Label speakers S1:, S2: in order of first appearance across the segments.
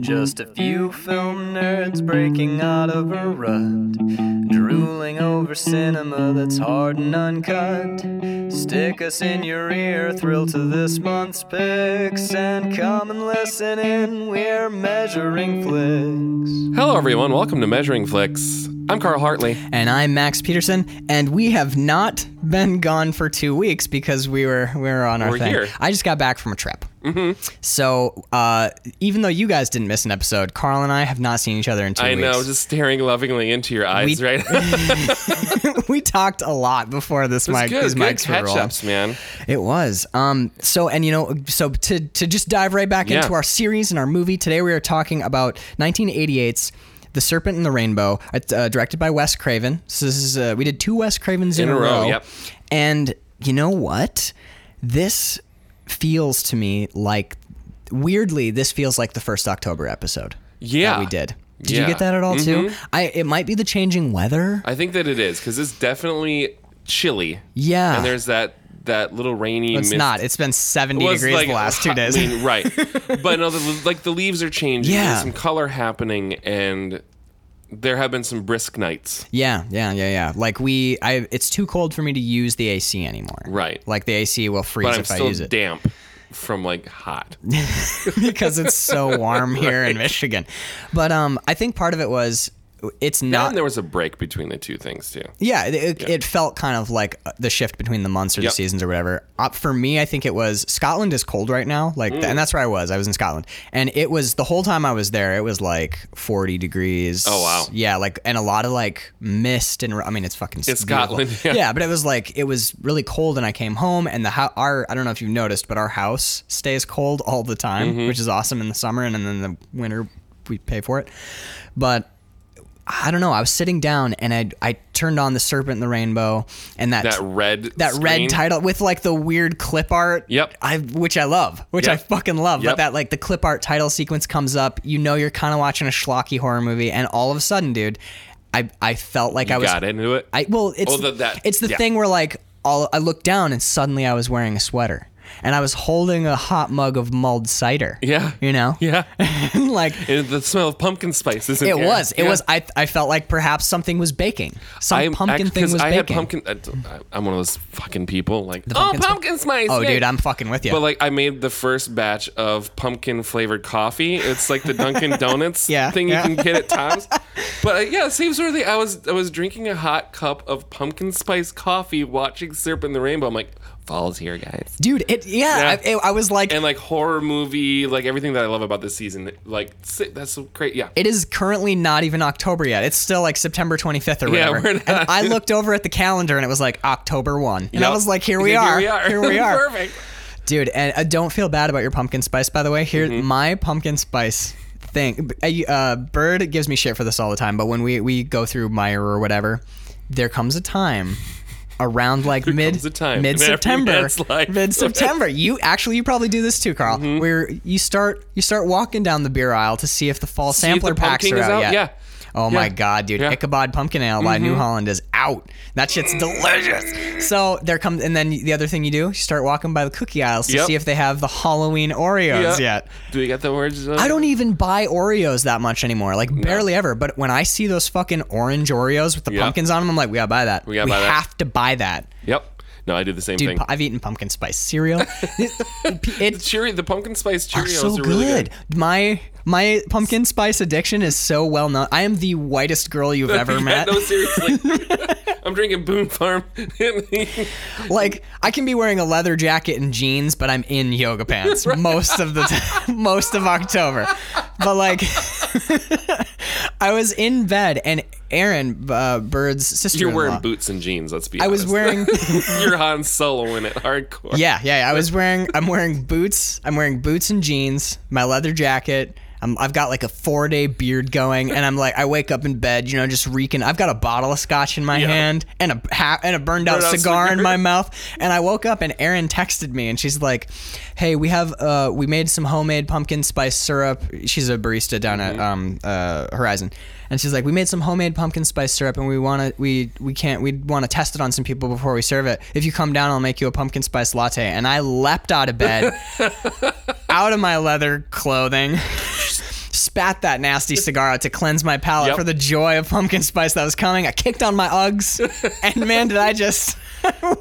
S1: Just a few film nerds breaking out of a rut, drooling over cinema that's hard and uncut. Stick us in your ear, thrill to this month's picks, and come and listen in. We're measuring flicks.
S2: Hello, everyone. Welcome to Measuring Flicks. I'm Carl Hartley.
S3: And I'm Max Peterson, and we have not been gone for two weeks because we were we were on our
S2: We're
S3: thing.
S2: here.
S3: I just got back from a trip. Mm-hmm. So uh, even though you guys didn't miss an episode, Carl and I have not seen each other in two
S2: I
S3: weeks.
S2: know, just staring lovingly into your eyes,
S3: We-
S2: right? It's
S3: we talked a lot before this mic.
S2: good,
S3: these
S2: good
S3: mics were
S2: catch
S3: rolling.
S2: ups, man.
S3: It was. Um, so, and you know, so to, to just dive right back
S2: Yeah.
S3: into our series and our movie, today we are talking about 1988's The Serpent and the Rainbow, uh, directed by Wes Craven. So this is, uh, we did two Wes Cravens in,
S2: In a row, yep.
S3: And you know what? This feels to me like, weirdly, this feels like the first October episode
S2: Yeah.
S3: that we did. Did
S2: Yeah. Mm-hmm.
S3: you get that at all too? I it might be the changing weather.
S2: I think that it is because it's definitely chilly.
S3: Yeah.
S2: And there's that that little rainy.
S3: it's
S2: mist.
S3: not. It's been 70
S2: was
S3: degrees
S2: like
S3: the last two
S2: hot-
S3: days.
S2: I mean, right. but no, the, like the leaves are changing.
S3: Yeah.
S2: There's some color happening, and there have been some brisk nights.
S3: Yeah, yeah, yeah, yeah. Like we, I, it's too cold for me to use the AC anymore.
S2: Right.
S3: Like the AC will freeze
S2: But I'm
S3: if I
S2: still
S3: use it
S2: damp from like hot.
S3: because it's so warm here in Michigan. But um, I think part of it was it's not.
S2: and there was a break between the two things too.
S3: yeah, it, it, it felt kind of like uh, the shift between the months or the
S2: Yep.
S3: seasons or whatever. Uh, for me, I think it was Scotland is cold right now. Like,
S2: Mm.
S3: and that's where I was. I was in Scotland, and it was the whole time I was there. It was like 40 degrees.
S2: Oh, wow.
S3: Yeah, like and a lot of like mist and I mean it's fucking
S2: It's
S3: beautiful.
S2: Scotland, yeah.
S3: yeah, but it was like it was really cold, and I came home, and the ho- our I don't know if you've noticed, but our house stays cold all the time,
S2: Mm-hmm.
S3: which is awesome in the summer, and, then the winter we pay for it. But I don't know. I was sitting down, and I I turned on the Serpent and the Rainbow, and that.
S2: That red.
S3: that
S2: screen-
S3: red title with like the weird clip art.
S2: Yep.
S3: I which I love, which I
S2: Yep.
S3: fucking love.
S2: Yep.
S3: But that like the clip art title sequence comes up, you know you're kind of watching a schlocky horror movie, and all of a sudden, dude, I I felt like I was
S2: Got into it.
S3: I well, it's
S2: Oh, the- that-
S3: it's the
S2: yeah.
S3: thing where like all I looked down and suddenly I was wearing a sweater and I was holding a hot mug of mulled cider.
S2: Yeah.
S3: you know,
S2: Yeah.
S3: like.
S2: And the smell of pumpkin spice is in
S3: It
S2: the air.
S3: was. It
S2: Yeah.
S3: was. I, I felt like perhaps something was baking. Some
S2: I'm
S3: pumpkin
S2: act-
S3: thing
S2: 'cause
S3: was
S2: I had
S3: baking.
S2: pumpkin. I, I'm one of those fucking people. Like,
S3: pumpkin
S2: oh,
S3: spice."
S2: pumpkin spice.
S3: oh,
S2: yay."
S3: dude, I'm fucking with you.
S2: But like, I made the first batch of pumpkin flavored coffee. It's like the Dunkin' Donuts
S3: Yeah,
S2: thing
S3: yeah.
S2: you can get at Tom's. but uh, yeah, same sort of thing. I was I was drinking a hot cup of pumpkin spice coffee, watching Serpent and the Rainbow. I'm like, fall's here, guys.
S3: dude, it. Yeah,
S2: Yeah.
S3: I, I was like,
S2: And like horror movie, like everything that I love about this season. Like si- that's so great. Yeah.
S3: it is currently not even October yet. It's still like September 25th or
S2: Yeah,
S3: whatever.
S2: we're not-
S3: And I looked over at the calendar and it was like October 1. And I
S2: Yep.
S3: was like, here we
S2: Yeah,
S3: are.
S2: Here we are.
S3: Here we are.
S2: Perfect.
S3: Dude, and uh, don't feel bad about your pumpkin spice, by the way. Here,
S2: Mm-hmm.
S3: my pumpkin spice thing. b- Uh, Bird gives me shit for this all the time, but when we, we go through Meyer or whatever, there comes a time around like mid
S2: comes a time in
S3: mid September.
S2: every man's life. Mm-hmm.
S3: Mid September. You actually you probably do this too, Carl. Where you start you start walking down the beer aisle to see if the fall
S2: if
S3: sampler
S2: the
S3: packs
S2: pumpkin
S3: are
S2: is
S3: out,
S2: out,
S3: yet.
S2: yeah.
S3: Oh my
S2: Yeah.
S3: god, dude!
S2: Yeah. Mm-hmm.
S3: Ichabod Pumpkin Ale by New Holland is out. That shit's delicious. So there comes, and then the other thing you do, you start walking by the cookie aisles to
S2: Yep.
S3: see if they have the Halloween
S2: Yeah.
S3: Oreos yet.
S2: Do we got the words? uh,
S3: I don't e- even buy Oreos that much anymore, like barely ever. But when I see those fucking orange Oreos with the
S2: Yep.
S3: pumpkins on them, I'm like, we gotta buy that. We,
S2: gotta buy that.
S3: have to buy that.
S2: Yep. No, I do the same
S3: Dude,
S2: thing.
S3: pu- I've eaten pumpkin spice cereal. it, it-
S2: Cheerio, the pumpkin spice Cheerios
S3: are Oh, so
S2: are
S3: good.
S2: really good.
S3: My my pumpkin spice addiction is so well known. I am the whitest girl you've ever
S2: Yeah,
S3: met.
S2: No, seriously. I'm drinking Boom Farm.
S3: Like I can be wearing a leather jacket and jeans, but I'm in yoga pants most of the time, most of October. But like, I was in bed and Aaron uh, Bird's sister.
S2: You're wearing boots and jeans. Let's be.
S3: I was
S2: honest.
S3: wearing.
S2: You're Han Solo in it, hardcore.
S3: Yeah, yeah, yeah. I was wearing. I'm wearing boots. I'm wearing boots and jeans. My leather jacket. I'm, I've got like a four day beard going, and I'm like, I wake up in bed, you know, just reeking. I've got a bottle of scotch in my
S2: Yeah.
S3: hand and a ha- and a burned out
S2: Burned out
S3: cigar in
S2: cigar.
S3: my mouth, and I woke up and Erin texted me, and she's like, Hey, we have uh, we made some homemade pumpkin spice syrup. She's a barista down at um uh Horizon. And she's like, we made some homemade pumpkin spice syrup, and we want to, we we can't, we want to test it on some people before we serve it. If you come down, I'll make you a pumpkin spice latte. And I leapt out of bed, out of my leather clothing, spat that nasty cigar out to cleanse my palate
S2: Yep.
S3: for the joy of pumpkin spice that was coming. I kicked on my Uggs, and man, did I just.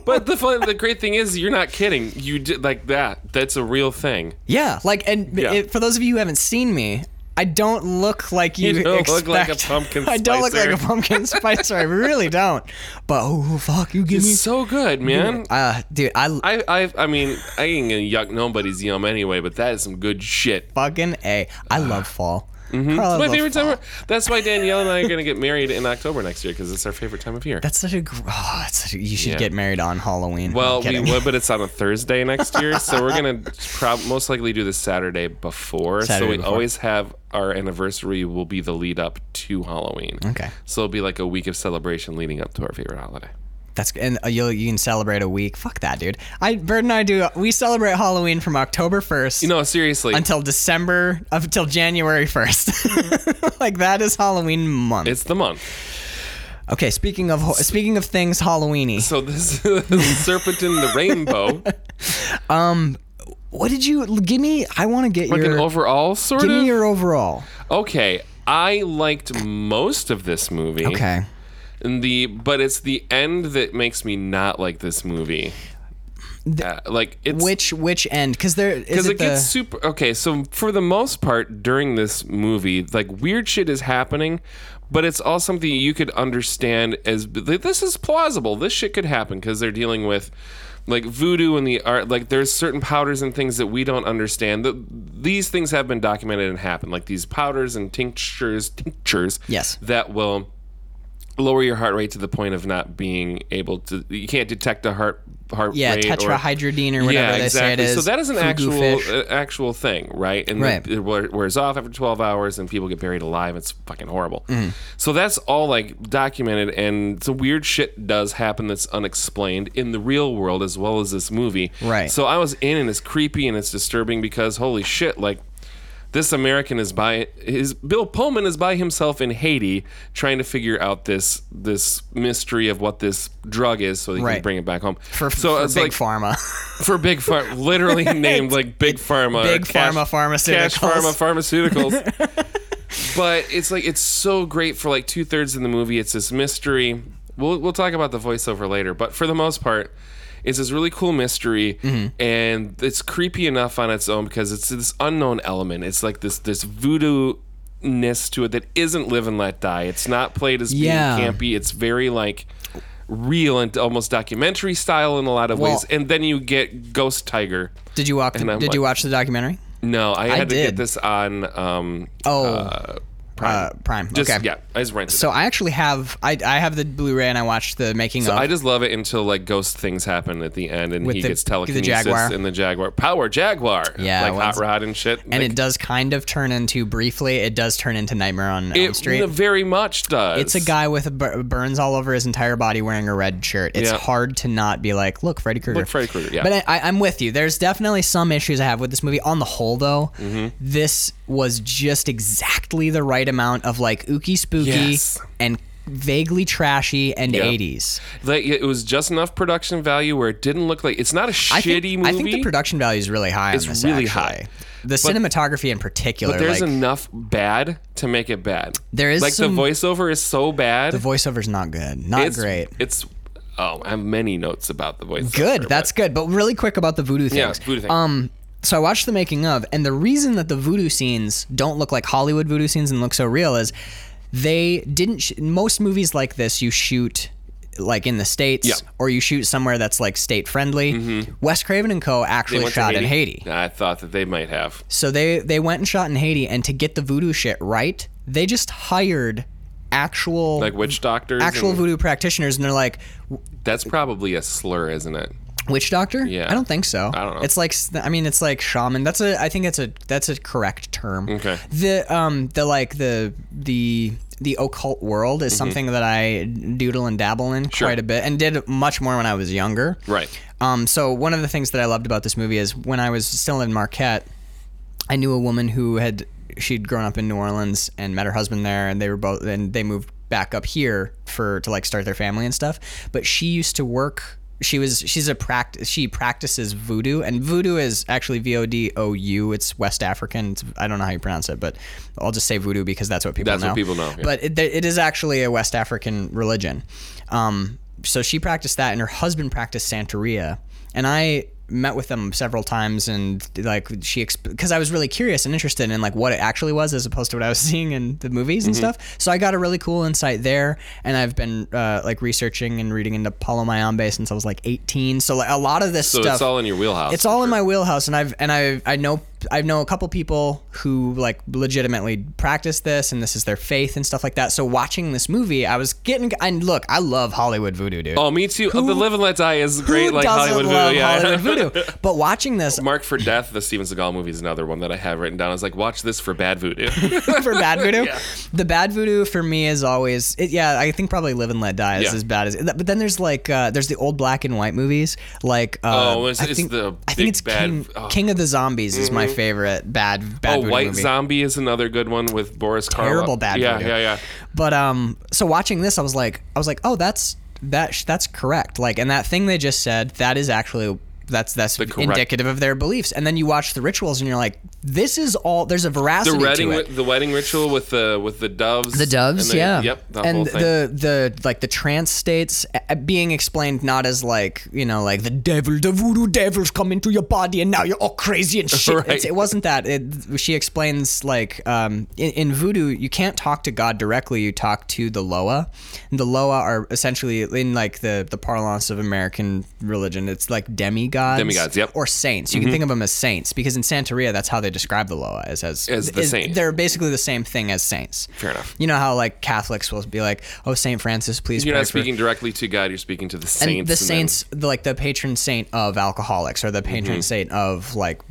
S2: But the fun, the great thing is, you're not kidding. You did like that. That's a real thing.
S3: Yeah, like, and
S2: Yeah.
S3: It, for those of you who haven't seen me, I don't look like you,
S2: You don't look
S3: expect.
S2: like a pumpkin
S3: I don't look like
S2: spicer.
S3: a pumpkin spicer. I really don't. But oh fuck, you give me.
S2: It's so good, man.
S3: Uh, dude, I,
S2: I, I, I mean, I ain't gonna yuck nobody's yum anyway, but that is some good shit.
S3: fucking a. I love fall.
S2: Ah. Mm-hmm. It's
S3: Carl, I
S2: my
S3: love
S2: favorite
S3: fall.
S2: time. of- That's why Danielle and I are gonna get married in October next year because it's our favorite time of year.
S3: That's such a. gr- Oh, that's such a you should
S2: Yeah.
S3: get married on Halloween.
S2: well,
S3: I'm
S2: we
S3: kidding.
S2: would, but it's on a Thursday next year, so we're gonna prob- most likely do the Saturday before. so
S3: Saturday
S2: we
S3: before.
S2: always have our anniversary will be the lead up to Halloween.
S3: Okay,
S2: So it'll be like a week of celebration leading up to our favorite holiday.
S3: that's and you you can celebrate a week. Fuck that, dude. I Bird and I do. We celebrate Halloween from October first.
S2: You know, seriously,
S3: until December, up until January 1st. like that is Halloween month.
S2: it's the month.
S3: okay, speaking of ho- speaking of things Halloweeny,
S2: So this is Serpent in the Rainbow,
S3: what did you give me? I want to get
S2: like an
S3: your
S2: overall sort
S3: give
S2: of.
S3: me your overall.
S2: okay, I liked most of this movie.
S3: Okay,
S2: And the but it's the end that makes me not like this movie. Uh, like it's
S3: which which end? Because there is
S2: because
S3: it,
S2: it, gets
S3: the
S2: super okay. So for the most part, during this movie, like weird shit is happening, but it's all something you could understand as like, this is plausible. This shit could happen because they're dealing with like voodoo and the art. Like there's certain powders and things that we don't understand. The, these things have been documented and happened. Like these powders and tinctures, tinctures.
S3: Yes.
S2: That will lower your heart rate to the point of not being able to. You can't detect a heart heart
S3: yeah
S2: rate. or-
S3: tetrahydrodine or whatever they say it is.
S2: so that is an
S3: Fugu
S2: actual
S3: fish.
S2: uh, actual thing, right? And
S3: Right.
S2: it wear- wears off after 12 hours, and people get buried alive. It's fucking horrible.
S3: Mm-hmm.
S2: So that's all like documented, and some weird shit does happen that's unexplained in the real world as well as this movie.
S3: Right.
S2: So I was in, and it's creepy and it's disturbing because holy shit, like. This American is by his Bill Pullman is by himself in Haiti trying to figure out this this mystery of what this drug is so he
S3: Right.
S2: can bring it back home.
S3: for,
S2: so
S3: for
S2: it's
S3: big
S2: like,
S3: pharma.
S2: for big pharma, literally named like big pharma, or
S3: Big
S2: cash-
S3: Pharma Pharmaceuticals.
S2: cash pharma pharmaceuticals. but it's like it's so great for like two thirds of the movie. It's this mystery. We'll we'll talk about the voiceover later, but for the most part. It's this really cool mystery,
S3: Mm-hmm.
S2: and it's creepy enough on its own because it's this unknown element. It's like this this voodoo ness to it that isn't live and let die. It's not played as
S3: Yeah.
S2: being campy. It's very like real and almost documentary style in a lot of
S3: Well-
S2: ways. And then you get Ghost Tiger.
S3: did you walk? The,
S2: And
S3: did
S2: I'm
S3: you
S2: like-
S3: watch the documentary?
S2: No, I had to
S3: did.
S2: get this on um
S3: Oh,
S2: uh, Prime.
S3: uh, Prime.
S2: Just
S3: okay.
S2: yeah, I just rented. it.
S3: So I actually have I, I have the Blu-ray and I watched the making of.
S2: I just love it until like ghost things happen at the end, and
S3: uh, With
S2: he
S3: the-
S2: gets
S3: the
S2: telekinesis
S3: Jaguar.
S2: and the jaguar power jaguar,
S3: Yeah,
S2: like
S3: once-
S2: hot rod and shit.
S3: and it does kind of turn into briefly. It does turn into Nightmare on Elm Street.
S2: very much does.
S3: It's a guy with a bur- burns all over his entire body wearing a red shirt. It's
S2: Yeah.
S3: hard to not be like, look, Freddy Krueger.
S2: Look, Freddy Krueger, yeah.
S3: But I, I, I'm with you. There's definitely some issues I have with this movie. On the whole, though,
S2: Mm-hmm.
S3: this was just exactly the right amount of like ooky spooky
S2: Yes.
S3: and vaguely trashy and
S2: Yeah.
S3: 80s.
S2: Like, it was just enough production value where it didn't look like it's not a shitty
S3: I think,
S2: movie.
S3: I think the production value is really high.
S2: It's
S3: on this,
S2: really
S3: actually.
S2: high.
S3: The cinematography in particular,
S2: But there's
S3: like,
S2: enough bad to make it bad.
S3: There is
S2: like
S3: some-
S2: the voiceover is so bad.
S3: the voiceover's not good, not
S2: it's
S3: great.
S2: It's oh, I have many notes about the voiceover.
S3: Good,
S2: but-
S3: that's good. But really quick about the voodoo
S2: yeah.
S3: things.
S2: Voodoo thing.
S3: Um, so I watched the making of, and the reason that the voodoo scenes don't look like Hollywood voodoo scenes and look so real is they didn't. Sh- most movies like this, you shoot like in the states,
S2: Yeah. Mm-hmm.
S3: or you shoot somewhere that's like state friendly. Wes Craven and Co. actually
S2: went to
S3: shot in Haiti,
S2: I thought that they might have.
S3: so they they went and shot in Haiti, and to get the voodoo shit right, they just hired actual
S2: Like witch doctors.
S3: Mm-hmm. actual
S2: and-
S3: voodoo practitioners, and they're like,
S2: That's probably a slur, isn't it?
S3: Witch doctor?
S2: Yeah.
S3: I don't think so.
S2: I don't know.
S3: It's like I mean, it's like shaman. That's a I think that's a that's a correct term.
S2: Okay.
S3: The um the like the the the occult world
S2: Mm-hmm.
S3: is something that I doodle and dabble in quite a bit and did much more when I was younger.
S2: Right.
S3: Um, so one of the things that I loved about this movie is when I was still in Marquette, I knew a woman who had she'd grown up in New Orleans and met her husband there, and they were both and they moved back up here for to like start their family and stuff. But she used to work she was she's a practice she practices voodoo and voodoo is actually V O D O U. It's West African. It's, I don't know how you pronounce it, but I'll just say voodoo because that's what people
S2: That's
S3: know.
S2: what people know, yeah.
S3: But it, it is actually a West African religion. Um, so she practiced that, and her husband practiced Santeria, and I met with them several times and like she because I was really curious and interested in like what it actually was as opposed to what I was seeing in the movies and
S2: Mm-hmm.
S3: stuff so I got a really cool insight there and I've been uh, like researching and reading into Paulo Mayombe since I was like 18 so like a lot of this
S2: So
S3: stuff
S2: it's all in your wheelhouse.
S3: it's all in my wheelhouse, and I've and I I know I know a couple people who like legitimately practice this, and this is their faith and stuff like that. So watching this movie, I was getting and look, I love Hollywood voodoo, dude.
S2: Oh, me too. Oh, the Live and Let Die is great.
S3: who
S2: like
S3: doesn't
S2: Hollywood
S3: love
S2: voodoo. Yeah.
S3: Hollywood voodoo? But watching this
S2: Mark for Death, the Steven Seagal movie, is another one that I have written down. I was like, watch this for bad voodoo.
S3: for bad voodoo, the bad voodoo for me is always it, yeah. I think probably Live and Let Die is
S2: Yeah.
S3: as bad as. But then there's like uh, there's the old black and white movies like uh,
S2: Oh, it's-
S3: I
S2: it's
S3: think
S2: the
S3: I
S2: big
S3: think it's
S2: bad-
S3: King,
S2: oh. Mm-hmm.
S3: King of the Zombies is my favorite bad bad
S2: oh,
S3: voodoo
S2: White
S3: movie.
S2: Zombie is another good one with Boris Karloff.
S3: Terrible bad
S2: Yeah,
S3: voodoo.
S2: yeah, yeah.
S3: But um, so watching this, I was like, I was like, oh, that's that sh- that's correct. Like, and that thing they just said, that is actually that's that's
S2: correct-
S3: indicative of their beliefs. And then you watch the rituals, and you're like, this is all. There's a
S2: The
S3: veracity
S2: wedding,
S3: to
S2: ri-
S3: it.
S2: the wedding ritual with the with the doves.
S3: The doves,
S2: and the-
S3: yeah.
S2: Yep. The
S3: and
S2: whole thing.
S3: the the like the trance states uh, being explained not as like you know like the devil, the voodoo devils come into your body and now you're all crazy and shit.
S2: Right.
S3: It's- It wasn't that. It, she explains like um, in, in voodoo you can't talk to God directly. You talk to the loa. And the loa are essentially in like the the parlance of American religion. It's like demigods,
S2: Demigods, yep. Mm-hmm.
S3: or saints. You can think of them as saints because in Santeria that's how they describe the loa as as,
S2: As the
S3: is-
S2: saint.
S3: They're basically the same thing as saints.
S2: Fair enough.
S3: You know how like Catholics will be like, "Oh, Saint Francis, please."
S2: you're
S3: pray
S2: not
S3: for-"
S2: speaking directly to God. You're speaking to the saints.
S3: And the saints, the, like the patron saint of alcoholics, or the patron saint of like,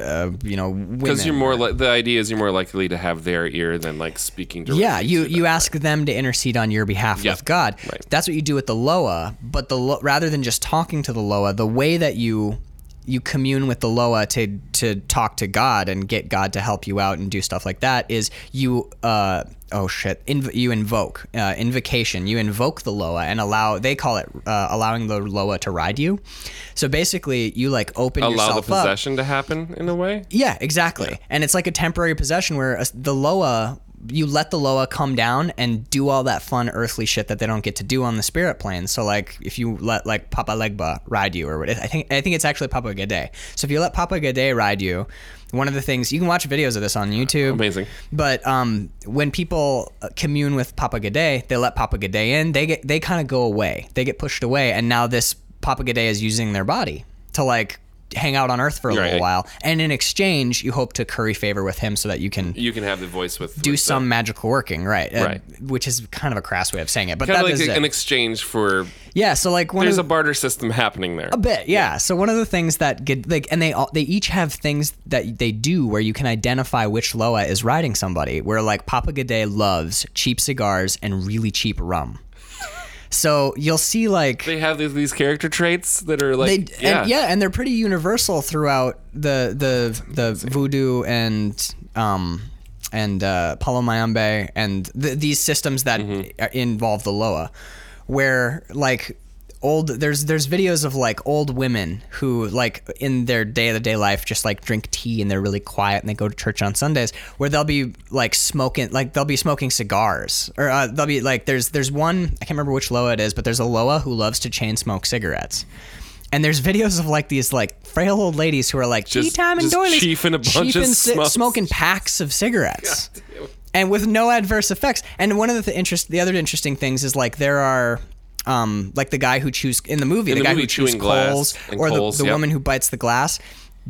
S3: uh, you know,
S2: Mm-hmm. Because
S3: women.
S2: you're more li- the idea is you're more likely to have their ear than like speaking directly.
S3: yeah, you
S2: to
S3: you
S2: them.
S3: ask them to intercede on your behalf
S2: Yeah,
S3: with God.
S2: right.
S3: That's what you do with the loa. But the lo- rather than just talking to the loa, the way that you you commune with the loa to to talk to God and get God to help you out and do stuff like that is you uh oh shit inv- you invoke uh, invocation you invoke the loa and allow they call it uh, allowing the loa to ride you so basically you like open
S2: allow the
S3: yourself up
S2: possession to happen in a way.
S3: yeah, exactly. And it's like a temporary possession where a, the Loa, you let the Loa come down and do all that fun earthly shit that they don't get to do on the spirit plane. So like if you let like Papa Legba ride you or what, I think I think it's actually Papa Gade. So if you let Papa Gade ride you, one of the things you can watch videos of this on YouTube.
S2: Amazing.
S3: But um, when people uh, commune with Papa Gade, they let Papa Gade in. They get they kind of go away. They get pushed away, and now this Papa Gade is using their body to like hang out on Earth for a
S2: Right.
S3: little while, and in exchange, you hope to curry favor with him so that you can.
S2: You can have the voice with
S3: do
S2: with
S3: some magical working, right? Uh,
S2: Right.
S3: which is kind of a crass way of saying it, but
S2: Kind
S3: that
S2: of like
S3: is
S2: a- an
S3: it.
S2: exchange for
S3: yeah. So like one
S2: there's a
S3: of,
S2: barter system happening there.
S3: a bit, yeah. So one of the things that get like, and they all they each have things that they do where you can identify which Loa is riding somebody. Where like Papa Gade loves cheap cigars and really cheap rum. So you'll see like
S2: They have these, these character traits that are
S3: they
S2: like yeah.
S3: and yeah, and they're pretty universal throughout the the the voodoo and um and uh, Palo Mayombe and th- these systems that uh involve the Loa, where like old there's there's videos of like old women who like in their day of the day life just like drink tea and they're really quiet and they go to church on Sundays where they'll be like smoking like they'll be smoking cigars or uh, they'll be like there's there's one I can't remember which Loa it is but there's a Loa who loves to chain smoke cigarettes. And there's videos of like these like frail old ladies who are like tea
S2: Just-
S3: time and
S2: just
S3: doilies,
S2: chiefing a bunch
S3: cheaping
S2: of
S3: ci-
S2: smokes.
S3: smoking packs of cigarettes, and with no adverse effects. And one of the th- interest, the other interesting things is like there are. Um, like the guy who chews in the movie, the,
S2: the
S3: guy
S2: movie,
S3: who chews
S2: chewing glass
S3: coals,
S2: and
S3: or
S2: coals,
S3: the, the
S2: yep.
S3: woman who bites the glass,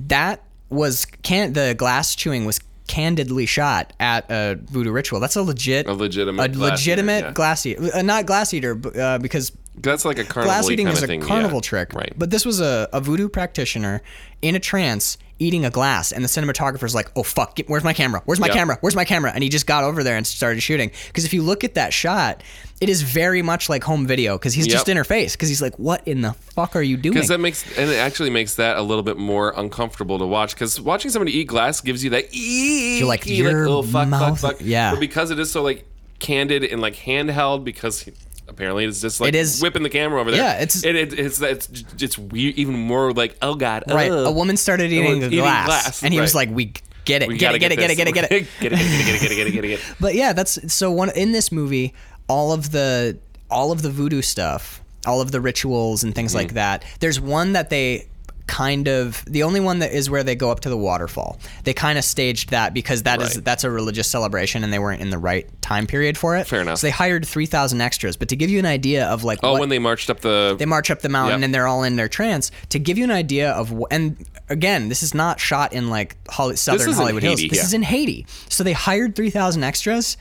S3: that was can the glass chewing was candidly shot at a voodoo ritual. That's a legit,
S2: A legitimate
S3: a
S2: glass eater,
S3: legitimate
S2: yeah.
S3: glass eater, uh, not glass eater, b- uh, because
S2: That's like a carnival
S3: glass eating
S2: kind
S3: is
S2: of
S3: a
S2: thing, yeah.
S3: carnival trick,
S2: Right.
S3: But this was a, a voodoo practitioner in a trance eating a glass, and the cinematographer's like, "Oh fuck, get, where's my camera? Where's my
S2: Yeah.
S3: camera? Where's my camera?" And he just got over there and started shooting. Because if you look at that shot, it is very much like home video. Because he's just
S2: Yep.
S3: in her face. Because he's like, "What in the fuck are you doing?"
S2: Because that makes and it actually makes that a little bit more uncomfortable to watch. Because watching somebody eat glass gives you that eek, eek, like
S3: like, your
S2: oh fuck
S3: mouth-
S2: fuck fuck
S3: yeah.
S2: But because it is so like candid and like handheld, because apparently it's just like
S3: It is-
S2: whipping the camera over there.
S3: Yeah, it's-
S2: it, it, it's it's it's weird, even more like oh god,
S3: Right.
S2: ugh.
S3: A woman started
S2: woman's
S3: eating the
S2: uh, eating
S3: glass,
S2: glass,
S3: and he was
S2: right.
S3: like, "We get it,
S2: We
S3: get
S2: gotta
S3: it, get it, get
S2: this.
S3: it, get it, get
S2: get it,
S3: it."
S2: get it, get it, get it, get it, get it.
S3: But yeah, that's so one in this movie, all of the all of the voodoo stuff, all of the rituals and things
S2: Mm.
S3: like that. There's one that they kind of the only one that is where they go up to the waterfall. They kind of staged that because that is
S2: Right.
S3: that's a religious celebration and they weren't in the right time period for it.
S2: Fair enough.
S3: So they hired 3,000 extras, but to give you an idea of like
S2: Oh,
S3: what
S2: when they marched up the
S3: they march up the mountain
S2: Yep.
S3: and they're all in their trance to give you an idea of wh- and again this is not shot in like Holly, southern
S2: is in
S3: hollywood hills
S2: Haiti,
S3: this
S2: yeah.
S3: is in haiti so they hired 3000 extras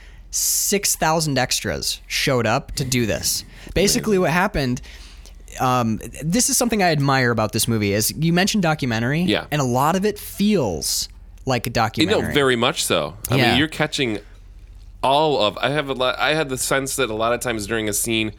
S3: 6000 extras showed up to do this basically what happened um, this is something i admire about this movie is you mentioned documentary
S2: Yeah.
S3: and a lot of it feels like a
S2: no,
S3: documentary
S2: very much so. I
S3: Yeah.
S2: mean, you're catching all of. I have a lot. I had the sense that a lot of times during a scene,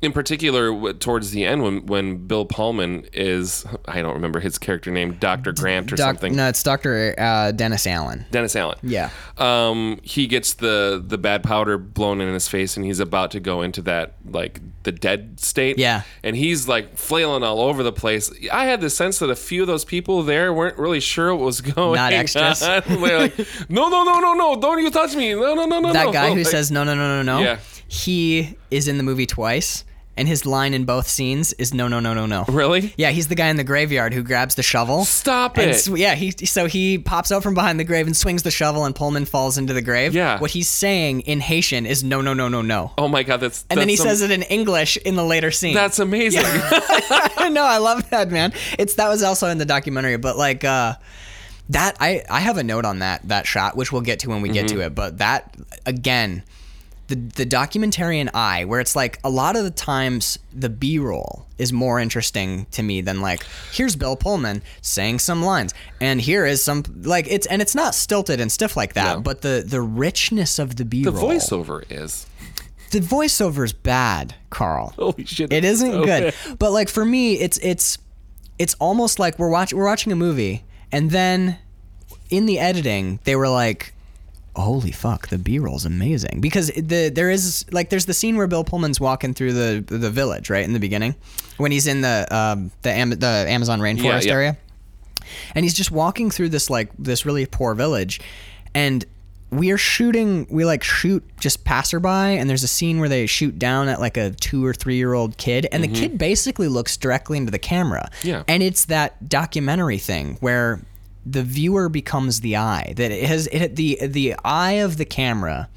S2: in particular w- towards the end, when when Bill Pullman is, I don't remember his character name, Doctor Grant or
S3: Doc-
S2: something,
S3: no it's dr uh, dennis allen
S2: Dennis Allen.
S3: yeah
S2: Um, he gets the the bad powder blown in his face, and he's about to go into that like the dead state.
S3: Yeah.
S2: and he's like flailing all over the place. I had the sense that a few of those people there weren't really sure what was going.
S3: Not extras.
S2: on. They're like, no, no, no, no, no! Don't you touch me! No, no, no, no.
S3: that
S2: no.
S3: guy who
S2: Like,
S3: says no no no no no
S2: Oh, Yeah.
S3: he is in the movie twice and his line in both scenes is no no no no no
S2: really.
S3: yeah he's the guy in the graveyard who grabs the shovel
S2: Stop
S3: and
S2: it.
S3: sw- yeah he so he pops out from behind the grave and swings the shovel and pullman falls into the grave
S2: Yeah.
S3: what he's saying in haitian is no no no no no
S2: oh my god, that's.
S3: and then
S2: that's am-
S3: he says it in english in the later scene
S2: That's amazing.
S3: no, I love that man. It's that was also in the documentary, but like uh that I I have a note on that that shot which we'll get to when we get to it, but that again the the documentarian eye where it's like a lot of the times the B-roll is more interesting to me than like here's Bill Pullman saying some lines and here is some like it's and it's not stilted and stiff like that,
S2: No.
S3: but the the richness of
S2: the
S3: the B-roll.
S2: voiceover is.
S3: the voiceover's bad, Carl.
S2: Holy shit!
S3: It isn't
S2: so
S3: good.
S2: bad.
S3: But like for me, it's it's it's almost like we're watching we're watching a movie, and then in the editing, they were like, "Holy fuck, the B roll's amazing!" Because the there is like there's the scene where Bill Pullman's walking through the the village right in the beginning when he's in the um, the Am- the Amazon rainforest
S2: yeah.
S3: area and he's just walking through this like this really poor village and we are shooting we like shoot just passerby and there's a scene where they shoot down at like a two or three year old kid and the kid basically looks directly into the camera
S2: Yeah.
S3: and it's that documentary thing where the viewer becomes the eye that it has it the the eye of the camera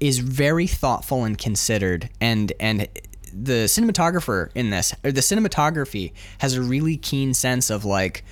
S3: is very thoughtful and considered and and the cinematographer in this or the cinematography has a really keen sense of like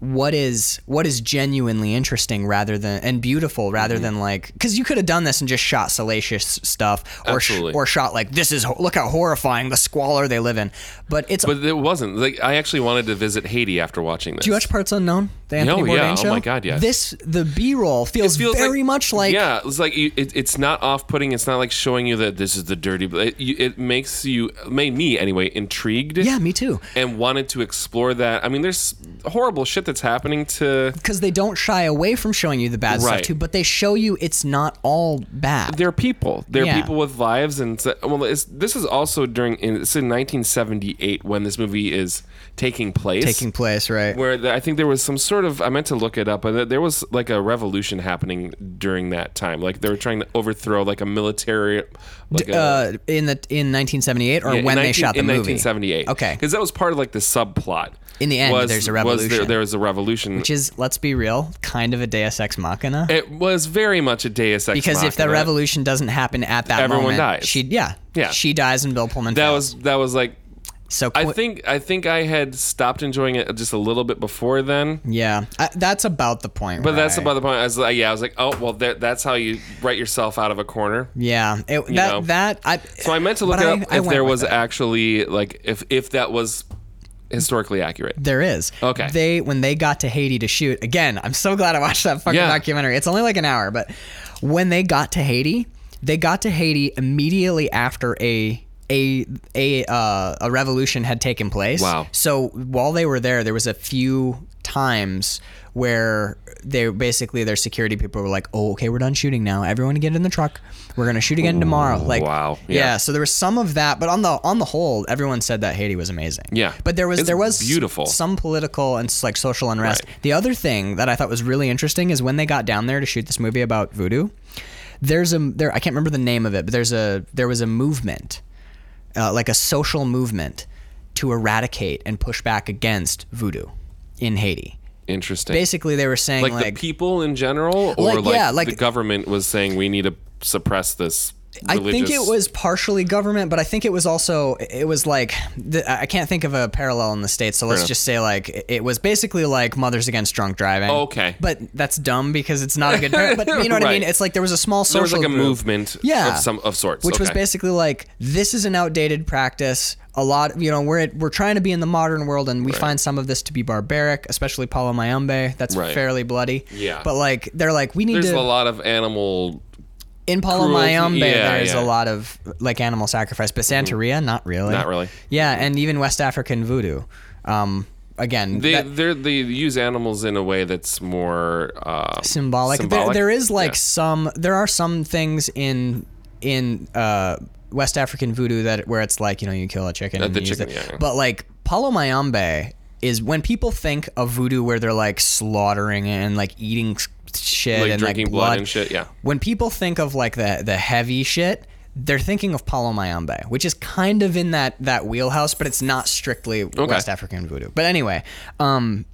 S3: what is what is genuinely interesting rather than and beautiful rather
S2: Mm-hmm.
S3: than like because you could have done this and just shot salacious stuff or sh-
S2: Absolutely.
S3: or shot like this is ho- look how horrifying the squalor they live in but it's
S2: But it wasn't. Like I actually wanted to visit Haiti after watching this.
S3: do you watch Parts Unknown? The Anthony
S2: No, yeah.
S3: Bourdain
S2: Oh
S3: show?
S2: my God, yes.
S3: This the B-roll feels, very much like
S2: yeah it's like you- it, it's not off-putting it's not like showing you that this is the dirty bl- it, you- it makes you made me anyway intrigued
S3: yeah, me too.
S2: and wanted to explore that i mean there's horrible shit that's happening to
S3: Because they don't shy away from showing you the bad stuff
S2: Right.
S3: too, but they show you it's not all bad.
S2: they're people they're
S3: Yeah.
S2: people with lives and so- well it's, this is also during it's in 1978 when this movie is taking place
S3: taking place, right?
S2: where the, I think there was some sort of I meant to look it up, but there was like a revolution happening during that time. Like they were trying to overthrow like a military, like a,
S3: uh, in the in 1978 or
S2: Yeah, in
S3: when they
S2: 19
S3: shot the
S2: in
S3: movie,
S2: 1978.
S3: Okay.
S2: because that was part of like the subplot.
S3: In the end,
S2: was,
S3: there's a
S2: was there,
S3: revolution.
S2: there was a revolution.
S3: which is let's be real, kind of a Deus ex machina.
S2: it was very much a Deus ex
S3: because if the
S2: machina.
S3: revolution doesn't happen at that
S2: Everyone
S3: moment,
S2: dies.
S3: she yeah
S2: Yeah.
S3: she dies and Bill Pullman
S2: that
S3: fails.
S2: was that was like
S3: so
S2: I
S3: qu-
S2: think I think I had stopped enjoying it just a little bit before then.
S3: yeah I, that's about the point.
S2: But that's
S3: about.
S2: about the point. I was like, yeah, I was like, oh well, there, that's how you write yourself out of a corner.
S3: Yeah, it, that
S2: know?
S3: that I.
S2: So I meant to look
S3: but
S2: it
S3: I-
S2: up
S3: I
S2: if
S3: went
S2: there
S3: with
S2: was
S3: it.
S2: actually like if if that was historically accurate.
S3: There is.
S2: Okay.
S3: They when they got to Haiti to shoot again. I'm so glad I watched that fucking
S2: Yeah.
S3: documentary. It's only like an hour, but when they got to Haiti, they got to Haiti immediately after a a a uh, a revolution had taken place.
S2: Wow.
S3: So while they were there, there was a few times where they basically their security people were like, "Oh, okay, we're done shooting now. Everyone get in the truck. We're gonna shoot again tomorrow." Like,
S2: wow.
S3: Yeah.
S2: Yeah.
S3: So there was some of that, but on the on the whole, everyone said that Haiti was amazing.
S2: Yeah.
S3: But there was
S2: It's
S3: there was
S2: beautiful.
S3: some political and s- like social unrest.
S2: Right.
S3: The other thing that I thought was really interesting is when they got down there to shoot this movie about voodoo. There's a there I can't remember the name of it, but there's a there was a movement, uh, like a social movement, to eradicate and push back against voodoo in Haiti.
S2: Interesting.
S3: Basically, they were saying
S2: like,
S3: like,
S2: the people in general, or
S3: Like,
S2: like,
S3: yeah, like-
S2: the government was saying we need to suppress this.
S3: I
S2: Religious...
S3: think it was partially government, but I think it was also it was like the, I can't think of a parallel in the states. So let's
S2: enough.
S3: just say like it was basically like mothers against drunk driving.
S2: Oh, Okay.
S3: but that's dumb because it's not a good. Par- but you know what I mean?
S2: Right.
S3: It's like there was a small
S2: There
S3: social
S2: was like a
S3: group,
S2: movement.
S3: Yeah.
S2: Of some of sorts.
S3: which was
S2: okay.
S3: basically like this is an outdated practice. A lot, you know, we're at, we're trying to be in the modern world, and we find some of this to be barbaric, especially Palo Mayombe. That's
S2: Right.
S3: fairly bloody.
S2: Yeah.
S3: but like they're like we need
S2: There's
S3: to
S2: a lot of animal.
S3: in Palo
S2: cruelty-
S3: Mayombe,
S2: yeah,
S3: there's
S2: yeah.
S3: a lot of like animal sacrifice, but Santeria, not really.
S2: Not really.
S3: Yeah, and even West African voodoo. Um, again,
S2: They
S3: that-
S2: they're, they use animals in a way that's more uh,
S3: symbolic. There-
S2: symbolic?
S3: there is like
S2: Yeah.
S3: some. There are some things in in uh, West African voodoo that where it's like you know you kill a chicken. and
S2: the
S3: you use
S2: chicken,
S3: it.
S2: yeah, yeah.
S3: But like Palo Mayombe is when people think of voodoo where they're like slaughtering and like eating s- shit
S2: like
S3: and
S2: drinking
S3: like
S2: blood.
S3: blood
S2: and shit. Yeah.
S3: when people think of like the the heavy shit, they're thinking of Palo Mayombe, which is kind of in that that wheelhouse, but it's not strictly West African voodoo. But anyway, um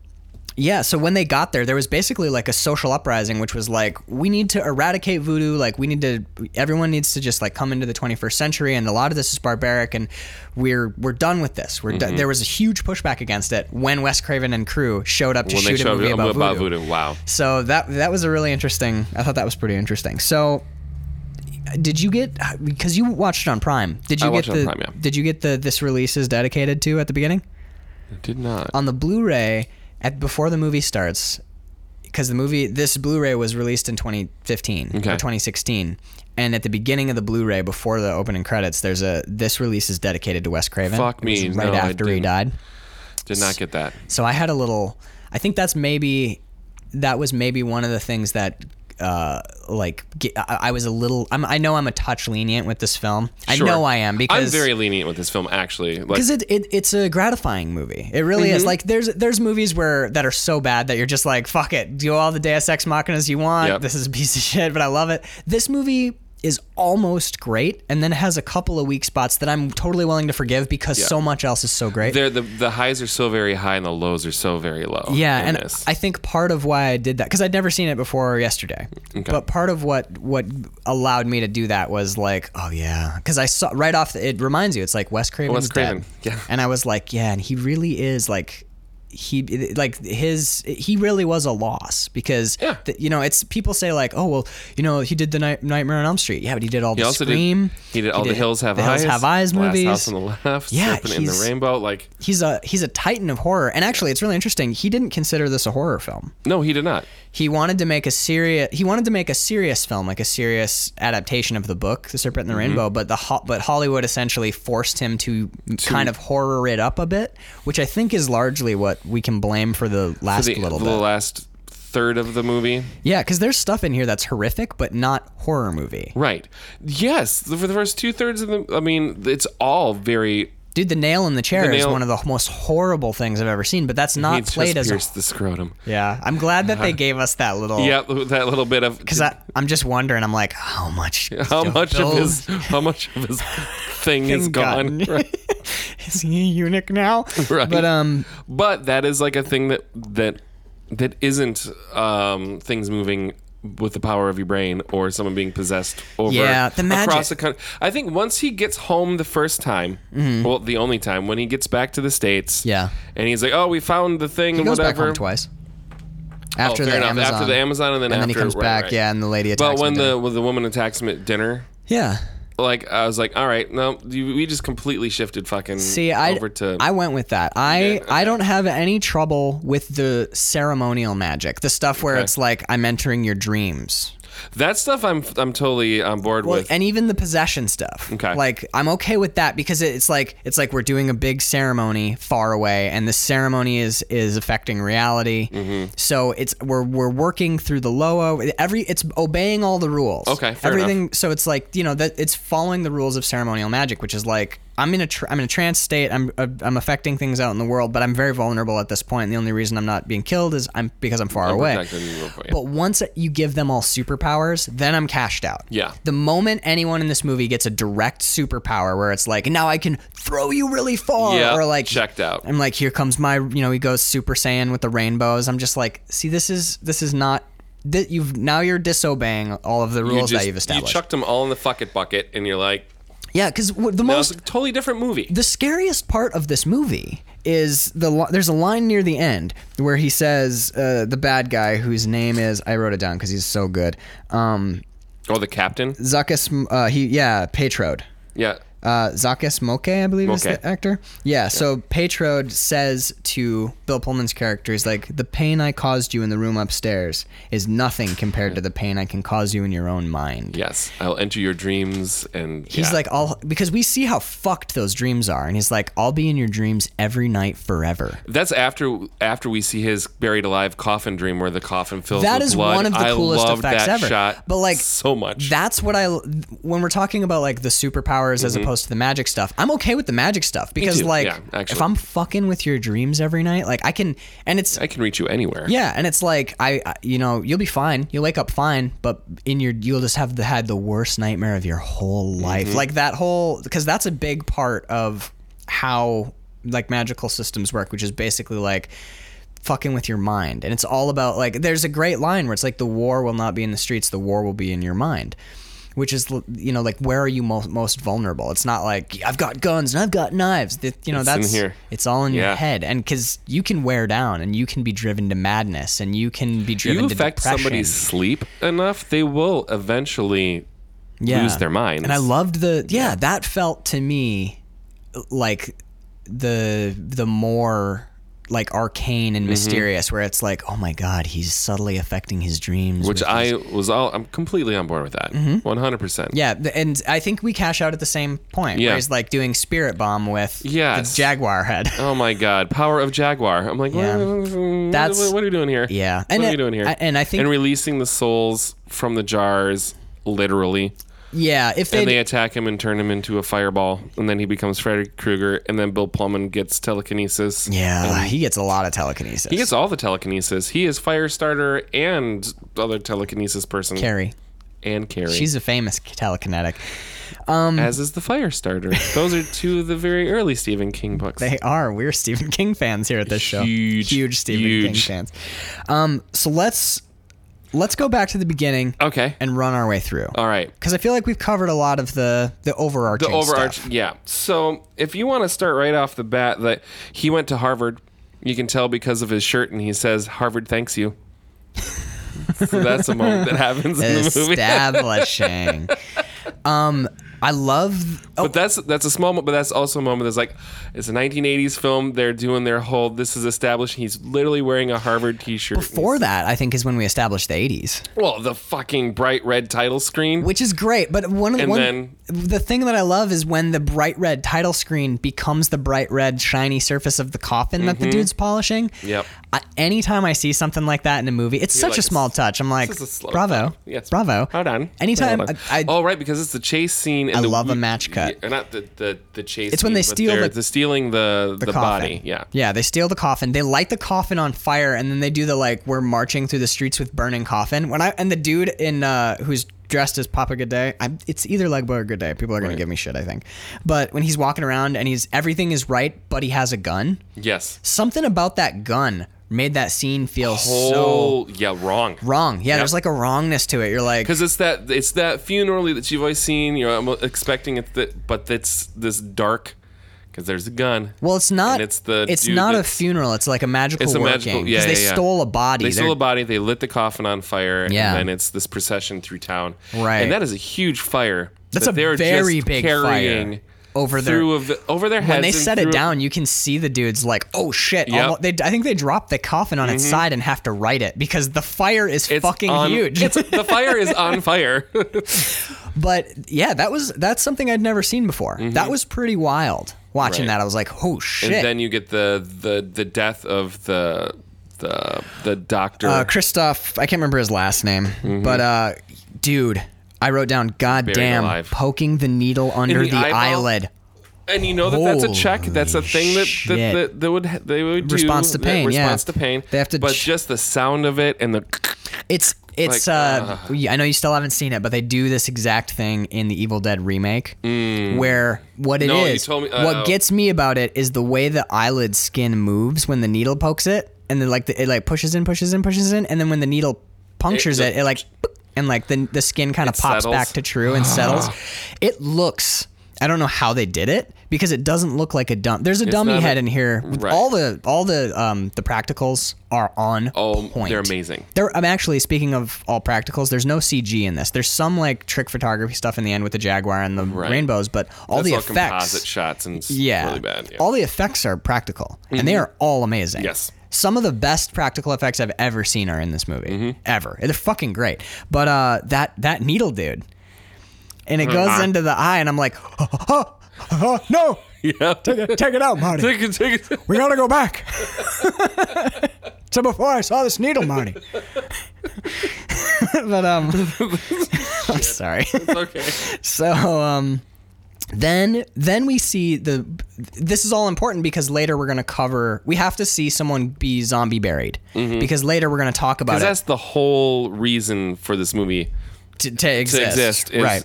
S3: yeah, so when they got there, there was basically like a social uprising, which was like, we need to eradicate voodoo. Like, we need to, everyone needs to just like come into the 21st century, and a lot of this is barbaric, and we're we're done with this. We're
S2: Mm-hmm.
S3: done. There was a huge pushback against it when Wes Craven and crew showed up to
S2: When they
S3: shoot a
S2: showed
S3: movie
S2: up
S3: about,
S2: about
S3: voodoo.
S2: voodoo. Wow.
S3: So that that was a really interesting. I thought that was pretty interesting. So, did you get because you watched it on Prime? Did you
S2: I
S3: get
S2: watched it on
S3: the
S2: Prime, yeah.
S3: Did you get the this release is dedicated to at the beginning
S2: Did not.
S3: on the Blu-ray at before the movie starts? Because the movie this Blu-ray was released in 2015 or
S2: Okay.
S3: 2016, and at the beginning of the Blu-ray before the opening credits, there's a this release is dedicated to Wes Craven.
S2: Fuck
S3: It was
S2: me, no,
S3: Right
S2: I
S3: after he
S2: didn't.
S3: died.
S2: Did not get that.
S3: So I had a little. I think that's maybe that was maybe one of the things that. Uh, like ge- I, I was a little. I'm, I know I'm a touch lenient with this film.
S2: Sure.
S3: I know I am because
S2: I'm very lenient with this film. Actually, like Mm-hmm.
S3: because it, it it's a gratifying movie. It really is. Like there's there's movies where that are so bad that you're just like fuck it. Do all the Deus Ex Machinas you want.
S2: Yep.
S3: This is a piece of shit, but I love it. This movie is almost great, and then it has a couple of weak spots that I'm totally willing to forgive because so much else is so great.
S2: They're, the the highs are so very high and the lows are so very low.
S3: Yeah,
S2: in
S3: and
S2: this.
S3: I think part of why I did that because I'd never seen it before yesterday. But part of what what allowed me to do that was like, oh yeah, because I saw right off. The, it reminds you, it's like Wes Craven's
S2: Wes Craven,
S3: dead.
S2: yeah.
S3: and I was like, yeah, and he really is like. He like his he really was a loss because
S2: Yeah.
S3: th- you know it's people say like oh well you know he did the night, Nightmare on Elm Street yeah but he did all
S2: he
S3: the
S2: also
S3: Scream
S2: did. He did all the Hills Have
S3: the
S2: Eyes,
S3: Hills Have Eyes
S2: Last
S3: movies
S2: House on the Left,
S3: Yeah,
S2: Serpent in the
S3: he's-
S2: Rainbow. Like
S3: he's a he's a titan of horror and actually it's really interesting he didn't consider this a horror film
S2: no, he did not.
S3: he wanted to make a serious he wanted to make a serious film like a serious adaptation of the book the serpent and the
S2: Mm-hmm.
S3: rainbow but the ho- but hollywood essentially forced him to, kind of horror it up a bit which i think is largely what we can blame for the last
S2: The,
S3: little
S2: the
S3: bit
S2: last third of the movie,
S3: yeah because there's stuff in here that's horrific but not horror movie
S2: right? Yes, the- for the first two thirds of the. I mean, it's all very.
S3: dude the nail in the chair
S2: The
S3: is
S2: Nail-
S3: one of the most horrible things i've ever seen but that's
S2: He
S3: not
S2: just
S3: played as a,
S2: pierced the scrotum.
S3: yeah i'm glad that they gave us that little
S2: Yeah, that little bit of
S3: because I'm just wondering. I'm like, how much?
S2: how
S3: do
S2: much of
S3: those
S2: his how much of his thing is
S3: thing
S2: gone.
S3: gotten? is he a eunuch now?
S2: Right.
S3: But um,
S2: but that is like a thing that that that isn't um, things moving with the power of your brain or someone being possessed over
S3: Yeah, the magic.
S2: across the country. I think once he gets home the first time, well, the only time when he gets back to the states,
S3: Mm-hmm. Yeah.
S2: and he's like, "Oh, we found the thing
S3: he
S2: and
S3: goes
S2: whatever."
S3: back home twice.
S2: Oh,
S3: After
S2: fair
S3: the
S2: enough.
S3: Amazon,
S2: after the Amazon, and then
S3: and
S2: after
S3: then he comes
S2: right,
S3: back.
S2: right.
S3: Yeah, and the lady
S2: But
S3: attacks.
S2: when
S3: him at
S2: the when the woman attacks him at dinner,
S3: dinner. yeah.
S2: like I was like, all right, no, you, we just completely shifted fucking
S3: See, I
S2: over to
S3: I went with that. I I don't have any trouble with the ceremonial magic, the stuff where it's like I'm entering your dreams.
S2: That stuff I'm I'm totally on board
S3: Well,
S2: with.
S3: and even the possession stuff.
S2: Okay.
S3: Like I'm okay with that because it- it's like it's like we're doing a big ceremony far away, and the ceremony is is affecting reality.
S2: Mm-hmm.
S3: So it's we're we're working through the Loa. Every it's obeying all the rules.
S2: Okay, fair
S3: Everything. So it's like you know that it's following the rules of ceremonial magic, which is like. I'm in a tr- I'm in a trance state. I'm uh, I'm affecting things out in the world, but I'm very vulnerable at this point. And the only reason I'm not being killed is I'm because I'm far
S2: Oh,
S3: away.
S2: Protected and real- yeah.
S3: But once you give them all superpowers, then I'm cashed out.
S2: Yeah.
S3: The moment anyone in this movie gets a direct superpower where it's like, now I can throw you really far,
S2: Yeah,
S3: or like
S2: checked out.
S3: I'm like, here comes my, you know, he goes Super Saiyan with the rainbows. I'm just like, see, this is this is not. That you've now you're disobeying all of the
S2: You
S3: rules
S2: just-
S3: that you've established.
S2: You chucked them all in the fuck it bucket, and you're like,
S3: yeah, because the
S2: that
S3: most
S2: was a totally different movie.
S3: the scariest part of this movie is the li- there's a line near the end where he says uh, the bad guy whose name is I wrote it down because he's so good. Um,
S2: Oh, the captain.
S3: Zakis, uh, he yeah, Patrode.
S2: Yeah.
S3: Uh, Zakis Moke, I believe, is
S2: Moke.
S3: the actor. Yeah, So Patrode says to Bill Pullman's character, "Is like the pain I caused you in the room upstairs is nothing compared to the pain I can cause you in your own mind."
S2: Yes, I'll enter your dreams, and
S3: He's
S2: yeah.
S3: like, "I'll," because we see how fucked those dreams are, and he's like, "I'll be in your dreams every night forever."
S2: That's after after we see his buried alive coffin dream, where the coffin fills.
S3: That
S2: with
S3: is
S2: blood.
S3: one of the
S2: I
S3: coolest
S2: love
S3: effects
S2: that
S3: ever.
S2: Shot
S3: But, like,
S2: so much.
S3: That's what I when we're talking about like the superpowers as opposed to the magic stuff. I'm okay with the magic stuff because
S2: Mm-hmm. too.
S3: like
S2: Yeah, actually.
S3: if I'm fucking with your dreams every night, like I can and it's
S2: I can reach you anywhere.
S3: yeah, and it's like I, I you know, you'll be fine. You'll wake up fine, but in your you'll just have the, had the worst nightmare of your whole
S2: Mm-hmm.
S3: life. Like that whole because that's a big part of how like magical systems work, which is basically like fucking with your mind. And it's all about like there's a great line where it's like the war will not be in the streets, the war will be in your mind. Which is, you know, like where are you most, most vulnerable? It's not like I've got guns and I've got knives. That you know,
S2: It's in
S3: that's
S2: here.
S3: it's all in your
S2: Yeah.
S3: head, and because you can wear down, and you can be driven to madness, and you can be
S2: If
S3: driven
S2: you
S3: to
S2: affect
S3: depression.
S2: somebody's sleep enough, they will eventually
S3: yeah.
S2: lose their minds.
S3: And I loved the yeah, that felt to me like the the more like arcane
S2: Mm-hmm.
S3: and mysterious, where it's like, oh my god, he's subtly affecting his dreams.
S2: which
S3: with
S2: I was all. I'm completely on board with that.
S3: Mm-hmm.
S2: One hundred percent.
S3: Yeah, th- and I think we cash out at the same point.
S2: Yeah.
S3: Where he's like doing spirit bomb with
S2: Yes.
S3: the jaguar head.
S2: Oh my God! Power of Jaguar. I'm like,
S3: Yeah.
S2: "What-
S3: That's-
S2: what, what are we doing here?
S3: Yeah.
S2: what
S3: And
S2: are
S3: I-
S2: we doing here?
S3: I- and I think-
S2: and releasing the souls from the jars, literally,
S3: yeah, if
S2: and
S3: they
S2: they attack him and turn him into a fireball, and then he becomes Freddy Krueger, and then Bill Pullman gets telekinesis.
S3: yeah, he gets a lot of telekinesis.
S2: um, He gets all the telekinesis. He is Firestarter and other telekinesis person,
S3: Carrie.
S2: and Carrie,
S3: She's a famous telekinetic.
S2: as is the Firestarter. Those are two of the very early Stephen King books.
S3: They are. We're Stephen King fans here at this show.
S2: Huge,
S3: huge Stephen King
S2: huge.
S3: fans. Um, so let's let's go back to the beginning
S2: okay,
S3: and run our way through.
S2: Oh. all right.
S3: Because I feel like we've covered a lot of the the overarching.
S2: the overarch
S3: stuff.
S2: yeah so if you want to start right off the bat that he went to harvard you can tell because of his shirt and he says harvard thanks you so that's a moment that happens in the movie
S3: Establishing. um, I love. Oh,
S2: but that's that's a small moment but that's also a moment that's like it's a 1980s film they're doing their whole this is establishing he's literally wearing a harvard t-shirt
S3: before that, I think is when we established the '80s,
S2: well the fucking bright red title screen
S3: which is great. But one of the
S2: And
S3: one,
S2: then-
S3: the thing that I love is when the bright red title screen becomes the bright red shiny surface of the coffin that
S2: Mm-hmm.
S3: the dude's polishing.
S2: Yep.
S3: I, anytime I see something like that in a movie, it's such
S2: like,
S3: a small
S2: it's-
S3: touch. I'm like,
S2: is a slow
S3: bravo,
S2: thought. Yeah, it's-
S3: bravo.
S2: Hold on.
S3: Anytime
S2: Hold on.
S3: I- I-
S2: oh right, because it's the chase scene. And
S3: I
S2: the,
S3: love a match cut.
S2: Yeah, not the the, the chase.
S3: It's when they
S2: scene, but
S3: steal
S2: they're-
S3: the-
S2: they're stealing the the,
S3: coffin.
S2: body. Yeah.
S3: yeah. They steal the coffin. They light the coffin on fire, and then they do the like we're marching through the streets with burning coffin. When I and the dude in uh, who's dressed as Papa Gooday, I'm, it's either Legbo or Gooday. People are gonna give me shit, I think. But when he's walking around and he's everything is right, but he has a gun.
S2: Yes.
S3: Something about that gun made that scene feel so
S2: Oh yeah, wrong.
S3: wrong. Yeah,
S2: Yep.
S3: there's like a wrongness to it. You're like,
S2: Because it's that it's that funerally that you've always seen. You're I'm expecting it, that, but it's this dark. Because there's a gun.
S3: Well, it's not.
S2: And it's the
S3: It's
S2: dude
S3: not a
S2: that's-
S3: funeral. It's like a magical
S2: It's a
S3: working.
S2: magical- yeah,
S3: 'cause they
S2: yeah, yeah.
S3: stole a body.
S2: They stole
S3: They're-
S2: a body. They lit the coffin on fire,
S3: Yeah.
S2: and then it's this procession through town.
S3: Right.
S2: and that is a huge fire.
S3: That's
S2: that
S3: a
S2: they're
S3: very
S2: just
S3: big fire.
S2: carrying
S3: over their
S2: through a vi- over their heads.
S3: when they
S2: and
S3: set it
S2: through-
S3: down, you can see the dudes like, oh shit!
S2: Yep. Mm-hmm.
S3: almo- they, I think they dropped the coffin on its side and have to right it because the fire is
S2: It's
S3: fucking
S2: on-
S3: huge.
S2: It's, the fire is on fire.
S3: but yeah, that was that's something I'd never seen before. That was pretty wild. Watching
S2: Mm-hmm. Right.
S3: that, I was like, oh shit!
S2: and then you get the the the death of the the the doctor. Mm-hmm.
S3: uh, Christoph, I can't remember his last name, but uh, dude, I wrote down, goddamn,
S2: alive.
S3: poking the needle under
S2: the
S3: the,
S2: eyeball?
S3: eyelid.
S2: and you know that that's a check.
S3: Holy
S2: That's a thing that that,
S3: shit.
S2: that, that would they would do
S3: Response to
S2: that
S3: pain, yeah.
S2: Response to pain.
S3: They have to
S2: but
S3: ch-
S2: just the sound of it and the.
S3: It's it's
S2: Like,
S3: uh, we- I know you still haven't seen it, but they do this exact thing in the Evil Dead remake, where what it is,
S2: Mm. No, you told me- uh,
S3: what gets me about it is the way the eyelid skin moves when the needle pokes it, and then like the, it like pushes in, pushes in, pushes in, and then when the needle punctures
S2: It-
S3: it, it, like boop, and like the the skin kind of
S2: It
S3: pops
S2: settles. Ah.
S3: back to true and settles. It looks. I don't know how they did it because it doesn't look like a dumb. There's a dummy
S2: not a-
S3: head in here. with
S2: Right.
S3: All the all the um the practicals are on
S2: Oh,
S3: point.
S2: they're amazing.
S3: There, I'm actually speaking of all practicals. There's no CG in this. There's some like trick photography stuff in the end with the jaguar and the rainbows, but all
S2: That's
S3: the
S2: all
S3: effects,
S2: composite shots and it's
S3: yeah,
S2: really bad. Yeah. Mm-hmm.
S3: all the effects are practical, and they are all amazing.
S2: Yes.
S3: some of the best practical effects I've ever seen are in this movie.
S2: Mm-hmm.
S3: Ever, they're fucking great. But uh, that that needle dude, and
S2: Mm-hmm.
S3: it
S2: Ah.
S3: goes into the eye, and I'm like, oh, oh, oh, no,
S2: yeah. Take it.
S3: take it out, Marty.
S2: Take it. Take it.
S3: We gotta go back. to before I saw this needle, Marty. but um, I'm sorry.
S2: It's okay.
S3: So um, then then we see the. This is all important because later we're gonna cover. We have to see someone be zombie buried because later we're gonna talk about
S2: Mm-hmm. Because
S3: it
S2: that's the whole reason for this movie
S3: to, to
S2: to
S3: exist.
S2: exist. Is,
S3: right.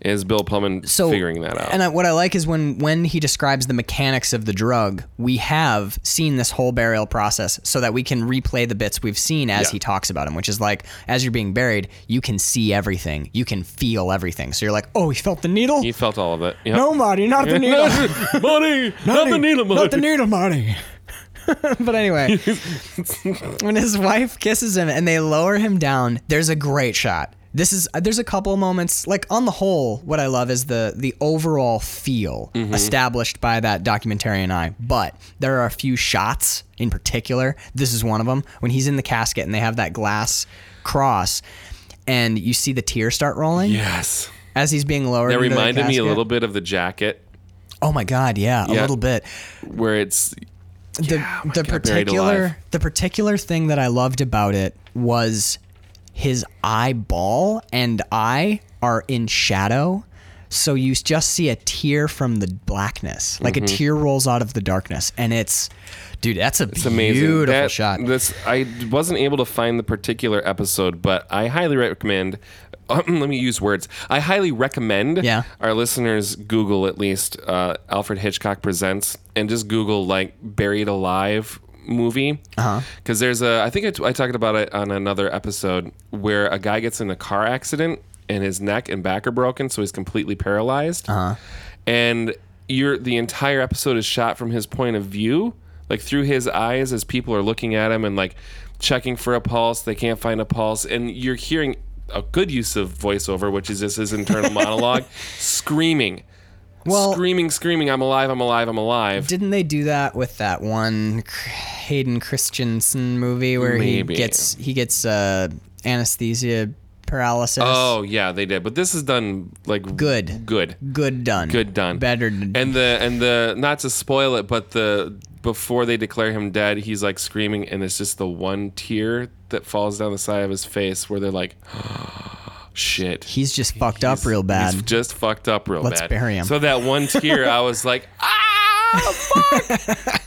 S2: Is Bill Pullman
S3: so
S2: figuring that out?
S3: And I, what I like is when when he describes the mechanics of the drug, we have seen this whole burial process, so that we can replay the bits we've seen as
S2: Yeah.
S3: he talks about him, which is like as you're being buried, you can see everything, you can feel everything. So you're like, oh, he felt the needle.
S2: you felt all of it. Yep.
S3: no, Marty, not the needle.
S2: money, not the needle, money.
S3: Not the needle, Marty. but anyway, when his wife kisses him and they lower him down, there's a great shot. This is there's a couple moments like on the whole, what I love is the the overall feel
S2: Mm-hmm.
S3: established by that documentary and I. But there are a few shots in particular. This is one of them when he's in the casket and they have that glass cross, and you see the tears start rolling
S2: yes,
S3: as he's being lowered.
S2: that
S3: into the
S2: reminded me a
S3: casket.
S2: little bit of the jacket,
S3: Oh my god, yeah, a
S2: Yeah.
S3: little bit.
S2: where it's
S3: the
S2: my
S3: the
S2: God, Buried Alive.
S3: particular the particular thing that I loved about it was his eyeball and eye are in shadow. So you s- just see a tear from the blackness, like
S2: Mm-hmm.
S3: a tear rolls out of the darkness, and it's, dude, that's a
S2: It's amazing.
S3: beautiful
S2: That-
S3: shot.
S2: This I wasn't able to find the particular episode, but I highly recommend. um, let me use words. I highly recommend
S3: Yeah.
S2: our listeners Google at least uh, Alfred Hitchcock presents and just Google like buried alive movie
S3: Uh-huh.
S2: because there's a I think I, t- I talked about it on another episode where a guy gets in a car accident and his neck and back are broken so he's completely paralyzed
S3: Uh-huh.
S2: and you're the entire episode is shot from his point of view like through his eyes as people are looking at him and like checking for a pulse they can't find a pulse and you're hearing a good use of voiceover which is just his internal monologue screaming
S3: Well-
S2: screaming screaming i'm alive i'm alive i'm alive
S3: Didn't they do that with that one K- Hayden Christensen movie where
S2: Maybe.
S3: he gets he gets uh, anesthesia paralysis?
S2: oh yeah they did but this is done like
S3: Good.
S2: good
S3: good done,
S2: good done
S3: better. than-
S2: and the and the not to spoil it but the before they declare him dead he's like screaming and it's just the one tear that falls down the side of his face where they're like shit
S3: He's just fucked up real bad.
S2: he's just fucked up real
S3: Let's
S2: bad
S3: bury him.
S2: so that one tear i was like ah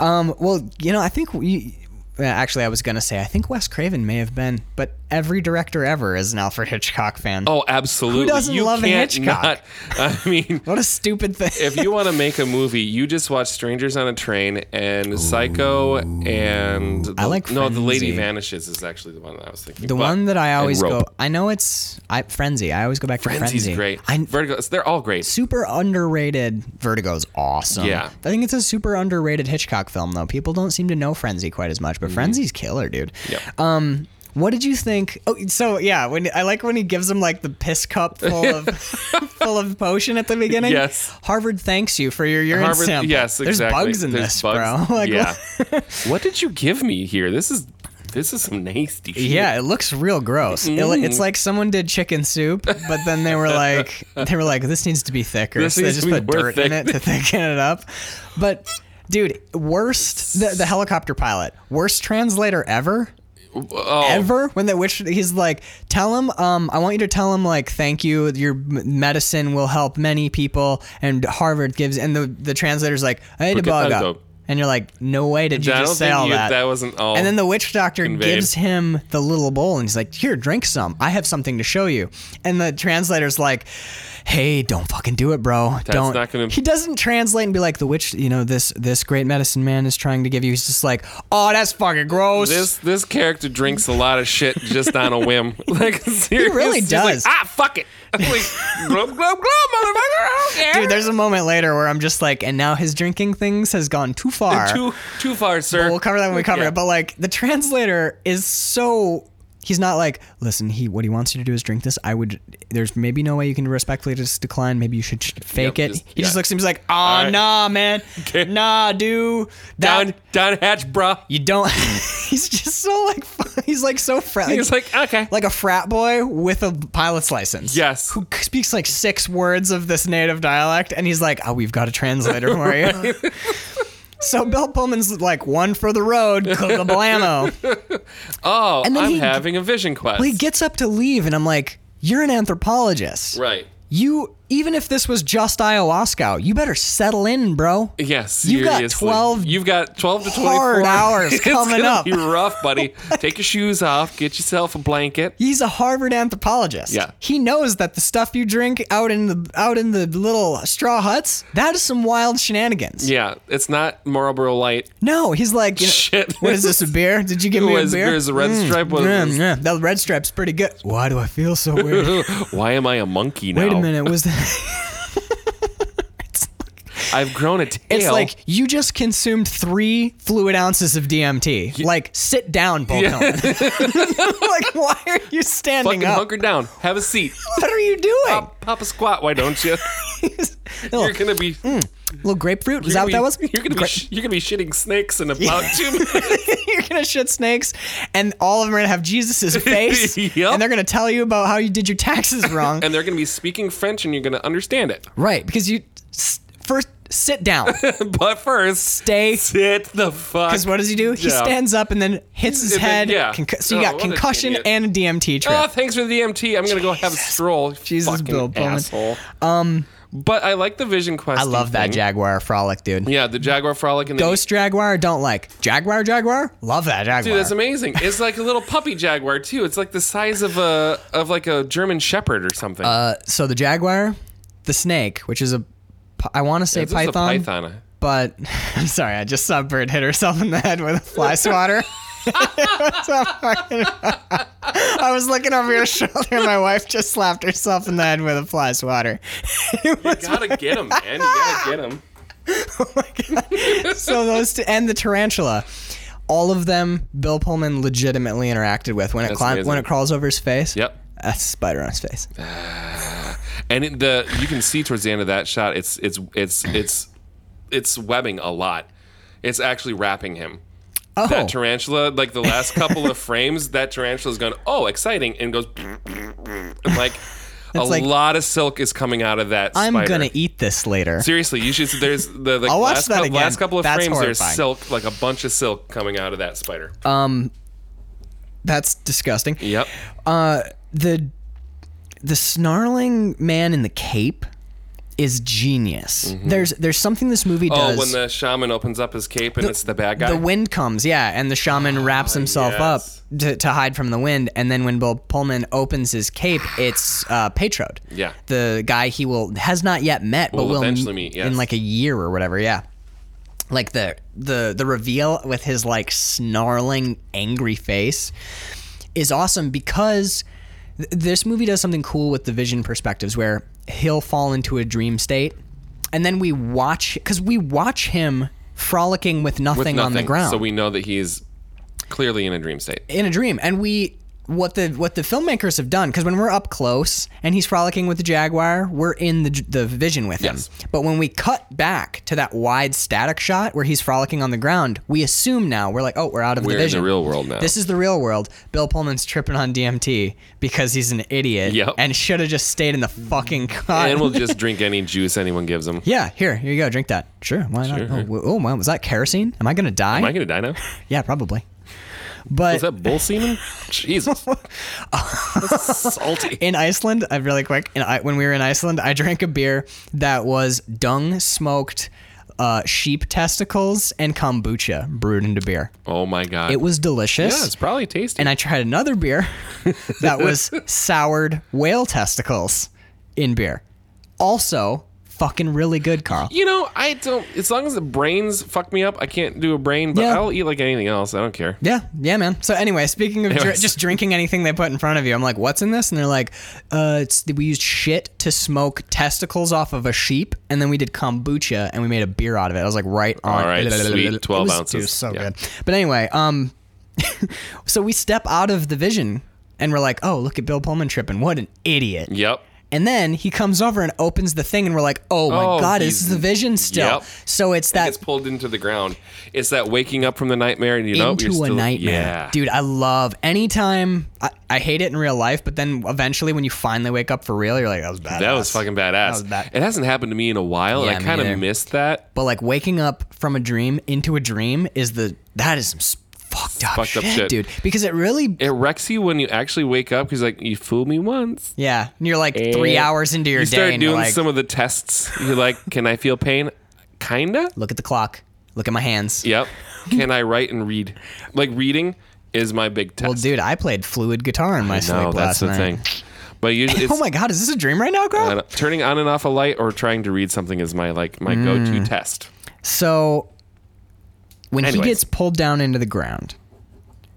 S3: um, Well, you know, I think we. uh, Actually, I was gonna say I think Wes Craven may have been, but every director ever is an Alfred Hitchcock fan.
S2: oh absolutely
S3: doesn't
S2: you
S3: love
S2: can't
S3: Hitchcock?
S2: not- i mean
S3: what a stupid thing!
S2: if you want to make a movie, you just watch Strangers on a Train and Psycho and the,
S3: I like
S2: no, The Lady
S3: Frenzy.
S2: Vanishes is actually the one that I was thinking.
S3: the
S2: but-
S3: one that I
S2: and
S3: always go,
S2: Rope.
S3: I know it's I, Frenzy. I always go back
S2: Frenzy's
S3: to Frenzy.
S2: great.
S3: I,
S2: Vertigo, they're all great.
S3: super underrated. Vertigo's awesome.
S2: Yeah.
S3: I think it's a super underrated Hitchcock film though. People don't seem to know Frenzy quite as much, but Frenzy's killer, dude.
S2: Mm-hmm. Yep.
S3: Um, What did you think? Oh, so yeah, when I like when he gives him like the piss cup full of full of potion at the beginning.
S2: Yes.
S3: Harvard thanks you for your urine
S2: Harvard-
S3: sample.
S2: yes,
S3: There's
S2: exactly.
S3: bugs in
S2: There's
S3: this,
S2: bugs.
S3: bro. Like,
S2: yeah. what did you give me here? This is this is some nasty shit.
S3: Yeah, it looks real gross. It li-
S2: Mm.
S3: it's like someone did chicken soup, but then they were like, they were like, this needs to be thicker.
S2: This
S3: so they
S2: needs
S3: just
S2: to be
S3: put
S2: more
S3: dirt in it
S2: thick.
S3: to thicken it up. But dude, worst the, the helicopter pilot, worst translator ever.
S2: Oh,
S3: Ever when the witch, he's like, tell him, um, I want you to tell him like, thank you, your m- medicine will help many people, and Harvard gives, and the the translator's like, I had to
S2: Forget
S3: bug
S2: that,
S3: up,
S2: though.
S3: and you're like, no way did you
S2: I don't
S3: just say
S2: think
S3: all
S2: you,
S3: that?
S2: that. wasn't all.
S3: And then the witch doctor
S2: conveyed.
S3: gives him the little bowl and he's like, Here, drink some. I have something to show you. And the translator's like, Hey, don't fucking do it, bro. don't
S2: not gonna-
S3: He doesn't translate and be like, the witch, you know, this this great medicine man is trying to give you. He's just like, Oh, that's fucking gross.
S2: this this character drinks a lot of shit just on a whim. Like seriously,
S3: really
S2: He's like,
S3: does.
S2: ah, fuck it. I'm like, glub glub glub, motherfucker. I don't care.
S3: Dude, there's a moment later where I'm just like, and now his drinking things has gone too far.
S2: too too far, sir.
S3: we'll cover that when we cover
S2: Yeah.
S3: it. But like the translator is so he's not like, listen, he what he wants you to do is drink this. I would there's maybe no way you can respectfully just decline. Maybe you should just fake
S2: Yep,
S3: it.
S2: just-
S3: he just
S2: yeah.
S3: looks at him he's like, ah
S2: right.
S3: nah, man. Nah, dude. That
S2: Don Don Hatch, bruh.
S3: you don't he's just so like fu- he's like so friendly.
S2: He's like, okay.
S3: like a frat boy with a pilot's license.
S2: Yes.
S3: Who c- speaks like six words of this native dialect, and he's like, "Oh, we've got a translator for you." so Bill Pullman's like, "One for the road, blamo."
S2: Oh,
S3: And then
S2: I'm
S3: he-
S2: having a vision quest.
S3: he gets up to leave, and I'm like, "You're an anthropologist.
S2: right.
S3: You even if this was just ayahuasca, you better settle in, bro."
S2: Yes,
S3: You've got
S2: seriously.
S3: 12
S2: You've got twelve to
S3: hard
S2: twenty-four
S3: hours coming
S2: it's
S3: up.
S2: You're rough, buddy. Take your shoes off. Get yourself a blanket.
S3: He's a Harvard anthropologist.
S2: Yeah.
S3: He knows that the stuff you drink out in the out in the little straw huts, that is some wild shenanigans.
S2: Yeah, it's not Marlboro Light.
S3: No, he's like, you know,
S2: Shit.
S3: what is this, a beer? Did you give me
S2: What
S3: a
S2: is-
S3: beer?
S2: there's a red stripe, what is
S3: yeah,
S2: this?
S3: yeah. That red stripe's pretty good. Why do I feel so weird?
S2: Why am I a monkey now?
S3: Wait a minute, was that?
S2: I've grown a tail.
S3: It's like you just consumed three fluid ounces of DMT. Like, sit down, Paul Like, why are you standing
S2: fucking
S3: up?
S2: hunker down. Have a seat.
S3: What are you doing?
S2: Pop, pop a squat. Why don't you?
S3: little,
S2: You're gonna be.
S3: little grapefruit. Is
S2: you're
S3: that Mm. what that
S2: gonna
S3: was?
S2: be- You're gonna be.
S3: Gra-
S2: sh- You're gonna be shitting snakes in about two minutes.
S3: you're gonna shit snakes, and all of them are gonna have Jesus's face,
S2: Yup.
S3: and they're gonna tell you about how you did your taxes wrong.
S2: And they're gonna be speaking French, and you're gonna understand it.
S3: right, because you s- first sit down,
S2: But first,
S3: stay.
S2: sit the fuck.
S3: Because what does he do? He
S2: Yeah.
S3: stands up and then hits his
S2: And then-
S3: head.
S2: yeah.
S3: concu- so you
S2: Oh,
S3: got
S2: what an
S3: concussion
S2: idiot.
S3: and a DMT trip.
S2: Oh, thanks for the EMT. I'm gonna go have a stroll. you
S3: Jesus,
S2: fucking
S3: Bill Pullman.
S2: asshole. Um, but I like the vision quest.
S3: I love that Jaguar frolic, dude.
S2: Yeah, the Jaguar frolic and the E
S3: Ghost Jaguar, don't like. Jaguar, Jaguar, love that Jaguar.
S2: Dude, that's amazing. It's like a little puppy jaguar too. It's like the size of a of like a German shepherd or something.
S3: uh, so the Jaguar, the snake, which is a, pi- I want to say
S2: Is this
S3: python,
S2: a python.
S3: but I'm sorry, I just saw Bird hit herself in the head with a fly swatter. So fucking- I was looking over your shoulder, and my wife just slapped herself in the head with a fly swatter. It was
S2: You gotta get him, man. You gotta get him.
S3: so those two, and the tarantula all of them bill pullman legitimately interacted with when it
S2: That's
S3: climb,
S2: amazing.
S3: when it crawls over his face
S2: Yep.
S3: that's a spider on his face
S2: And it, the you can see towards the end of that shot, it's it's it's it's it's webbing a lot. It's actually wrapping him.
S3: oh
S2: That tarantula, like the last couple of frames, that tarantula's going, oh, exciting, and goes, and like a
S3: like-
S2: lot of silk is coming out of that.
S3: i'm
S2: spider.
S3: gonna eat this later
S2: Seriously, you should. There's the, the
S3: I'll watch
S2: last,
S3: that
S2: cou-
S3: again.
S2: last couple of
S3: That's
S2: frames.
S3: horrifying. Uh,
S2: There's silk, like a bunch of silk coming out of that spider.
S3: Um, that's disgusting
S2: yep.
S3: uh the the snarling man in the cape is genius there's there's something this movie
S2: Mm-hmm. Oh,
S3: does
S2: when the shaman opens up his cape and it's the bad guy. Ah,
S3: the wind comes, yeah, and the shaman wraps himself
S2: yes.
S3: up to, to hide from the wind. And then when Bill Pullman opens his cape, it's uh, Patrode.
S2: Yeah.
S3: the guy he will has not yet met, but
S2: Will
S3: will
S2: eventually
S3: m-
S2: meet, yes.
S3: in like a year or whatever. Yeah, like the the the reveal with his like snarling, angry face is awesome because th- this movie does something cool with the vision perspectives where he'll fall into a dream state and then we watch because we watch him frolicking with nothing,
S2: With
S3: on the
S2: nothing.
S3: ground
S2: So we know that he's clearly in a dream state.
S3: in a dream and we what the what the filmmakers have done because when we're up close and he's frolicking with the jaguar, we're in the the vision with
S2: Yes.
S3: him. But when we cut back to that wide static shot where he's frolicking on the ground, we assume now we're like, oh, we're out of
S2: We're
S3: the
S2: in
S3: vision.
S2: the real world now.
S3: This is the real world. Bill Pullman's tripping on DMT because he's an idiot
S2: Yep.
S3: and should have just stayed in the fucking car.
S2: and we'll just drink any juice anyone gives them.
S3: yeah, here, here you go. Drink that. Sure, why not? Oh, w- oh, wow, was that kerosene? Am I gonna die?
S2: Am I gonna die now?
S3: yeah, probably. But
S2: Is that bull semen? Jesus, That's salty.
S3: in Iceland, I really quick. In I, when we were in Iceland, I drank a beer that was dung smoked uh, sheep testicles and kombucha brewed into beer.
S2: Oh my god.
S3: It was delicious.
S2: yeah, it's probably tasty.
S3: and I tried another beer that was soured whale testicles in beer. Also, fucking really good, Carl.
S2: you know, I don't. As long as the brains fuck me up, I can't do a brain. But
S3: Yeah.
S2: I'll eat like anything else. I don't care.
S3: Yeah, yeah, man. So anyway, speaking of dr-
S2: Anyways.
S3: just drinking anything they put in front of you, I'm like, "What's in this?" And they're like, "Uh, it's we used shit to smoke testicles off of a sheep, and then we did kombucha and we made a beer out of it." I was like, "Right on,
S2: All right, sweet,
S3: It
S2: 12
S3: was-
S2: ounces.
S3: It was so
S2: Yeah.
S3: good. But anyway, um, so we step out of the vision and we're like, "Oh, look at Bill Pullman tripping! What an idiot!"
S2: Yep.
S3: And then he comes over and opens the thing, and we're like, "Oh my
S2: Oh,
S3: god, this
S2: he's-
S3: is the vision still."
S2: Yep.
S3: So it's that
S2: Gets pulled into the ground. It's that waking up from the nightmare and you know
S3: into
S2: you're
S3: a
S2: still,
S3: nightmare.
S2: Yeah.
S3: Dude, I love anytime I, I hate it in real life, but then eventually when you finally wake up for real, you're like, that was bad.
S2: that was fucking badass.
S3: was bad.
S2: It hasn't happened to me in a while,
S3: Yeah,
S2: and I
S3: me
S2: kind
S3: neither.
S2: of missed that.
S3: But like waking up from a dream into a dream is the that is some s- fucked up,
S2: Fucked up
S3: shit,
S2: shit.
S3: dude. Because it really
S2: It wrecks you when you actually wake up because like you fooled me once.
S3: Yeah. And you're like three
S2: And
S3: hours into your
S2: you
S3: day
S2: start
S3: and
S2: doing
S3: you're like
S2: some of the tests. You're like, can I feel pain? Kinda.
S3: look at the clock. Look at my hands.
S2: Yep. Can I write and read? Like reading is my big test.
S3: Well, dude, I played fluid guitar in my sleep
S2: no, that's
S3: last
S2: the
S3: night.
S2: thing. But usually, it's,
S3: Oh my god, is this a dream right now, girl?
S2: I don't- turning on and off a light or trying to read something is my like my
S3: Mm.
S2: go-to test.
S3: So when
S2: Anyways.
S3: he gets pulled down into the ground,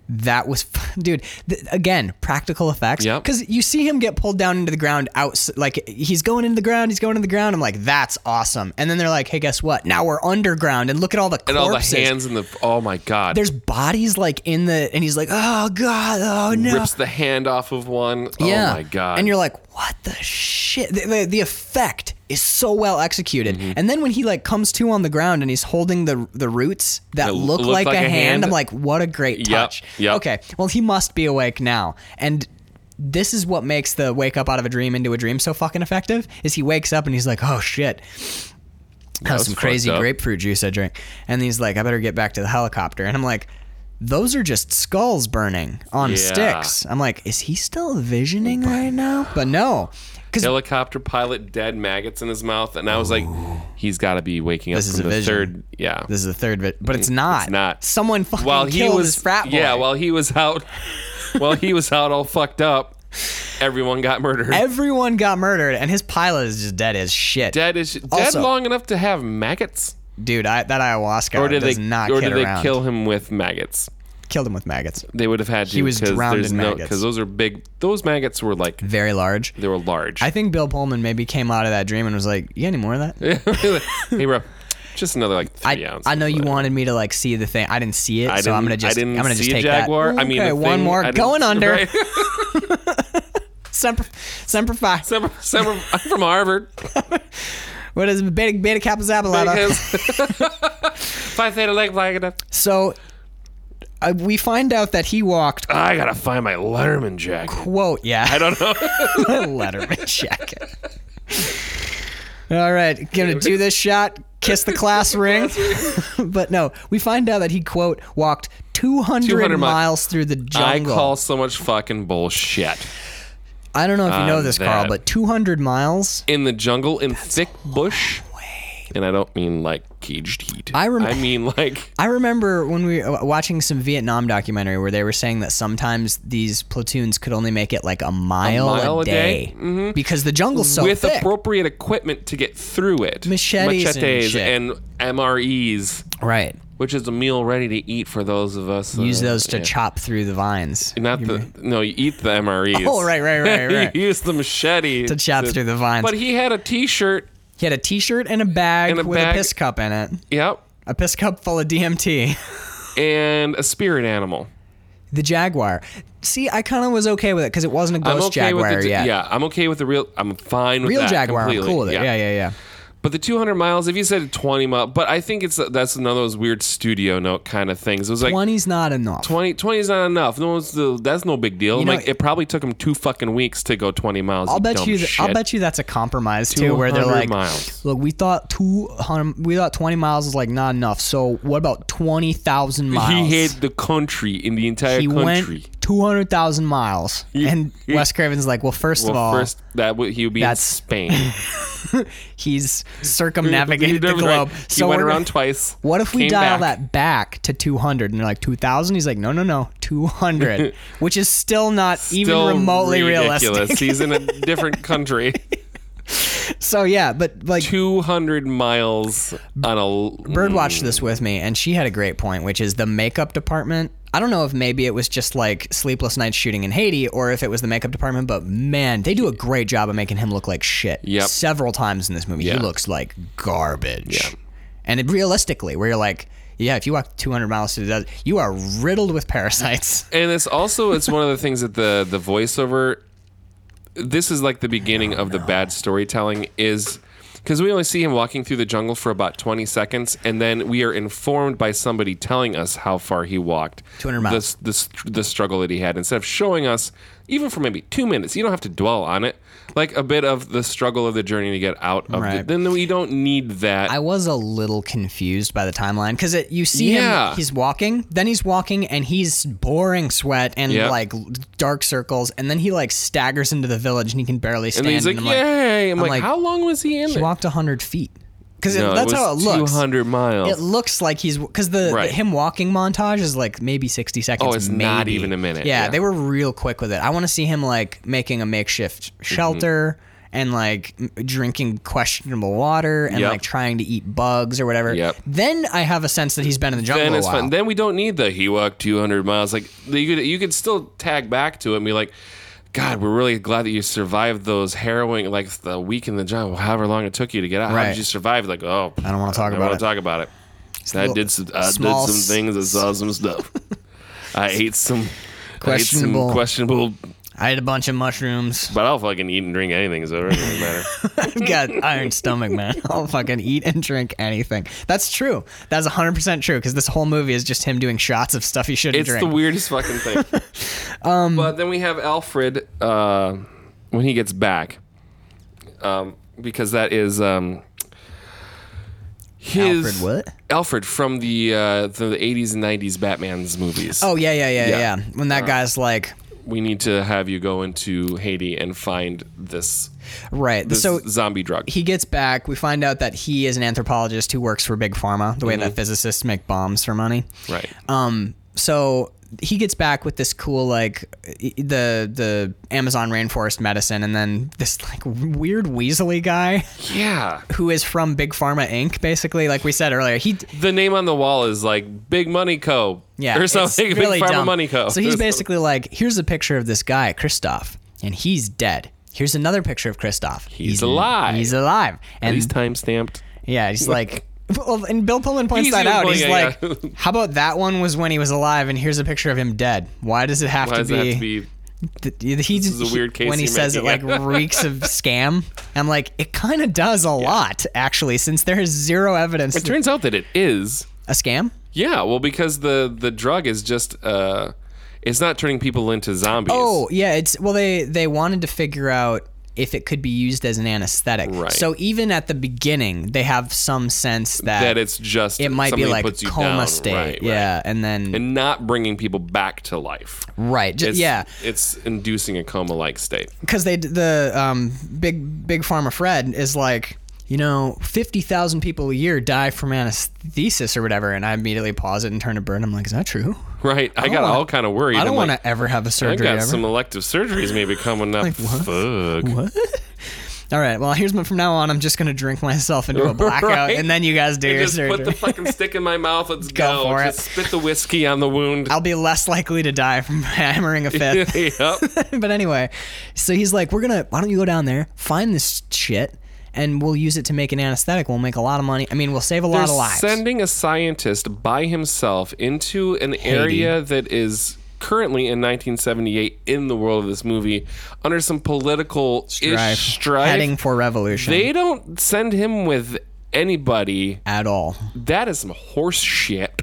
S3: that was dude. Th- again, practical effects.
S2: Yep.
S3: Because you see him get pulled down into the ground out, like he's going into the ground, he's going into the ground. I'm like, that's awesome. And then they're like, hey, guess what? Now we're underground, and look at all the corpses.
S2: And all the hands and the oh my god,
S3: There's bodies like in the, and he's like, oh god, oh no.
S2: rips the hand off of one.
S3: Yeah.
S2: Oh my god.
S3: And you're like, what the shit? The, the, the effect is so well executed.
S2: Mm-hmm.
S3: And then when he like comes to on the ground and he's holding the the roots that
S2: That
S3: look,
S2: look
S3: like, a, hand, I'm like, what a
S2: Yep,
S3: great touch.
S2: yep.
S3: Okay. Well, he must be awake now. And this is what makes the wake up out of a dream into a dream so fucking effective is he wakes up and he's like, oh shit. That was
S2: was
S3: some crazy
S2: fucked up.
S3: grapefruit juice I drank. And he's like, I better get back to the helicopter. And I'm like, those are just skulls burning on
S2: Yeah.
S3: sticks. I'm like, is he still visioning right now? But no, because
S2: helicopter pilot dead maggots in his mouth, and I was like, he's got to be waking up
S3: This is
S2: from
S3: a
S2: the
S3: vision.
S2: third. Yeah.
S3: this is the third, vi- but it's not.
S2: It's not.
S3: Someone fucking
S2: while he
S3: killed
S2: was
S3: his frat boy.
S2: yeah, while he was out, while he was out all fucked up, everyone got murdered.
S3: everyone got murdered, and his pilot is just dead as shit.
S2: dead is dead
S3: Also-
S2: long enough to have maggots,
S3: Dude, I, that ayahuasca
S2: or did
S3: does
S2: they
S3: not
S2: or
S3: kid
S2: did they
S3: around.
S2: kill him with maggots?
S3: Killed him with maggots,
S2: They would have had to. He
S3: was drowned in maggots.
S2: because those are big. Those maggots were like
S3: very large.
S2: they were large.
S3: I think Bill Pullman maybe came out of that dream and was like, "You got any more of that?"
S2: hey, bro, just another like three
S3: I,
S2: ounces.
S3: I know you
S2: but-
S3: wanted me to like see the thing. I didn't see it,
S2: I
S3: so I'm
S2: didn't-
S3: gonna just
S2: I didn't
S3: am gonna
S2: see
S3: just take
S2: a jaguar.
S3: that.
S2: I mean,
S3: okay,
S2: the
S3: one
S2: thing- I
S3: more
S2: didn't-
S3: going under.
S2: Right.
S3: Semper, Semper Fi.
S2: Some- some of- I'm from Harvard.
S3: What is it? Beta, beta Kappa Zappa Lada.
S2: Because- Phi Theta Leg Black.
S3: So uh, we find out that he walked.
S2: I gotta find my Letterman jacket.
S3: Quote,
S2: I
S3: yeah,
S2: don't know.
S3: Letterman jacket. All right, gonna do this shot. Kiss the class ring. but no, we find out that he quote walked 200,
S2: 200 mi-
S3: miles through the
S2: I
S3: jungle.
S2: call so much fucking bullshit.
S3: I don't know if you know
S2: on
S3: this, Carl,
S2: that.
S3: but 200 miles
S2: In the jungle, in thick bush. And I don't mean like caged heat.
S3: I rem-
S2: I mean like
S3: I remember when we were watching some Vietnam documentary where they were saying that sometimes these platoons could only make it like a mile a,
S2: mile a
S3: day,
S2: day? Mm-hmm.
S3: because the jungle's so
S2: with
S3: thick.
S2: appropriate equipment to get through it.
S3: Machetes and
S2: Machetes
S3: shit.
S2: and, MREs,
S3: right.
S2: which is a meal ready to eat for those of us. that-
S3: Use those to
S2: yeah.
S3: chop through the vines.
S2: Not the no, you eat the MREs.
S3: Oh, right, right, right, right.
S2: you use the machete
S3: To chop through the vines.
S2: But he had a T-shirt.
S3: He had a T-shirt and a bag
S2: And a
S3: with
S2: bag.
S3: a piss cup in it,
S2: Yep,
S3: a piss cup full of DMT.
S2: and a spirit animal.
S3: the Jaguar. See, I kind of was okay with it because it wasn't a
S2: I'm
S3: ghost
S2: okay
S3: Jaguar
S2: with the,
S3: yet.
S2: Yeah, I'm okay with the real. I'm fine with
S3: Real
S2: that
S3: Jaguar,
S2: completely.
S3: I'm cool with it. Yeah, yeah, yeah.
S2: But the 200 miles, if you said 20 mile, but I think it's that's another of those weird studio note kind of things. It was like 20,
S3: 20's not enough.
S2: 20 is not enough. No, it's the, that's no big deal.
S3: You know,
S2: like it probably took them two fucking weeks to go 20 miles.
S3: I'll
S2: you
S3: bet
S2: dumb
S3: you. I'll
S2: shit.
S3: bet you that's a compromise too, where they're
S2: 200
S3: like,
S2: miles.
S3: "Look, we thought two hundred, we thought twenty miles was like not enough. So what about twenty thousand miles?"
S2: He hid the country in the entire
S3: He
S2: country.
S3: went two hundred thousand miles, and Wes Craven's like, "Well, first
S2: well,
S3: of all,
S2: first that would he would be
S3: that's-
S2: in Spain.
S3: he's
S2: He
S3: circumnavigated the
S2: did right.
S3: globe.
S2: He went
S3: we're
S2: around
S3: gonna-
S2: twice.
S3: What if we
S2: came
S3: dial
S2: back.
S3: that back to 200 and they're like 2000? He's like, no, no, no, 200, which is still not
S2: Still
S3: even remotely
S2: ridiculous.
S3: realistic.
S2: He's in a different country.
S3: so yeah, but like
S2: 200 miles on a
S3: Bird watched this with me, and she had a great point, which is the makeup department. I don't know if maybe it was just like Sleepless Nights shooting in Haiti or if it was the makeup department, but man, they do a great job of making him look like shit.
S2: Yep.
S3: Several times in this movie,
S2: Yeah.
S3: he looks like garbage. And it, realistically, where you're like, yeah, if you walk 200 miles to the desert, you are riddled with parasites.
S2: and it's also it's one of the things that the the voiceover this is like the beginning of the bad storytelling is because we only see him walking through the jungle for about 20 seconds and then we are informed by somebody telling us how far he walked
S3: 200 miles.
S2: the, the, the struggle that he had instead of showing us even for maybe two minutes you don't have to dwell on it like a bit of the struggle of the journey to get out of
S3: Right.
S2: the, then we don't need that
S3: I was a little confused by the timeline because you see
S2: Yeah.
S3: him, he's walking, then he's walking and he's pouring sweat and
S2: Yep.
S3: like l- dark circles, and then he like staggers into the village and he can barely stand.
S2: and he's like
S3: I'm
S2: yay i'm,
S3: I'm
S2: like,
S3: like,
S2: how long was he in
S3: he
S2: there
S3: walked 100 feet. Because
S2: No,
S3: that's
S2: it
S3: how it
S2: was
S3: looks.
S2: 200 miles
S3: It looks like he's because the, the
S2: Right.
S3: him walking montage is like maybe sixty seconds.
S2: Oh, it's not
S3: maybe.
S2: even a minute.
S3: Yeah,
S2: Yeah.
S3: they were real quick with it. I want to see him like making a makeshift
S2: Mm-hmm.
S3: shelter and like m- drinking questionable water and
S2: Yep.
S3: like trying to eat bugs or whatever.
S2: Yep.
S3: Then I have a sense that he's been in the jungle
S2: then
S3: a
S2: it's
S3: while.
S2: fun. Then we don't need the he walked 200 miles. Like you could you could still tag back to it and be like, God, we're really glad that you survived those harrowing like the week in the jungle, however long it took you to get out. How
S3: Right.
S2: did you survive? Like, oh,
S3: I don't wanna talk
S2: I
S3: about
S2: want
S3: it.
S2: to talk about it. I
S3: little
S2: did some I did
S3: small
S2: some
S3: s-
S2: things. I saw some stuff. I ate some I ate some
S3: Questionable.
S2: questionable,
S3: I had a bunch of mushrooms.
S2: but I'll fucking eat and drink anything. So it doesn't really matter.
S3: I've got iron stomach, man. I'll fucking eat and drink anything. That's true. That's hundred percent true because this whole movie is just him doing shots of stuff he shouldn't
S2: It's
S3: drink.
S2: the weirdest fucking thing. Um, but then we have Alfred uh, when he gets back, um, because that is um, his
S3: Alfred, what?
S2: Alfred from the uh, the eighties and nineties Batman's movies.
S3: Oh yeah, yeah, yeah,
S2: Yeah. Uh,
S3: yeah. yeah. When that guy's like,
S2: we need to have you go into Haiti and find this,
S3: right.
S2: this
S3: so
S2: zombie drug.
S3: he gets back. We find out that he is an anthropologist who works for Big Pharma, the way
S2: Mm-hmm.
S3: that physicists make bombs for money.
S2: right.
S3: Um, so he gets back with this cool like e- the the Amazon rainforest medicine, and then this like weird weaselly guy
S2: yeah.
S3: who is from Big Pharma Inc. Basically, like we said earlier, he
S2: The name on the wall is like Big Money Co.
S3: yeah
S2: Or
S3: it's
S2: something.
S3: really
S2: Big Pharma
S3: dumb.
S2: Money Co.
S3: So he's basically like, here's a picture of this guy Christoph, and he's dead. Here's another picture of Christoph. He's,
S2: alive.
S3: He's alive. And
S2: He's time stamped.
S3: Yeah, he's like, well, and Bill Pullman points
S2: He's
S3: that
S2: even
S3: out.
S2: pointing
S3: He's
S2: out,
S3: like,
S2: yeah.
S3: how about that one was when he was alive, and here's a picture of him dead. Why does it have,
S2: Why
S3: to,
S2: does
S3: be,
S2: that have to be
S3: th- th- he,
S2: is a
S3: he-
S2: weird case
S3: when he
S2: you're
S3: says it like
S2: making, yeah.
S3: reeks of scam. I'm like, it kind of does a lot actually, since there is zero evidence
S2: It turns out that it is.
S3: a scam.
S2: Yeah, well, because the the drug is just uh, it's not turning people into zombies.
S3: Oh yeah, it's well they they wanted to figure out if it could be used as an anesthetic.
S2: Right.
S3: So even at the beginning, they have some sense that,
S2: that it's just
S3: it might be
S2: something
S3: like
S2: puts you
S3: coma
S2: down,
S3: state.
S2: right, right.
S3: Yeah, and then
S2: and not bringing people back to life.
S3: right, ju-
S2: It's,
S3: yeah.
S2: it's inducing a coma like state.
S3: because they d- the um, big big pharma Fred is like you know fifty thousand people a year die from anesthesia or whatever, and I immediately pause it and turn to Bird. I'm like, is that true?
S2: Right, I, got
S3: wanna-
S2: all kind of worried.
S3: I don't
S2: I'm
S3: want
S2: like,
S3: to ever have a
S2: I
S3: surgery
S2: got
S3: ever.
S2: some elective surgeries maybe coming up.
S3: what?
S2: Fuck.
S3: what? All right. Well, here's my, from now on. I'm just gonna drink myself into a blackout,
S2: Right?
S3: and then you guys do
S2: I
S3: your
S2: just put
S3: surgery.
S2: the fucking stick in my mouth. Let's
S3: Go
S2: go.
S3: for
S2: just
S3: it.
S2: spit the whiskey on the wound.
S3: I'll be less likely to die from hammering a fifth.
S2: yep.
S3: but anyway, so he's like, "We're gonna. Why don't you go down there, find this shit, and we'll use it to make an anesthetic. We'll make a lot of money. I mean, we'll save a
S2: They're
S3: lot of lives."
S2: Sending a scientist by himself into an area that is currently in 1978 in the world of this movie under some political
S3: Strife.
S2: strife. strife.
S3: Heading for revolution
S2: they don't send him with anybody.
S3: at all.
S2: That is some horse shit.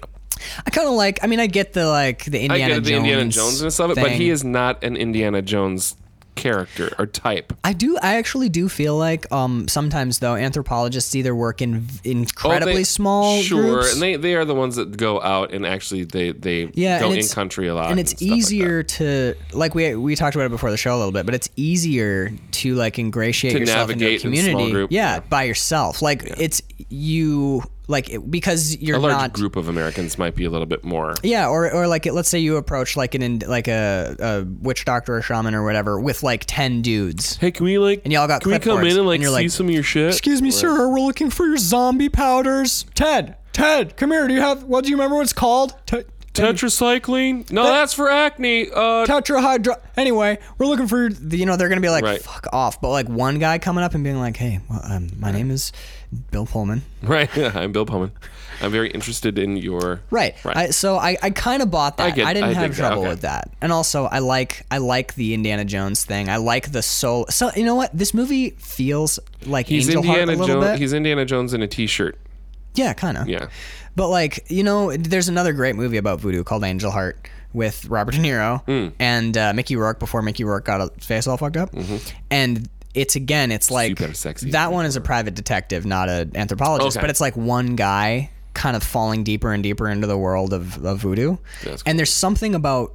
S3: I kind of like. I mean, I get the like the Indiana
S2: I get
S3: Jones.
S2: the Indiana Jones and stuff, but
S3: thing.
S2: he is not an Indiana Jones character or type.
S3: I do. I actually do feel like um sometimes though anthropologists either work in v-
S2: Oh, they-
S3: incredibly small
S2: Sure,
S3: groups,
S2: and they, they are the ones that go out and actually they they
S3: Yeah,
S2: go
S3: and
S2: in
S3: it's-
S2: country a lot,
S3: and it's
S2: stuff like that.
S3: easier to like we we talked about it before the show a little bit, but it's easier to like ingratiate
S2: To
S3: yourself into a
S2: navigate in a small
S3: community,
S2: group,
S3: yeah, by yourself. Like it's you like it- because you're
S2: a large
S3: not
S2: group of Americans might be a little bit more.
S3: Yeah, or or like let's say you approach like an ind- like a, a witch doctor or shaman or whatever with like ten dudes.
S2: Hey, can we like?
S3: And y'all got
S2: Can we come
S3: clipboards,
S2: in and like
S3: and you're
S2: see
S3: like,
S2: some of your shit?
S3: Excuse me, sir. We're looking for your zombie powders, Ted. Ted, come here. Do you have? What do you remember? What it's called? Ted.
S2: Tetracycline? No, that's for acne. Uh,
S3: Tetrahydro. Anyway, we're looking for you know they're gonna be like
S2: Right.
S3: fuck off, but like one guy coming up and being like, hey, well, um, my name is Bill Pullman.
S2: right. I'm Bill Pullman. I'm very interested in your.
S3: Right.
S2: Right.
S3: I, so I, I kind of bought that. I,
S2: I get-
S3: didn't
S2: I
S3: have
S2: dig that,
S3: trouble
S2: okay.
S3: with that. And also, I like I like the Indiana Jones thing. I like the soul. So you know what? This movie feels like
S2: He's
S3: Angel Heart
S2: Indiana
S3: a little
S2: Jones.
S3: bit.
S2: He's Indiana Jones in a T-shirt.
S3: Yeah, kind of.
S2: Yeah.
S3: But like you know, there's another great movie about voodoo called Angel Heart with Robert De Niro
S2: Mm.
S3: and uh, Mickey Rourke before Mickey Rourke got his face all fucked up. And it's again, it's like
S2: Mm-hmm. Super sexy.
S3: that one is a private detective, not an anthropologist,
S2: Okay.
S3: but it's like one guy kind of falling deeper and deeper into the world of, of voodoo.
S2: That's
S3: And there's something about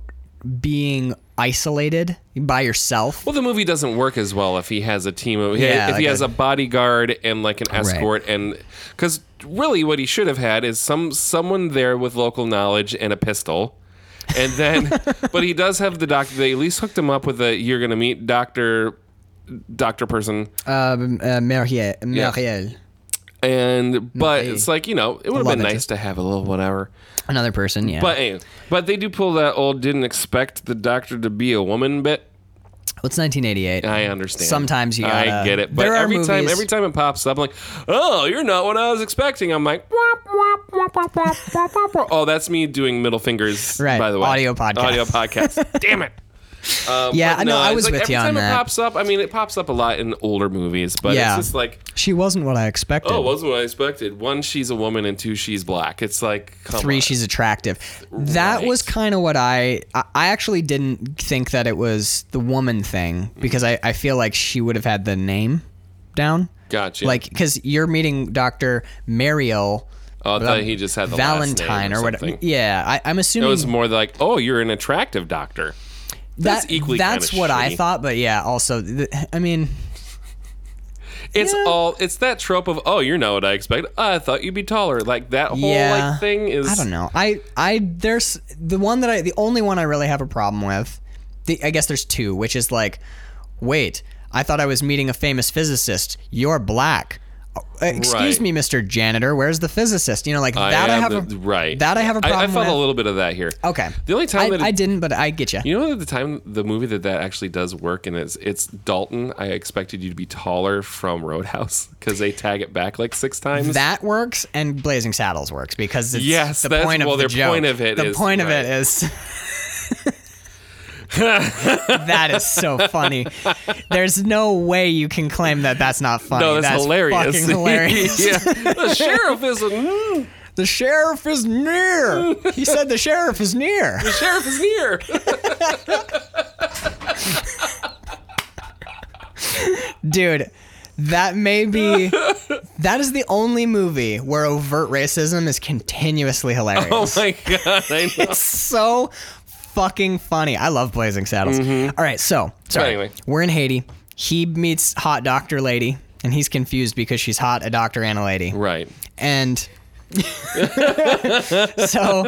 S3: being isolated by yourself.
S2: Well, the movie doesn't work as well if he has a team of
S3: Yeah,
S2: if
S3: like
S2: he has
S3: a-
S2: a bodyguard and like an escort and because really what he should have had is some someone there with local knowledge and a pistol, and then but he does have the doctor. They at least hooked him up with a you're gonna meet doctor doctor person
S3: Um, uh, Mariel.
S2: Yeah.
S3: Mariel.
S2: and but
S3: hey.
S2: it's like you know it would have
S3: love
S2: been
S3: it.
S2: nice to have a little whatever.
S3: Another person, yeah.
S2: But anyway, but they do pull that old didn't expect the doctor to be a woman bit.
S3: Well, it's 1988.
S2: I understand.
S3: Sometimes you
S2: I
S3: gotta-
S2: get it. But
S3: There are
S2: every time
S3: movies-
S2: every time it pops up, I'm like, oh, you're not what I was expecting. I'm like, "Wah, wah, wah, wah, wah, wah, wah, wah." oh, that's me doing middle fingers.
S3: Right.
S2: By the way,
S3: Audio podcast.
S2: Audio podcast. Damn it. Um,
S3: Yeah,
S2: but
S3: I know, I
S2: it's
S3: was
S2: like
S3: with
S2: every
S3: you on
S2: time it
S3: that.
S2: pops up. I mean, it pops up a lot in older movies, but
S3: Yeah.
S2: it's just like,
S3: She wasn't what I expected.
S2: oh, it wasn't what I expected. One, she's a woman, and two, she's black. It's like come
S3: three
S2: on.
S3: she's attractive that
S2: Right.
S3: was kind of what I, I i actually didn't think that it was the woman thing
S2: Mm-hmm.
S3: because i i feel like she would have had the name down
S2: Gotcha.
S3: like because you're meeting dr mariel
S2: oh, I thought he just had the
S3: valentine
S2: last name
S3: or,
S2: or,
S3: whatever
S2: something.
S3: yeah I, i'm
S2: It
S3: assuming
S2: was more like, oh, you're an attractive doctor.
S3: that,
S2: that's equally
S3: that's
S2: kinda
S3: what i
S2: shitty.
S3: thought but yeah also th- i mean
S2: It's
S3: Yeah.
S2: all it's that trope of oh you know what I expect I thought you'd be taller like that whole
S3: Yeah.
S2: like thing is
S3: I don't know. I I there's the one that I the only one I really have a problem with. The, I guess there's two, which is like, wait, I thought I was meeting a famous physicist. You're black. Uh, Excuse
S2: Right.
S3: me, Mr. Janitor. Where's the physicist? You know, like
S2: I
S3: that. I
S2: am
S3: have
S2: the-
S3: a
S2: right
S3: That I have a
S2: I,
S3: problem
S2: felt
S3: with. Oh.
S2: a little bit of that here
S3: okay.
S2: the only time
S3: I,
S2: that it,
S3: I didn't, but I get you.
S2: you know at the time the movie that that actually does work and it's it's Dalton I expected you to be taller from Roadhouse because they tag it back like six times
S3: That works, and Blazing Saddles works because it's
S2: Yes,
S3: the
S2: that's-
S3: point of
S2: well,
S3: the
S2: their
S3: joke.
S2: point of it
S3: the
S2: is-
S3: point of
S2: right.
S3: it is. that is so funny. There's no way you can claim that that's not funny.
S2: no that's, hilarious
S3: Fucking hilarious.
S2: yeah the sheriff is mm,
S3: the sheriff is near. He said the sheriff is near.
S2: the sheriff is near
S3: Dude, that may be that is the only movie where overt racism is continuously hilarious.
S2: oh my god I know.
S3: so fucking funny. I love Blazing Saddles. All right, so sorry.
S2: Mm-hmm. Anyway.
S3: We're in Haiti. He meets hot doctor lady, and he's confused because she's hot, a doctor, and a lady.
S2: right
S3: And so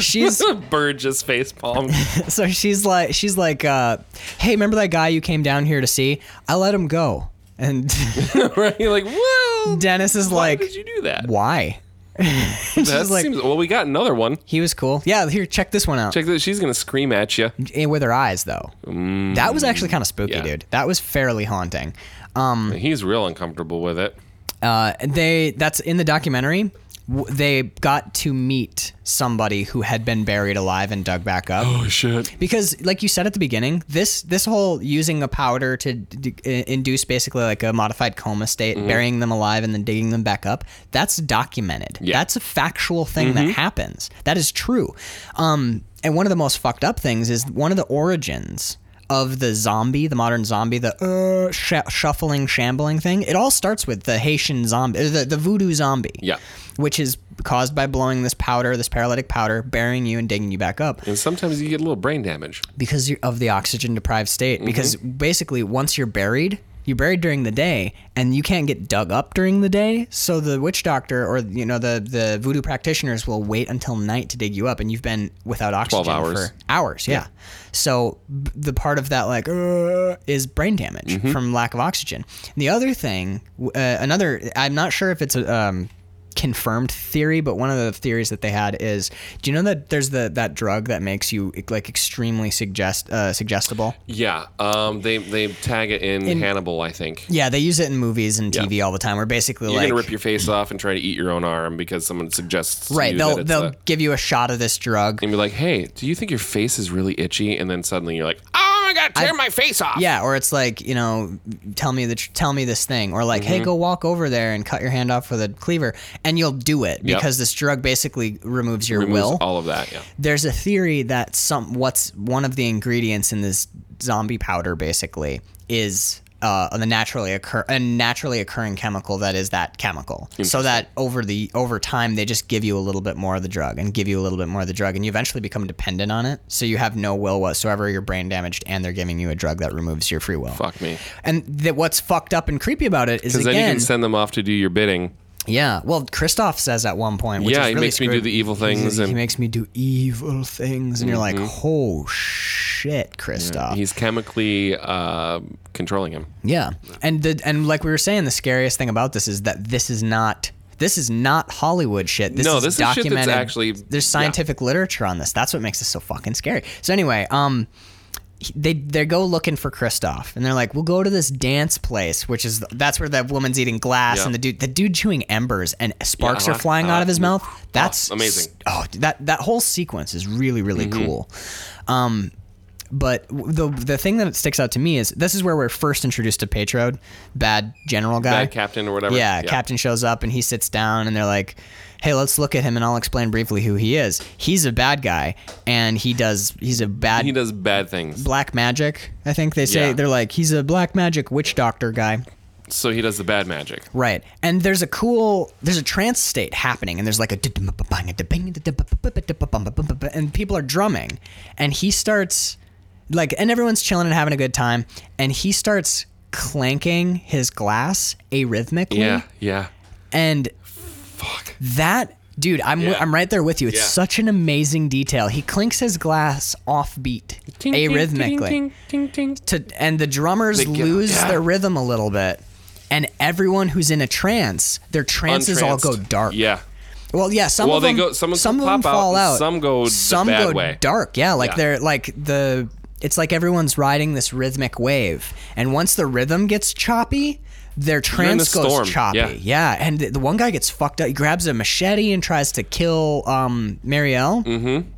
S3: she's
S2: bird just face palmed
S3: so she's like she's like uh, hey remember that guy you came down here to see i let him go and
S2: right you're like well
S3: dennis is
S2: why
S3: like
S2: did you do that
S3: why And
S2: That
S3: she's like
S2: seems well. We got another one.
S3: he was cool yeah here check this one out
S2: Check this. She's gonna scream at you.
S3: And with her eyes though. That was actually kind of spooky,
S2: Mm, yeah.
S3: dude. That was fairly haunting. Um,
S2: He's real uncomfortable with it.
S3: uh, they that's in the documentary. w- they got to meet somebody who had been buried alive and dug back up.
S2: Oh shit.
S3: because like you said at the beginning this this whole using a powder to d- d- induce basically like a modified coma state
S2: Mm-hmm.
S3: burying them alive and then digging them back up that's documented
S2: Yeah. Mm-hmm.
S3: that's a factual thing that happens that is true um and one of the most fucked up things is one of the origins of the zombie, the modern zombie, the uh, sh- shuffling, shambling thing. It all starts with the Haitian zombie, or the, the voodoo zombie.
S2: Yeah.
S3: Which is caused by blowing this powder, this paralytic powder, burying you and digging you back up
S2: And sometimes you get a little brain damage.
S3: because you're of the oxygen deprived state. Because basically, once you're buried, you're buried during the day, and you can't get dug up during the day. So the witch doctor or you know the the voodoo practitioners will wait until night to dig you up, and you've been without oxygen
S2: hours.
S3: for hours. Yeah. So b- the part of that like uh, is brain damage
S2: Mm-hmm.
S3: from lack of oxygen. And the other thing, w- uh, another, I'm not sure if it's a. Um, confirmed theory but one of the theories that they had is do you know that there's the that drug that makes you e, like extremely suggest uh, suggestible
S2: Yeah. Um. They they tag it in, Hannibal, I think.
S3: yeah they use it in movies and tv all the time where basically
S2: You're
S3: like
S2: gonna rip your face off and try to eat your own arm because someone suggests. to
S3: right
S2: you
S3: they'll
S2: that it's
S3: they'll
S2: a-
S3: give you a shot of this drug
S2: and be like, "Hey, do you think your face is really itchy?" And then suddenly you're like, "Oh, I gotta tear my face off."
S3: Yeah, or it's like you know, tell me the tr- tell me this thing, or like,
S2: Mm-hmm.
S3: hey, go walk over there and cut your hand off with a cleaver, and you'll do it
S2: Yep.
S3: because this drug basically removes your
S2: Removes
S3: will.
S2: all of that. Yeah.
S3: There's a theory that some what's one of the ingredients in this zombie powder basically is. Uh, the naturally occur a naturally occurring chemical that is that chemical, so that over the over time they just give you a little bit more of the drug and give you a little bit more of the drug, and you eventually become dependent on it. So you have no will whatsoever. You're brain damaged, and they're giving you a drug that removes your free will.
S2: Fuck me.
S3: And that what's fucked up and creepy about it is
S2: Because then you
S3: again,
S2: can send them off to do your bidding.
S3: yeah. Well, Kristoff says at one point, which
S2: yeah,
S3: is
S2: he
S3: really
S2: makes me do
S3: screwed.
S2: the evil things,
S3: he
S2: and Mm-hmm.
S3: makes me do evil things, and you're like, oh shit, Kristoff.
S2: he's chemically uh, controlling him.
S3: Yeah, and the and like we were saying, the scariest thing about this is that this is not. This is not Hollywood shit. This
S2: No,
S3: is
S2: this is shit that's
S3: documented.
S2: actually-
S3: there's
S2: yeah.
S3: scientific literature on this. That's what makes this so fucking scary. So anyway, um, he- they they go looking for Kristoff, and they're like, "We'll go to this dance place, which is that's where that woman's eating glass,
S2: Yeah.
S3: and the dude the dude chewing embers, and sparks
S2: Yeah,
S3: are flying out of his
S2: uh,
S3: mouth.
S2: oh,
S3: That's
S2: amazing. Mm-hmm.
S3: Oh, that that whole sequence is really really cool. Um, but w- the the thing that sticks out to me is this is where we're first introduced to Patrode, bad general guy.
S2: Bad captain or whatever.
S3: Yeah, captain shows up and he sits down and they're like, "Hey, let's look at him and I'll explain briefly who he is. He's a bad guy and he does he's a bad
S2: He does bad things,
S3: black magic. I think they say
S2: Yeah.
S3: they're like he's a black magic witch doctor guy."
S2: so he does the bad magic.
S3: Right. And there's a cool there's a trance state happening and there's like a and people are drumming and he starts like and everyone's chilling and having a good time and he starts clanking his glass arrhythmically
S2: Yeah, yeah.
S3: and
S2: Fuck.
S3: that dude I'm wi-
S2: Yeah.
S3: I'm right there with you. It's
S2: Yeah.
S3: such an amazing detail. He clinks his glass offbeat arrhythmically to and the drummers
S2: They get-
S3: lose
S2: yeah.
S3: their rhythm a little bit and everyone who's in a trance their trances all go
S2: Untranced.
S3: dark
S2: Yeah.
S3: well yeah some
S2: Well,
S3: of
S2: they
S3: them
S2: go- some of them
S3: of
S2: pop out
S3: fall
S2: and
S3: out,
S2: some go the
S3: some
S2: bad
S3: go
S2: way.
S3: dark yeah like
S2: Yeah.
S3: they're like the it's like everyone's riding this rhythmic wave and once the rhythm gets choppy their
S2: in the
S3: trance goes
S2: storm,
S3: choppy
S2: yeah.
S3: yeah and the one guy gets fucked up he grabs a machete and tries to kill um marielle
S2: Mm-hmm.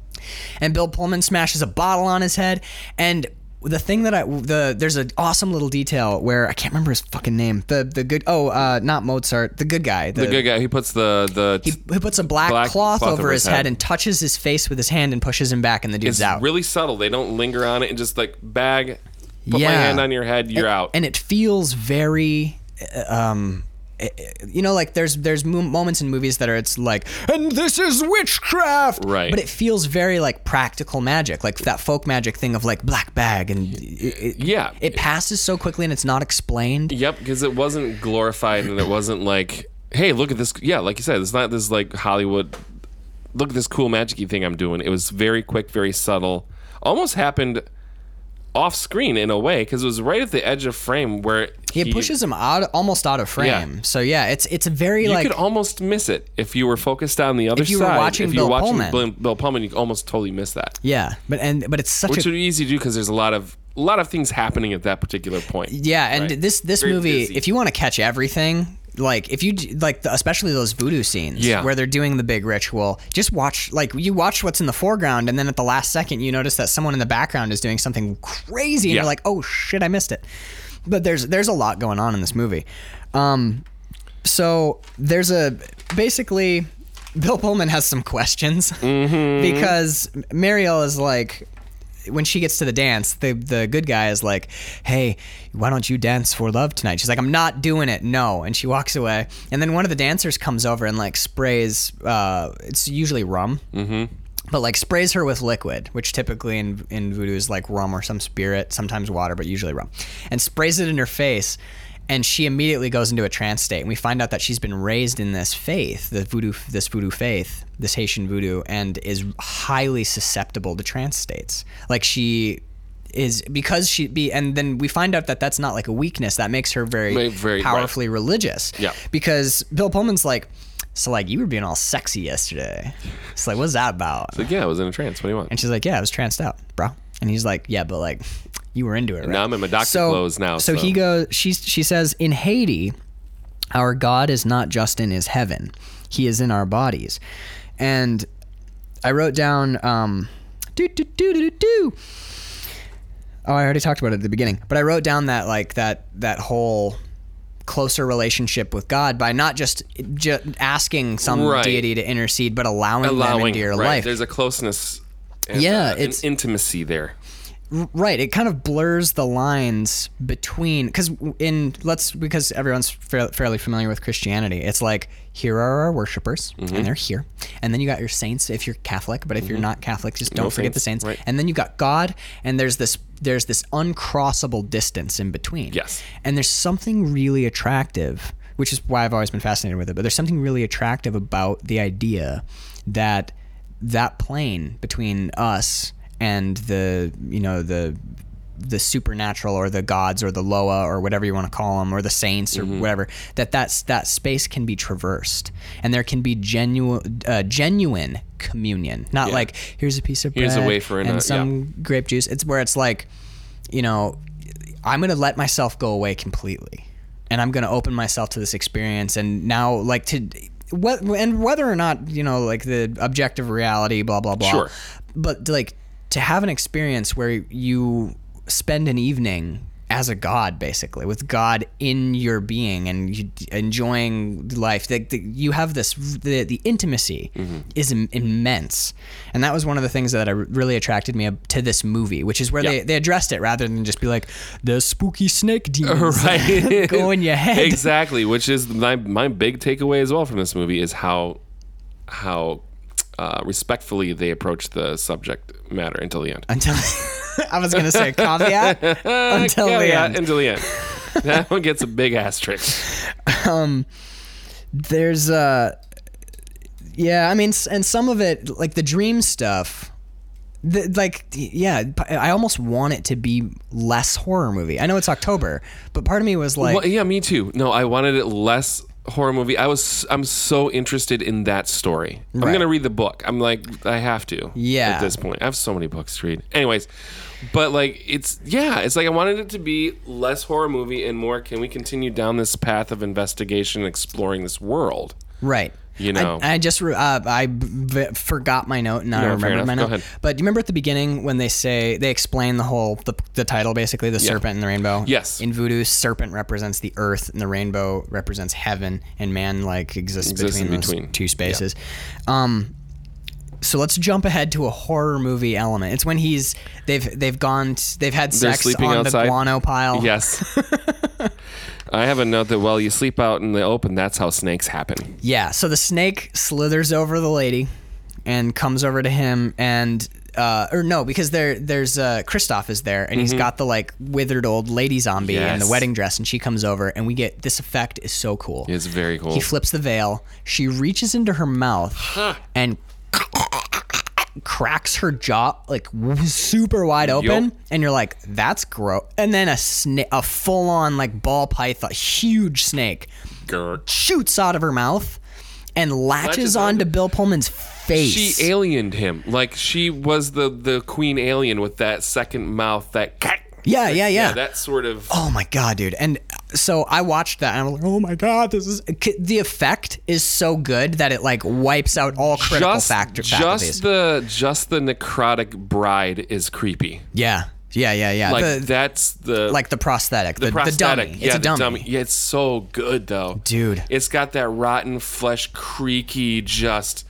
S3: and Bill Pullman smashes a bottle on his head. And the thing that I the there's an awesome little detail where I can't remember his fucking name. The the good oh uh, not Mozart, the good guy. The,
S2: The good guy. He puts the the.
S3: He, he puts a black,
S2: Black
S3: cloth, over his head. and touches his face with his hand and pushes him back, and the dude's
S2: it's
S3: out.
S2: really subtle. They don't linger on it and just like bag. Put
S3: Yeah.
S2: my hand on your head. You're out.
S3: and it feels very uh, um uh, you know like there's there's mo- moments in movies that are it's like and this is witchcraft
S2: Right.
S3: but it feels very like practical magic like that folk magic thing of like black bag and it,
S2: Yeah.
S3: it passes so quickly and it's not explained
S2: Yep, because it wasn't glorified and it wasn't like, hey, look at this. Yeah, like you said, it's not this like Hollywood. Look at this cool magic-y thing I'm doing. It was very quick, very subtle. Almost happened off screen in a way because it was right at the edge of frame where
S3: it pushes him out almost out of frame so yeah it's it's a very
S2: You
S3: like
S2: could almost miss it if you were focused on the other
S3: If you were
S2: side.
S3: watching
S2: if you
S3: Bill
S2: were watching
S3: Pullman.
S2: Bill, Bill Pullman, you could almost totally miss that,
S3: yeah but and but it's such
S2: which
S3: a
S2: would be easy to do because there's a lot of a lot of things happening at that particular point.
S3: Yeah, and
S2: Right.
S3: this this
S2: Very
S3: movie,
S2: busy.
S3: if you want to catch everything, like if you d- like the, especially those voodoo scenes
S2: Yeah.
S3: where they're doing the big ritual just watch like you watch what's in the foreground and then at the last second you notice that someone in the background is doing something crazy and
S2: Yeah.
S3: you're like oh shit i missed it but there's there's a lot going on in this movie um so there's a basically bill pullman has some questions
S2: Mm-hmm.
S3: because mariel is like when she gets to the dance, the the good guy is like, "Hey, why don't you dance for love tonight?" She's like, "I'm not doing it, no." And she walks away. And then one of the dancers comes over and like sprays. Uh, it's usually rum, mm-hmm. but like sprays her with liquid, which typically in in voodoo is like rum or some spirit, sometimes water, but usually rum, and sprays it in her face. And she immediately goes into a trance state, and we find out that she's been raised in this faith, the voodoo, this voodoo faith, this Haitian voodoo, and is highly susceptible to trance states. Like she is because she be, and then we find out that that's not like a weakness. That makes her very,
S2: Very- very- right.
S3: powerfully religious.
S2: Yeah.
S3: Because Bill Pullman's like, so like you were being all sexy yesterday. It's like, what's that about?
S2: Like, yeah, I was in a trance. What do you want?
S3: And she's like, "Yeah, I was tranced out, bro." And he's like, "Yeah, but like, you were into it, right?"
S2: now I'm in my doctor clothes now,
S3: So,
S2: so-
S3: he goes. She's. She says, "In Haiti, our God is not just in His heaven; He is in our bodies." And I wrote down. Um, do do do do do do. Oh, I already talked about it at the beginning, but I wrote down that like that that whole closer relationship with God by not just, just asking some
S2: Right.
S3: deity to intercede, but allowing, them
S2: Allowing
S3: into your
S2: right.
S3: life.
S2: There's a closeness. And,
S3: Yeah,
S2: uh, an
S3: it's-
S2: intimacy there.
S3: right it kind of blurs the lines between because in let's because everyone's fair, fairly familiar with christianity it's like here are our worshipers
S2: Mm-hmm.
S3: and they're here and then you got your saints if you're catholic but if you're not catholic just don't forget
S2: saints,
S3: the saints
S2: right.
S3: and then you got god and there's this there's this uncrossable distance in between
S2: Yes.
S3: and there's something really attractive which is why i've always been fascinated with it but there's something really attractive about the idea that that plane between us and the you know the the supernatural or the gods or the loa or whatever you want to call them or the saints or
S2: Mm-hmm.
S3: whatever that that's that space can be traversed and there can be genuine uh, genuine communion not like here's a piece of
S2: Here's a
S3: bread
S2: wafer and
S3: and
S2: a-
S3: some
S2: yeah.
S3: grape juice. It's where it's like, you know, I'm gonna let myself go away completely, and I'm gonna open myself to this experience. And now, like to, what and whether or not you know, like the objective reality, blah blah blah.
S2: Sure.
S3: But like to have an experience where you spend an evening as a god basically with god in your being and you, enjoying life like the, you have this the, the intimacy
S2: Mm-hmm.
S3: is im- immense and that was one of the things that I really attracted me to this movie which is where they,
S2: Yeah.
S3: they addressed it rather than just be like the spooky snake demons
S2: right
S3: go in your head
S2: exactly which is my, my big takeaway as well from this movie is how how uh, respectfully they approach the subject matter until the end
S3: until I was gonna say caveat until
S2: Yeah,
S3: the
S2: yeah,
S3: end
S2: until the end that one gets a big asterisk
S3: there's uh yeah i mean s- and some of it like the dream stuff the, like yeah i almost want it to be less horror movie i know it's october but part of me was like
S2: well, yeah me too no i wanted it less horror movie i was i'm so interested in that story i'm
S3: Right.
S2: gonna read the book i'm like i have to
S3: Yeah.
S2: at this point i have so many books to read anyways but like it's yeah it's like i wanted it to be less horror movie and more can we continue down this path of investigation and exploring this world
S3: Right.
S2: You know.
S3: I, I just re- uh, I v- forgot my note, and I
S2: fair
S3: remembered
S2: enough.
S3: my
S2: Go
S3: note.
S2: ahead.
S3: But do you remember at the beginning when they say they explain the whole the, the title basically the serpent and the rainbow?
S2: Yes.
S3: In voodoo, serpent represents the earth, and the rainbow represents heaven, and man like exists,
S2: Exists in
S3: between those
S2: between.
S3: two spaces. Um. So let's jump ahead to a horror movie element. It's when he's they've they've gone t- they've had
S2: They're
S3: sex
S2: sleeping
S3: on
S2: outside?
S3: the guano pile.
S2: yes i have a note that while you sleep out in the open that's how snakes happen
S3: Yeah, so the snake slithers over the lady and comes over to him and uh, or no, because there there's uh Kristoff is there and he's got the like withered old lady zombie in
S2: Mm-hmm. Yes.
S3: the wedding dress and she comes over and we get this effect is so cool.
S2: it's very cool
S3: He flips the veil, she reaches into her mouth and cracks her jaw like super wide open and you're like that's gross and then a snake a full on like ball python huge snake
S2: Grr.
S3: shoots out of her mouth and latches,
S2: Latches
S3: onto
S2: onto-
S3: Bill Pullman's face.
S2: She aliened him. Like she was the the queen alien with that second mouth that
S3: yeah, yeah, yeah.
S2: that sort of
S3: oh my god, dude! And so I watched that and I'm like, oh my god, this is c- the effect is so good that it like wipes out all critical
S2: just,
S3: factor faculties.
S2: just the just the necrotic bride is creepy.
S3: yeah, yeah, yeah, yeah.
S2: Like
S3: Uh, the,
S2: that's the
S3: like the prosthetic, the, the,
S2: prosthetic.
S3: dummy.
S2: Yeah,
S3: it's a
S2: the
S3: dummy.
S2: Yeah, it's so good though,
S3: Dude.
S2: It's got that rotten flesh, creaky, just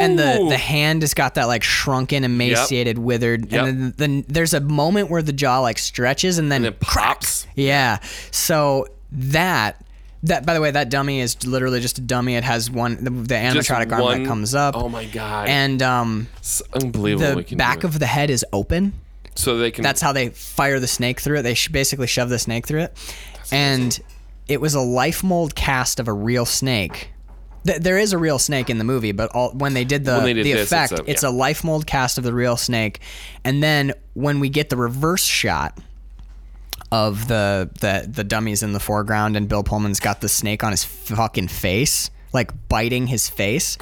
S3: and the
S2: Ooh.
S3: the hand has got that like shrunken, emaciated, withered,
S2: Yep.
S3: and then, then there's a moment where the jaw like stretches and then
S2: it pops.
S3: Yeah. So that that by the way, that dummy is literally just a dummy. It has one the, the
S2: Just
S3: animatronic arm
S2: one-
S3: that comes up,
S2: Oh my god!
S3: and um,
S2: it's unbelievable.
S3: the
S2: we can
S3: back
S2: do it.
S3: of the head is open.
S2: so they can.
S3: That's how they fire the snake through it. They sh- basically shove the snake through it, and it was a life mold cast of a real snake. Th- there is a real snake in the movie, but all, when they did the
S2: When they did
S3: the
S2: this, it's
S3: effect,
S2: a-
S3: it's a,
S2: yeah.
S3: life mold cast of the real snake, and then when we get the reverse shot of the the the dummies in the foreground, and Bill Pullman's got the snake on his fucking face, like biting his face.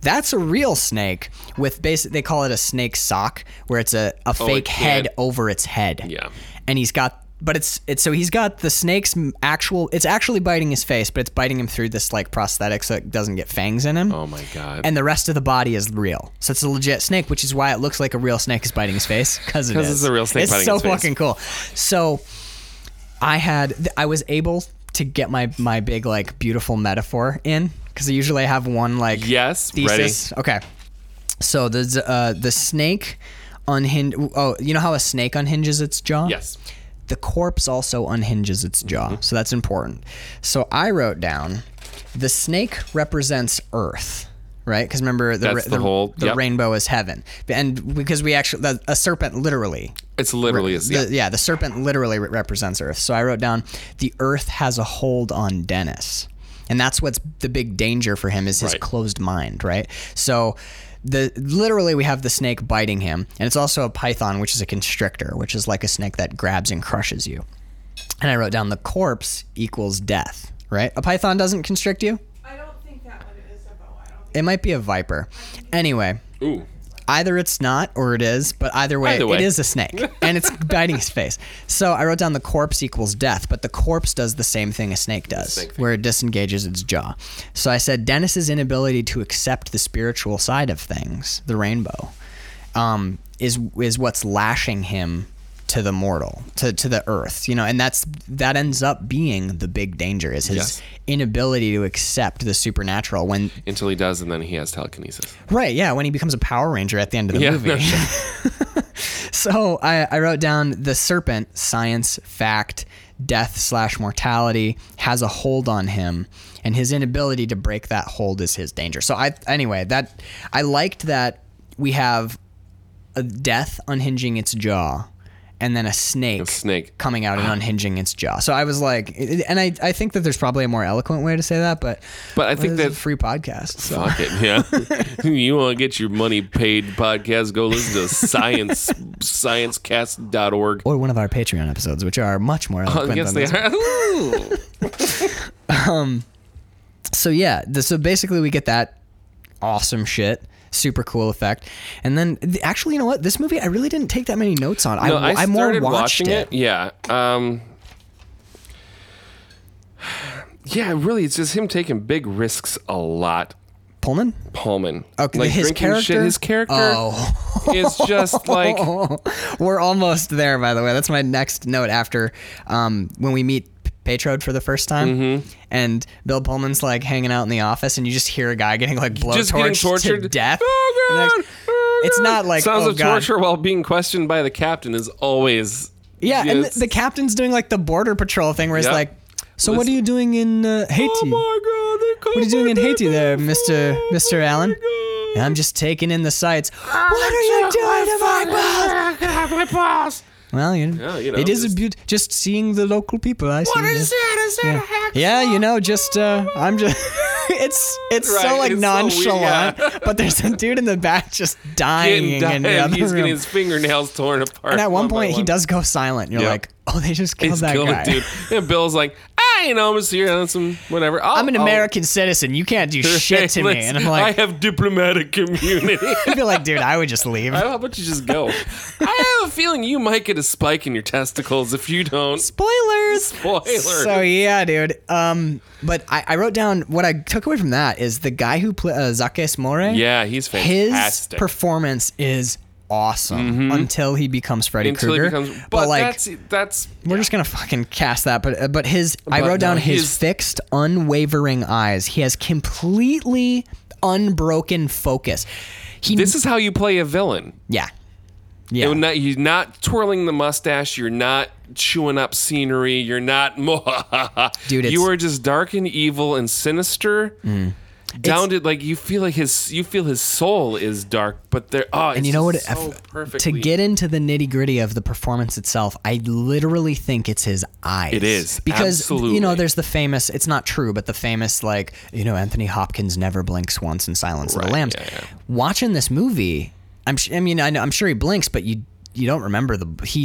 S3: That's a real snake with basic. They call it a snake sock, where it's a,
S2: Oh,
S3: a fake head
S2: can't-
S3: over its head.
S2: Yeah.
S3: And he's got, but it's it's so he's got the snake's m- actual. It's actually biting his face, but it's biting him through this like prosthetic, so it doesn't get fangs in him.
S2: oh my god!
S3: And the rest of the body is real, so it's a legit snake, which is why it looks like a real snake is biting his face because it
S2: 'Cause
S3: is.
S2: it's a real snake
S3: It's
S2: biting
S3: so
S2: his face.
S3: fucking cool. So I had, th- I was able to get my my big like beautiful metaphor in because I usually have one like
S2: yes, ready.
S3: thesis. Okay. So the z- uh, the snake unhinge. Oh, you know how a snake unhinges its jaw?
S2: Yes. Mm-hmm.
S3: The corpse also unhinges its jaw, so that's important. So I wrote down the snake represents Earth, right? Because remember the
S2: That's the
S3: the,
S2: whole-
S3: the
S2: yep.
S3: rainbow is heaven, and because we actually the, a serpent literally.
S2: It's literally a, yeah.
S3: The, yeah, the serpent literally re- represents Earth. So I wrote down the Earth has a hold on Dennis, and that's what's the big danger for him is his
S2: Right.
S3: closed mind, right? So. The, literally, we have the snake biting him, and it's also a python, which is a constrictor, which is like a snake that grabs and crushes you. And I wrote down the corpse equals death, right? A python doesn't constrict you.
S4: I don't think that one is a boa. I don't think
S3: It might be a viper. Anyway,
S2: Ooh.
S3: either it's not or it is, but either way,
S2: Either way.
S3: it is a snake and it's biting his face. So I wrote down the corpse equals death, but the corpse does the same thing a snake does,
S2: snake thing.
S3: where it disengages its jaw. So I said Dennis's inability to accept the spiritual side of things, the rainbow, um, is is what's lashing him to the mortal, to, to the earth, you know, and that's that ends up being the big danger is his
S2: Yes.
S3: inability to accept the supernatural when
S2: Until he does, and then he has telekinesis.
S3: Right, yeah, when he becomes a Power Ranger at the end of the
S2: Yeah,
S3: movie.
S2: no
S3: so I, I wrote down the serpent, science, fact, death slash mortality has a hold on him, and his inability to break that hold is his danger. So I anyway that I liked that we have a death unhinging its jaw, and then a snake.
S2: Snake.
S3: Coming out
S2: Ah.
S3: and unhinging its jaw. So I was like, and I, I think that there's probably a more eloquent way to say that, but
S2: But I
S3: this
S2: think
S3: is a
S2: that
S3: free podcast. So.
S2: Fuck it, yeah. you want to get your money paid podcast, go listen to science sciencecast.org.
S3: or one of our Patreon episodes, which are much more eloquent
S2: Oh, yes,
S3: than
S2: they
S3: this.
S2: are. Ooh.
S3: So yeah, th- so basically we get that awesome shit, super cool effect, and then th- actually, you know what? This movie I really didn't take that many notes on.
S2: No,
S3: I,
S2: I,
S3: I
S2: started
S3: more watched
S2: watching
S3: it.
S2: it. Yeah. Um, yeah, really, it's just him taking big risks a lot.
S3: Pullman.
S2: Pullman.
S3: Okay,
S2: like
S3: his
S2: drinking
S3: character.
S2: Shit, his character
S3: Oh,
S2: is just like
S3: we're almost there. By the way, that's my next note after um, when we meet. Patrode for the first time,
S2: Mm-hmm.
S3: and Bill Pullman's like hanging out in the office, and you just hear a guy getting like blowtorched
S2: just getting tortured
S3: to death.
S2: Oh,
S3: And
S2: God!
S3: next-
S2: Oh,
S3: It's
S2: God!
S3: not like,
S2: sounds
S3: oh,
S2: of
S3: God.
S2: torture while being questioned by the captain is always
S3: Yeah, and
S2: Yes.
S3: the, the captain's doing like the border patrol thing where he's
S2: Yep.
S3: like, "So what are you doing in uh, Haiti?
S2: Oh my oh god!
S3: what are you doing in Haiti, there, Mister Mister Allen?" I'm just taking in the sights.
S2: Ah,
S3: what are you doing to my boss?
S2: my boss?
S3: Well, you,
S2: Yeah, you know,
S3: it is
S2: just-
S3: a beaut. Just seeing the local people. I see. this.
S2: that? Is that
S3: Yeah, you know, just uh, I'm just. it's it's so
S2: Right,
S3: like
S2: it's so weird,
S3: nonchalant,
S2: yeah.
S3: but there's a dude in the back just dying in the
S2: and
S3: other
S2: he's getting
S3: room.
S2: his fingernails torn apart.
S3: And at one
S2: by
S3: point, he
S2: one.
S3: does go silent. You're
S2: Yeah.
S3: like, "Oh, they just killed
S2: He's
S3: that
S2: killed a
S3: guy."
S2: dude. And Bill's like, I hey, you know, I'm just here on some whatever. I'll,
S3: I'm an
S2: I'll-
S3: American citizen. You can't do shit to me.
S2: Let's-
S3: And I'm like,
S2: Oh. I have diplomatic immunity.
S3: I feel like, dude, I would just leave.
S2: How about you just go? I have a feeling you might get a spike in your testicles if you don't.
S3: Spoilers.
S2: Spoiler.
S3: So yeah, dude. Um, but I, I wrote down what I took away from that is the guy who played uh, Zakes More.
S2: yeah, he's
S3: his
S2: fantastic. Mm-hmm.
S3: performance is awesome until he becomes Freddy
S2: until he
S3: Krueger.
S2: becomes, but,
S3: like,
S2: that's that's
S3: we're just gonna fucking cast that. But uh, but his, I
S2: But
S3: wrote
S2: no,
S3: down his
S2: his-
S3: fixed, unwavering eyes. He has completely unbroken focus. He,
S2: this is how you play a villain.
S3: yeah, yeah.
S2: You're not, you're not twirling the mustache. You're not chewing up scenery. You're not.
S3: Dude, it's- Mm.
S2: you are just dark and evil and sinister. Down to like you feel like his you feel his soul is dark, but there. Oh,
S3: and you know what?
S2: So
S3: if- to
S2: perfectly-
S3: get into the nitty gritty of the performance itself, I literally think it's his eyes.
S2: It is,
S3: because you know
S2: absolutely.
S3: there's the famous. It's not true, but the famous like you know Anthony Hopkins never blinks once in Silence of
S2: Right,
S3: the Lambs.
S2: yeah, yeah.
S3: Watching this movie, I'm. Sh- I mean, I know, I'm sure he blinks, but you you don't remember the he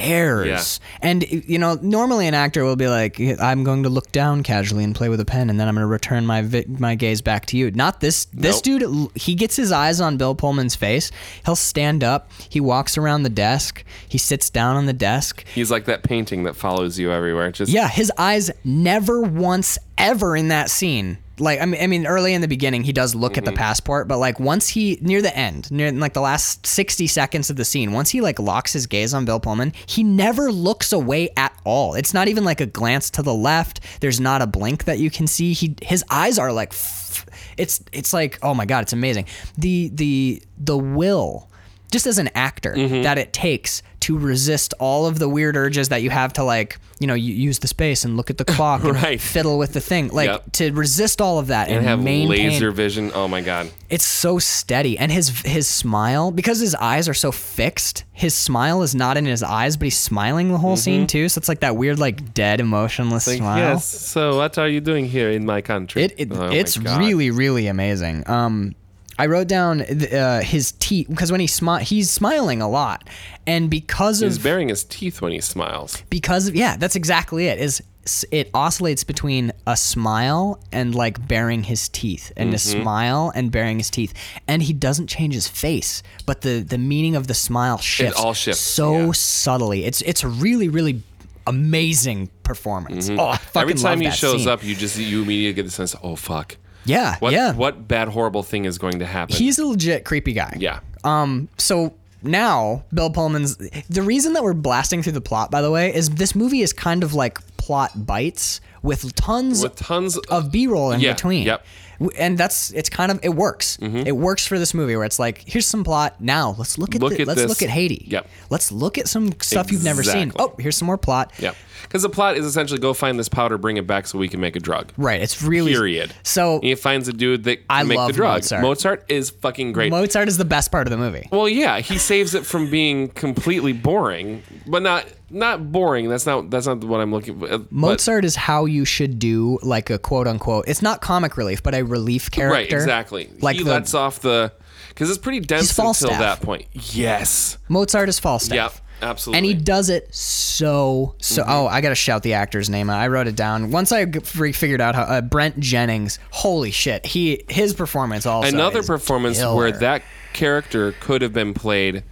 S3: stares. And you know, normally an actor will be like, "I'm going to look down casually and play with a pen, and then I'm going to return my vi- my gaze back to you." Not this. This
S2: Nope.
S3: dude, l- he gets his eyes on Bill Pullman's face. He'll stand up. He walks around the desk. He sits down on the desk.
S2: he's like that painting that follows you everywhere. Just
S3: Yeah, his eyes never once ever in that scene. Like I mean, I mean, early in the beginning, he does look at the passport, but like once he near the end, near like the last sixty seconds of the scene, once he like locks his gaze on Bill Pullman, he never looks away at all. It's not even like a glance to the left. There's not a blink that you can see. He his eyes are like, f- it's it's like oh my god, it's amazing. The the the will just as an actor
S2: Mm-hmm.
S3: that it takes to resist all of the weird urges that you have to like you know you use the space and look at the clock
S2: Right.
S3: and fiddle with the thing like
S2: Yep.
S3: to resist all of that and,
S2: and have
S3: maintain
S2: laser vision. Oh my god.
S3: it's so steady and his his smile because his eyes are so fixed his smile is not in his eyes but he's smiling the whole scene too so it's like that weird like dead emotionless smile
S2: Mm-hmm. Yes. So what are you doing here in my country?
S3: It, it
S2: Oh my
S3: it's
S2: God.
S3: really really amazing. Um, I wrote down th- uh, his teeth because when he smi- he's smiling a lot, and because
S2: He's
S3: of
S2: baring his teeth when he smiles.
S3: because of yeah, that's exactly it. Is s- it oscillates between a smile and like baring his teeth, and a
S2: Mm-hmm.
S3: smile and baring his teeth, and he doesn't change his face, but the the meaning of the smile shifts.
S2: all shifts,
S3: so
S2: yeah.
S3: subtly. It's it's a really really amazing performance. Oh, I fucking
S2: Mm-hmm. Every time
S3: love
S2: he
S3: that
S2: shows
S3: scene.
S2: up, you just you immediately get the sense, oh fuck.
S3: yeah,
S2: What,
S3: yeah.
S2: what bad horrible thing is going to happen?
S3: He's a legit creepy guy.
S2: yeah.
S3: Um, so now Bill Pullman's the reason that we're blasting through the plot, by the way, is this movie is kind of like plot bites with tons
S2: With tons
S3: of B-roll in
S2: Yeah,
S3: between.
S2: yep. Mm-hmm.
S3: W- And that's it's kind of it works. It works for this movie where it's like here's some plot. Now let's look at
S2: Look
S3: the-
S2: at
S3: let's
S2: this.
S3: look at Haiti.
S2: Yep.
S3: Let's look at some stuff you've never seen.
S2: Exactly.
S3: Oh, here's some more plot.
S2: Yeah. Because the plot is essentially go find this powder, bring it back so we can make a drug.
S3: Right. It's really
S2: Period.
S3: So
S2: And he finds a dude that can
S3: I
S2: make the
S3: love
S2: drug.
S3: Mozart.
S2: is fucking great.
S3: Mozart is the best part of the movie.
S2: well, yeah, he saves it from being completely boring, but not not boring. That's not that's not what I'm looking for. uh, But-
S3: Mozart is how you should do like a quote unquote. It's not comic relief, but a relief character.
S2: right, exactly.
S3: Like
S2: he
S3: the-
S2: lets off the because it's pretty dense until
S3: Falstaff.
S2: that point. Yes.
S3: Mozart is Falstaff.
S2: Yep. Absolutely. Mm-hmm.
S3: And he does it so so. Oh, I gotta shout the actor's name. out. I wrote it down. Once I g- fre- figured out how uh, Brent Jennings. Holy shit! He his performance also
S2: another
S3: is
S2: performance where
S3: killer.
S2: that character could have been played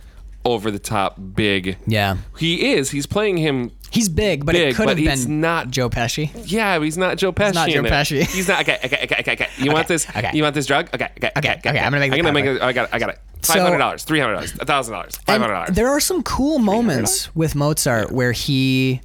S2: over the top big.
S3: yeah
S2: He is. He's playing him.
S3: he's big, but
S2: Big,
S3: it could
S2: but
S3: have
S2: he's
S3: been
S2: not-
S3: Joe Pesci.
S2: Yeah, but he's not Joe Pesci.
S3: not Joe
S2: in it.
S3: Pesci.
S2: He's not. Okay, okay, okay, okay, okay. You want this?
S3: okay.
S2: You want this drug? Okay, okay, okay,
S3: okay, I'm gonna make
S2: I'm
S3: the
S2: gonna make
S3: powder.
S2: it. I got it. I got it.
S3: So-
S2: Five hundred dollars. Three hundred dollars. thousand dollars. Five
S3: And
S2: hundred dollars.
S3: There are some cool moments with Mozart where he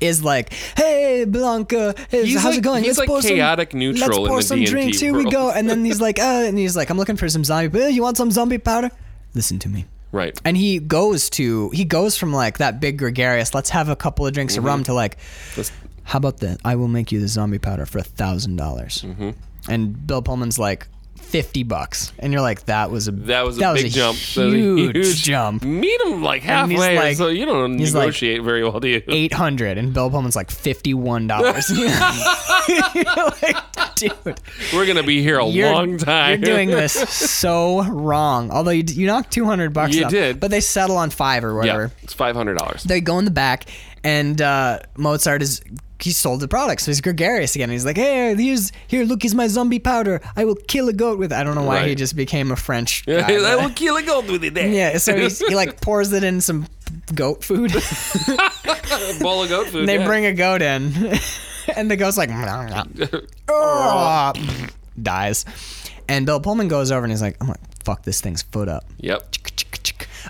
S3: is like, "Hey, Blanca, hey,
S2: He's
S3: how's it
S2: like-
S3: going?
S2: he's like chaotic neutral
S3: Let's
S2: in
S3: pour
S2: the
S3: some
S2: D&D
S3: drinks. Here we go."
S2: world.
S3: And then he's like, "Uh," and he's like, "I'm looking for some zombie. Uh, you want some zombie powder? Listen to me."
S2: right.
S3: And he goes to he goes from like that big gregarious, let's have a couple of drinks of
S2: Mm-hmm.
S3: rum to like,
S2: Let's-
S3: how about that? I will make you the zombie powder for a thousand dollars.
S2: Mm-hmm.
S3: And Bill Pullman's like fifty bucks, and you're like, that was a
S2: That was a big jump. That was a
S3: huge, jump.
S2: Meet him like
S3: And he's
S2: halfway,
S3: like-
S2: so you don't
S3: he's like-
S2: negotiate very well, do you?
S3: Eight hundred, and Bill Pullman's like fifty-one dollars. like, dude,
S2: We're gonna be here a
S3: you're,
S2: long time.
S3: you're doing this so wrong. Although you, you knocked two hundred bucks,
S2: You
S3: off,
S2: did.
S3: but they settle on five or
S2: yeah,
S3: whatever.
S2: it's five hundred dollars.
S3: They go in the back, and uh, Mozart is he sold the product, so he's gregarious again. He's like, hey, uh, here's here, look, here's my zombie powder. I will kill a goat with. it." I don't know why he
S2: Right.
S3: just became a French. Guy,
S2: I
S3: but-
S2: will kill a goat with it.
S3: yeah, so he's, he like pours it in some goat food.
S2: a bowl of goat food.
S3: they
S2: yeah.
S3: bring a goat in, and the goat's like, "Ah," dies, and Bill Pullman goes over and he's like, I'm gonna fuck this thing's foot up.
S2: Yep.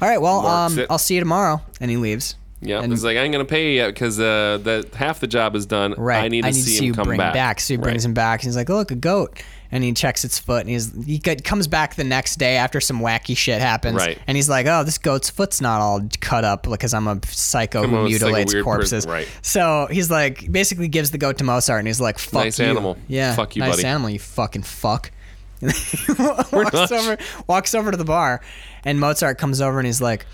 S3: All right, well,
S2: Marks
S3: um,
S2: it.
S3: I'll see you tomorrow, and he leaves.
S2: Yep.
S3: And-
S2: it's like I ain't gonna pay you yet because uh, that half the job is done.
S3: Right.
S2: I need to see,
S3: you
S2: him come
S3: bring
S2: back.
S3: So he
S2: Right.
S3: brings him back. And he's like, look, a goat. And he checks its foot and he's he co- comes back the next day after some wacky shit happens.
S2: Right.
S3: And he's like, oh, this goat's foot's not all cut up because I'm a psycho
S2: Come
S3: who
S2: on, it's like a
S3: mutilates
S2: weird person.
S3: corpses.
S2: Right.
S3: So he's like, basically gives the goat to Mozart and he's like, fuck
S2: Nice
S3: you.
S2: animal.
S3: Yeah.
S2: Fuck you,
S3: nice
S2: buddy.
S3: animal, you fucking fuck. And he walks
S2: not-
S3: over, walks over to the bar, and Mozart comes over and he's like,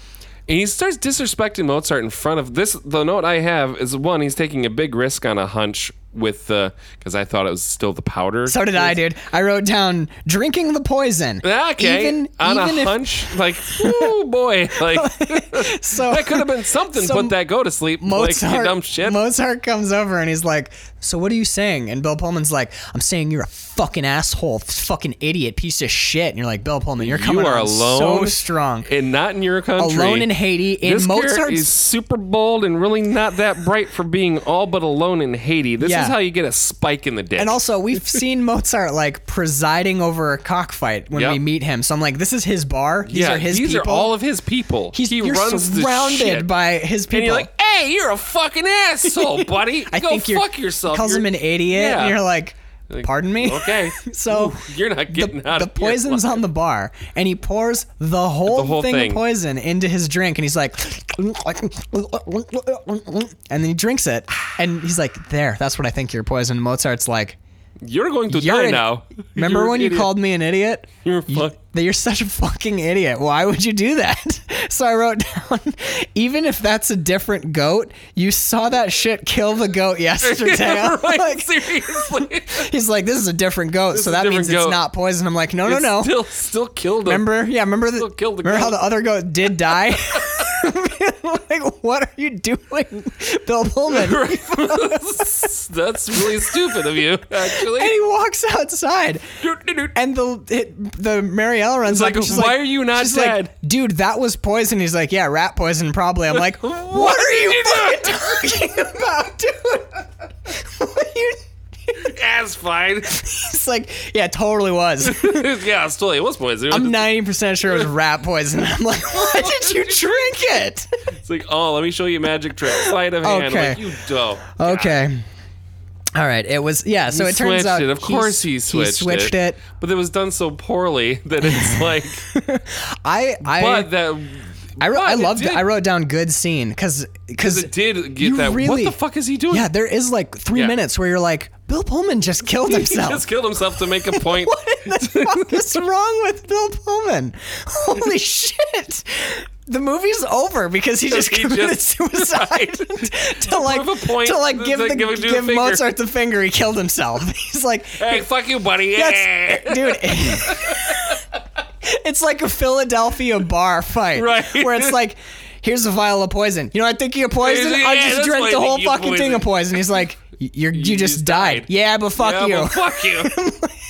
S2: And he starts disrespecting Mozart in front of this. The note I have is one, he's taking a big risk on a hunch with the, because I thought it was still the powder.
S3: "So did I, dude. I wrote down drinking the poison.
S2: Okay.
S3: Even,
S2: on
S3: even
S2: a
S3: if
S2: hunch, like, oh boy, like
S3: so
S2: that could have been something.
S3: So
S2: put that go to sleep, like you
S3: Mozart,
S2: dumb shit.
S3: Mozart comes over and he's like, "So what are you saying?" And Bill Pullman's like, "I'm saying you're a fucking asshole, fucking idiot, piece of shit." And you're like, "Bill Pullman, you're coming
S2: you are
S3: on
S2: alone,
S3: so strong."
S2: and not in your country.
S3: Alone in Haiti, in
S2: this carrot
S3: Mozart's-
S2: is super bold and really not that bright for being all but alone in Haiti. This
S3: Yeah.
S2: is how you get a spike in the dick.
S3: And also, we've seen Mozart like presiding over a cockfight when
S2: Yep.
S3: we meet him. So I'm like, this is his bar. These
S2: yeah,
S3: are his
S2: these
S3: people.
S2: are all of his people.
S3: He's
S2: he
S3: you're
S2: runs the
S3: surrounded
S2: shit.
S3: by his people.
S2: And you're like, hey, you're a fucking asshole, buddy.
S3: I
S2: Go
S3: think you're,
S2: fuck yourself.
S3: Calls
S2: You're-
S3: him an idiot.
S2: Yeah.
S3: And you're like,
S2: Like,
S3: pardon me.
S2: Okay.
S3: so
S2: you're not getting
S3: the,
S2: out
S3: the
S2: of here
S3: poison's
S2: alive.
S3: on the bar and he pours the whole,
S2: The whole
S3: thing,
S2: thing.
S3: of poison into his drink and he's like and then he drinks it and he's like there that's what i think you're poison mozart's like
S2: You're going to
S3: You're
S2: die
S3: an-
S2: now.
S3: remember
S2: You're an
S3: when you
S2: idiot.
S3: called me an idiot
S2: You're a fuck.
S3: that you're such a fucking idiot. Why would you do that? So I wrote down, even if that's a different goat, you saw that shit kill the goat yesterday.
S2: Yeah,
S3: I'm
S2: right,
S3: like,
S2: seriously.
S3: he's like, this is a different goat,
S2: is
S3: so
S2: a
S3: that means
S2: different
S3: it's
S2: goat.
S3: not poison. I'm like, no, no,
S2: It
S3: no.
S2: Still, still killed him.
S3: remember? Yeah, remember the,
S2: Still killed the
S3: remember how
S2: goat.
S3: the other goat did die? like, what are you doing, Bill Pullman?
S2: That's really stupid of you, actually.
S3: And he walks outside. And the it, the Marielle
S2: It's
S3: runs up
S2: like,
S3: and she's
S2: "Why
S3: like-
S2: are you not
S3: she's like,
S2: dead?"
S3: dude? That was poison. He's like, yeah, rat poison, probably. I'm like, what,
S2: What
S3: are
S2: did
S3: you,
S2: you do?"
S3: fucking talking about, dude? what are you?
S2: That's fine.
S3: It's like, yeah, it totally was.
S2: yeah, it's totally. It was poison.
S3: I'm 90 percent sure it was rat poison. I'm like, why did you drink it?
S2: It's like, oh, let me show you a magic trick. Sleight of hand.
S3: Okay.
S2: Like, you dope.
S3: Okay. All right. It was yeah. So it turns
S2: switched
S3: out
S2: it. Of course he switched,
S3: he switched it.
S2: But it was done so poorly that it's like,
S3: I I
S2: but that.
S3: I wrote,
S2: but
S3: I
S2: it
S3: loved
S2: did-
S3: I wrote down good scene because because
S2: It did get
S3: you
S2: that. what
S3: really-
S2: the fuck is he doing?
S3: yeah there is like three
S2: Yeah.
S3: minutes where you're like Bill Pullman just killed
S2: he
S3: himself.
S2: just killed himself to make a point.
S3: what in the fuck is wrong with Bill Pullman? Holy shit! The movie's over because he just
S2: He
S3: committed
S2: just-
S3: suicide to like
S2: prove a point,
S3: to like
S2: to
S3: give the,
S2: give him-
S3: give,
S2: do the finger.
S3: Mozart the finger. He killed himself. He's like,
S2: hey, fuck you, buddy.
S3: that's,
S2: Yeah.
S3: dude. it's like a Philadelphia bar fight,
S2: Right.
S3: Where it's like, here's a vial of poison. You know, I think you're poison.
S2: Yeah,
S3: I
S2: that's
S3: just
S2: why
S3: drank the
S2: I
S3: whole
S2: think you're
S3: fucking thing of
S2: poison."
S3: poison. He's like, "Y- you're, you, just,
S2: just
S3: died.
S2: died.
S3: Yeah, but fuck
S2: Yeah,
S3: you. oh.
S2: well, fuck you.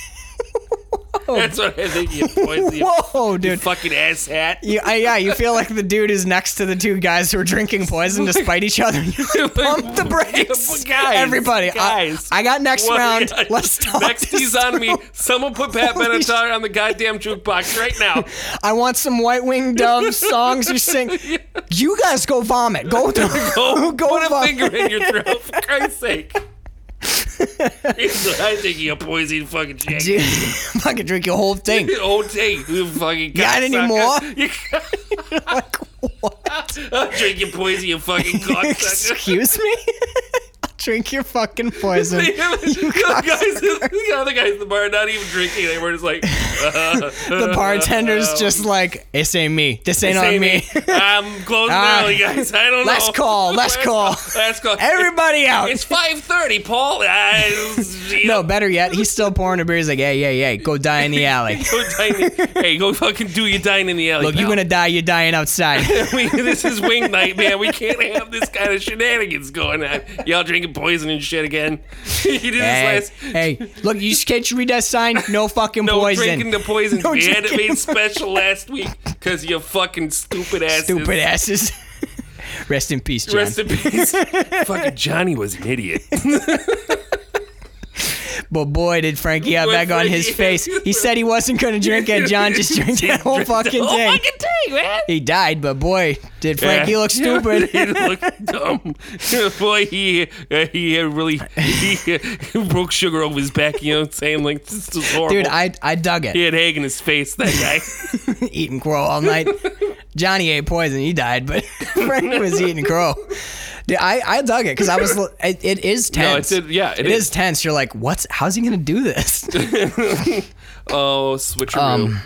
S2: That's what I think you poison. you
S3: Whoa, dude.
S2: fucking ass hat.
S3: You, I, yeah, you feel like the dude is next to the two guys who are drinking poison to spite each other. You pump the brakes,
S2: but guys,
S3: everybody. I-
S2: guys.
S3: I, got next
S2: What-
S3: round. Let's talk.
S2: Next,
S3: this
S2: he's on me.
S3: through.
S2: Someone put Pat
S3: Holy
S2: Benatar on the goddamn jukebox right now.
S3: I want some White Wing Dove songs you sing. You guys go vomit. Go through.
S2: Oh,
S3: go
S2: put a
S3: vomit.
S2: finger in your throat, for Christ's sake. I think you poison fucking jack.
S3: Dude, I could drink your whole thing.
S2: Oh, take you fucking
S3: Got any
S2: cocksucker.
S3: more?
S2: You-
S3: Like, what?
S2: I'll drink your poison, you fucking cocksucker.
S3: Excuse me? I'll drink your fucking poison.
S2: The
S3: you
S2: other guys,
S3: cocksucker.
S2: the other guys in the bar not even drinking. They were just like,
S3: the bartender's just like, "This ain't me. This ain't on me."
S2: I'm closing
S3: Ah.
S2: early, guys. I don't
S3: Let's
S2: know.
S3: call, let's call.
S2: Let's call.
S3: Everybody out.
S2: It's five thirty, Paul. I,
S3: no, better yet, he's still pouring a beer. He's like, "Hey, yeah, yeah, go die in the alley.
S2: Go dine in- hey, go fucking do your dine in the alley.
S3: Look, you're
S2: pal.
S3: gonna die. You're dying outside."
S2: we, this is wing night, man. We can't have this kind of shenanigans going on. Y'all drinking poison and shit again. you did
S3: Hey,
S2: this last.
S3: hey, look, you just can't you read that sign? No fucking
S2: No
S3: poison.
S2: drinking the poison.
S3: No
S2: we had it
S3: drinking
S2: made
S3: the-
S2: special last week because you fucking stupid ass.
S3: Stupid asses. Rest in peace, John.
S2: Rest in peace. fucking Johnny was an idiot.
S3: but boy, did Frankie have
S2: Boy,
S3: that on his
S2: Frankie-
S3: face. He said he wasn't gonna drink it. John just drank that whole fucking
S2: The whole
S3: thing.
S2: fucking thing, man.
S3: He died, but boy, did Frankie
S2: Yeah.
S3: look
S2: he
S3: stupid.
S2: looked dumb. Boy, he uh, he uh, really he uh, broke sugar over his back. You know what I'm saying? Like this is horrible.
S3: Dude, I I dug
S2: he
S3: it.
S2: had egg in his face. That guy.
S3: eating crow all night. Johnny ate poison. He died, but Frankie was eating crow. Dude, I, I dug it because I was. It, it is
S2: No,
S3: tense.
S2: it's a, yeah,
S3: it is. tense. You're like, what's? How's he gonna do this?
S2: Oh, switcheroo.
S3: Um,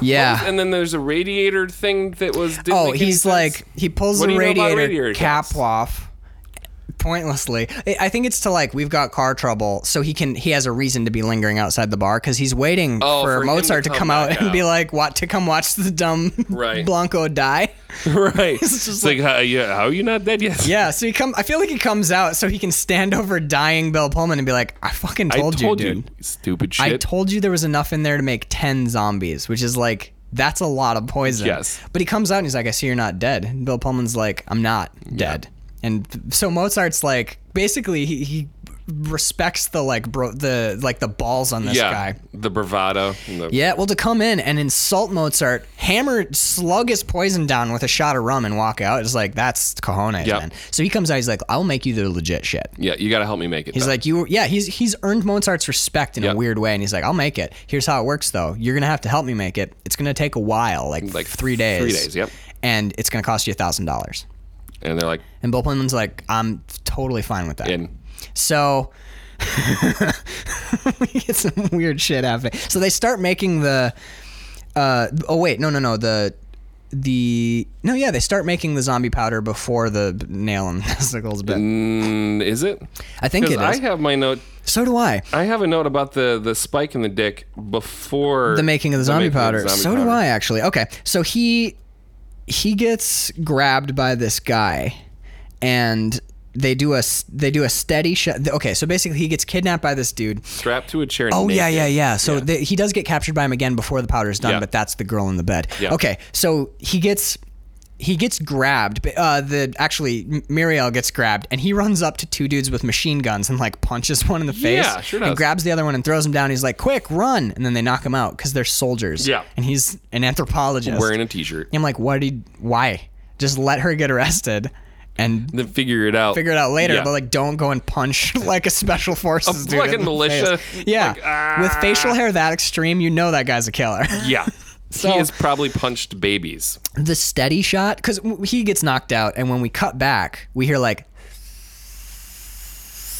S3: yeah.
S2: and then there's a radiator thing that was. didn't
S3: Oh,
S2: make any
S3: he's
S2: sense.
S3: like he pulls
S2: What do
S3: the
S2: you know about
S3: radiator,
S2: radiator
S3: cap
S2: caps?
S3: off pointlessly. I I think it's to like we've got car trouble, so he can he has a reason to be lingering outside the bar because he's waiting
S2: Oh,
S3: for,
S2: for him
S3: Mozart
S2: to
S3: to
S2: come
S3: come out
S2: back
S3: and be
S2: out.
S3: like, "What to come watch the dumb
S2: Right.
S3: Blanco die?"
S2: right.
S3: It's just
S2: It's like, how, yeah, how are you not dead yet?
S3: Yeah, so he come. I feel like he comes out so he can stand over dying Bill Pullman and be like, "I fucking
S2: I
S3: told, you, dude.
S2: stupid
S3: I
S2: shit.
S3: told you there was enough in there to make ten zombies, which is like." That's a lot of poison.
S2: Yes.
S3: But he comes out and he's like, I see you're not dead. And Bill Pullman's like, I'm not dead. And so Mozart's like, basically, he, he respects the like bro, the like the balls on this
S2: yeah,
S3: guy.
S2: the bravado. and the-
S3: Yeah, well, to come in and insult Mozart, hammer, slug his poison down with a shot of rum and walk out, it's like, that's cojones,
S2: Yep.
S3: man. So he comes out, he's like, I'll make you the legit shit.
S2: yeah, you gotta help me make it.
S3: He's
S2: though.
S3: like, you, yeah, he's he's earned Mozart's respect in
S2: Yep.
S3: a weird way, and he's like, I'll make it. Here's how it works, though. You're gonna have to help me make it. It's gonna take a while, like
S2: Like
S3: like three days.
S2: three days, yep.
S3: And it's gonna cost you a thousand dollars.
S2: and they're like,
S3: And Bill Pullman's like, I'm totally fine with that.
S2: and
S3: So we get some weird shit happening. So they start making the. Uh, oh wait, no, no, no. The the no, yeah, they start making the zombie powder before the b- nail and testicles. But
S2: mm, is it?
S3: I think it
S2: Because
S3: is.
S2: I have my note.
S3: so do I.
S2: I have a note about the the spike in the dick before
S3: The making of the zombie
S2: making
S3: powder.
S2: zombie
S3: so do
S2: powder.
S3: I actually. Okay, so he he gets grabbed by this guy, and they do a s- they do a steady shot. Okay, so basically he gets kidnapped by this dude.
S2: Strapped to a chair.
S3: Oh yeah,
S2: naked.
S3: yeah, yeah. So The, he does get captured by him again before the powder's done,
S2: Yeah.
S3: but that's the girl in the bed.
S2: Yeah.
S3: Okay, so he gets he gets grabbed. but, Uh, the actually M- Muriel gets grabbed, and he runs up to two dudes with machine guns and like punches one in the face.
S2: Yeah, sure does.
S3: And grabs the other one and throws him down. He's like, "Quick, run!" And then they knock him out because they're soldiers.
S2: Yeah.
S3: and he's an anthropologist.
S2: Wearing a t-shirt.
S3: I'm like, what? Did he, why? Just let her get arrested. And
S2: Then figure it out.
S3: figure it out later,
S2: Yeah.
S3: but like don't go and punch like a special forces dude.
S2: fucking
S3: in the
S2: militia.
S3: face. Yeah.
S2: Like, ah.
S3: With facial hair that extreme, you know that guy's a killer.
S2: Yeah.
S3: So-
S2: he has probably punched babies.
S3: the steady shot cuz he gets knocked out and when we cut back, we hear like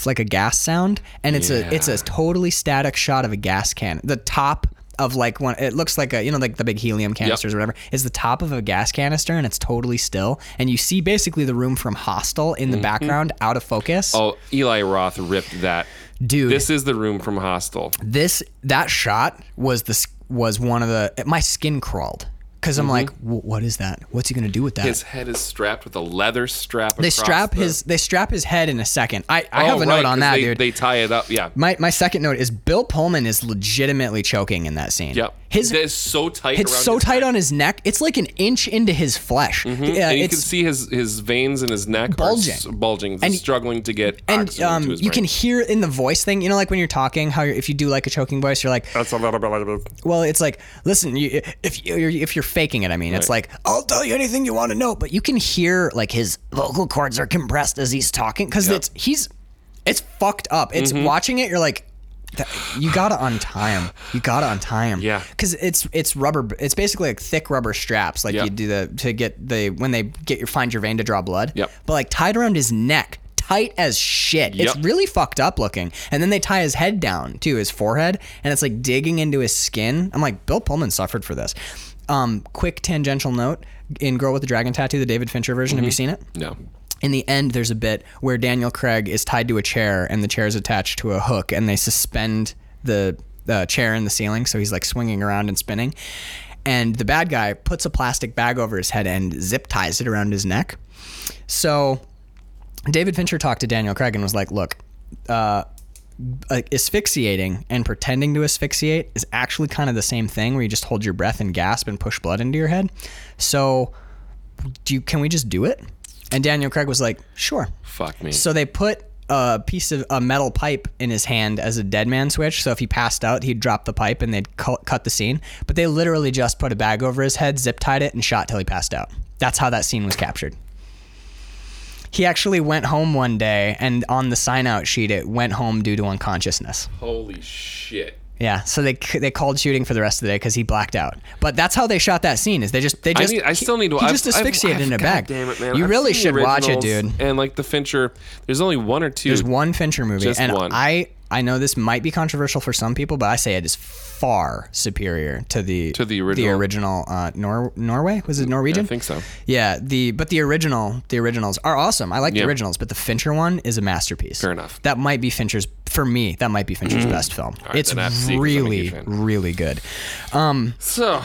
S3: like a gas sound and it's
S2: Yeah.
S3: a it's a totally static shot of a gas can. The top of like one it looks like a you know like the big helium canisters or whatever is the top of a gas canister and it's totally still and you see basically the room from hostile in the background out of focus
S2: Mm-hmm. Oh, Eli Roth ripped that.
S3: dude
S2: This is the room from Hostel.
S3: this that shot was this was one of the my skin crawled because I'm like, "Wh- what is that? What's he gonna do with that?
S2: Mm-hmm. His head is strapped with a leather strap.
S3: they
S2: across
S3: strap
S2: the-
S3: his they strap his head in a second. I I
S2: Oh,
S3: have a
S2: right,
S3: note
S2: 'cause
S3: on that,
S2: they,
S3: dude.
S2: They tie it up. Yeah.
S3: my my second note is Bill Pullman is legitimately choking in that scene.
S2: Yep.
S3: his.
S2: that is so tight.
S3: it's
S2: around
S3: so
S2: his
S3: tight
S2: neck. Mm-hmm.
S3: on his neck. It's like an inch into his flesh. Yeah,
S2: and you can
S3: it's-
S2: see his, his veins in his neck are
S3: Bulging.
S2: s- bulging,
S3: And-
S2: struggling to get
S3: and
S2: oxygen
S3: um,
S2: to his
S3: you can
S2: brain.
S3: hear in the voice thing, you know, like when you're talking, how you're, if you do like a choking voice, you're like,
S2: That's a lot of
S3: Well, it's like, listen, you, if you're if you're faking it, I mean, it's
S2: Right.
S3: like I'll tell you anything you want to know, but you can hear like his vocal cords are compressed as he's talking because it's he's it's fucked up. It's
S2: Mm-hmm.
S3: watching it, you're like. "Th- You gotta untie him. You gotta untie him.
S2: Yeah.
S3: because it's it's rubber. It's basically like thick rubber straps, like
S2: Yeah.
S3: you do the to get the when they get your find your vein to draw blood.
S2: Yep.
S3: But like tied around his neck, tight as shit. It's
S2: Yep.
S3: really fucked up looking. And then they tie his head down to his forehead, and it's like digging into his skin. I'm like, Bill Pullman suffered for this. Um, quick tangential note in Girl with the Dragon Tattoo, the David Fincher version.
S2: Mm-hmm.
S3: Have you seen it?
S2: No.
S3: in the end there's a bit where daniel craig is tied to a chair and the chair is attached to a hook and they suspend the uh, chair in the ceiling so he's like swinging around and spinning and the bad guy puts a plastic bag over his head and zip ties it around his neck so david fincher talked to daniel craig and was like look uh, uh, asphyxiating and pretending to asphyxiate is actually kind of the same thing where you just hold your breath and gasp and push blood into your head so do you, can we just do it? And Daniel Craig was like, sure.
S2: Fuck me.
S3: So they put a piece of a metal pipe in his hand as a dead man switch. So if he passed out, he'd drop the pipe and they'd cu- cut the scene. But they literally just put a bag over his head, zip tied it, and shot till he passed out. That's how that scene was captured. He actually went home one day, and on the sign out sheet, it went home due to unconsciousness.
S2: Holy shit.
S3: Yeah, so they c- they called shooting for the rest of the day because he blacked out. But that's how they shot that scene. Is they just they
S2: I,
S3: just
S2: need, I
S3: he-
S2: still need to.
S3: he
S2: I've-
S3: just
S2: I've-
S3: asphyxiated
S2: I've-
S3: in a
S2: God
S3: bag.
S2: Damn it, man!
S3: You
S2: I've
S3: really
S2: seen
S3: should
S2: the
S3: watch it, dude.
S2: originals And like the Fincher, there's only one or two.
S3: There's one Fincher movie,
S2: Just
S3: and
S2: one.
S3: I I know this might be controversial for some people, but I say it is far superior to the
S2: To the original.
S3: original, uh, Nor- Norway was it Norwegian?
S2: I think so.
S3: Yeah, the but the original the originals are awesome. I like
S2: Yeah.
S3: the originals, but the Fincher one is a masterpiece.
S2: Fair enough. Mm.
S3: That might be Fincher's for me. That might be Fincher's best film.
S2: right,
S3: it's
S2: then I have to see 'cause I'm a huge
S3: really
S2: fan.
S3: really good.
S2: So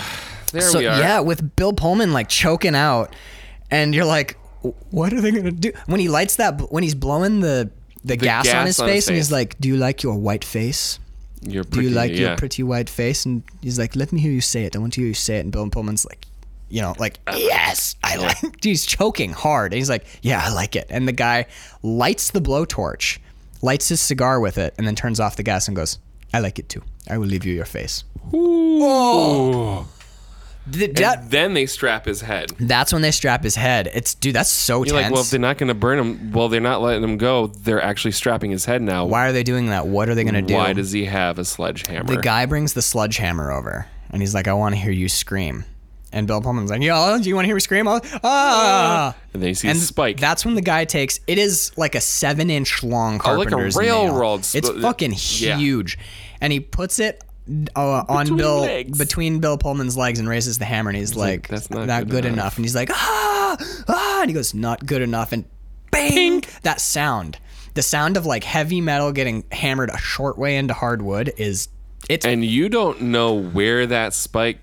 S2: there
S3: So
S2: we are.
S3: yeah, with Bill Pullman like choking out, and you're like, what are they gonna do when he lights that? When he's blowing the the, gas, on,
S2: gas
S3: his,
S2: on
S3: face,
S2: his
S3: and he's
S2: face.
S3: like, "Do you like your white face?
S2: You're pretty,
S3: Do you like
S2: yeah.
S3: your pretty white face?" And he's like, "Let me hear you say it. I want to hear you say it." And Bill Pullman's like, you know, like, "Yes, I like." Dude, he's choking hard, and he's like, "Yeah, I like it." And the guy lights the blowtorch, lights his cigar with it, and then turns off the gas and goes, "I like it too. I will leave you your face."
S2: Ooh.
S3: Th- that-
S2: And then they strap his head.
S3: That's when they strap his head. It's dude, that's so
S2: You're
S3: tense.
S2: like, well, if they're not going to burn him, well, they're not letting him go. They're actually strapping his head now.
S3: Why are they doing that? What are they gonna do?
S2: Why does he have a sledgehammer?
S3: the guy brings the sledgehammer over and he's like, "I want to hear you scream," and Bill Pullman's like, "Yo, do you want to hear me scream?" I'll- Ah!
S2: and then he sees
S3: And
S2: Spike.
S3: That's when the guy takes. It is like a seven-inch long
S2: Oh, like a
S3: carpenter's
S2: railroad
S3: nail.
S2: sp-
S3: It's fucking
S2: yeah.
S3: huge, and he puts it. Uh, on
S2: Between
S3: Bill
S2: legs.
S3: between Bill Pullman's legs and raises the hammer and he's, like,
S2: "That's not good
S3: good,
S2: enough."
S3: enough. and he's like ah ah and he goes not good enough and bang that sound the sound of like heavy metal getting hammered a short way into hardwood is it's
S2: and you don't know where that spike.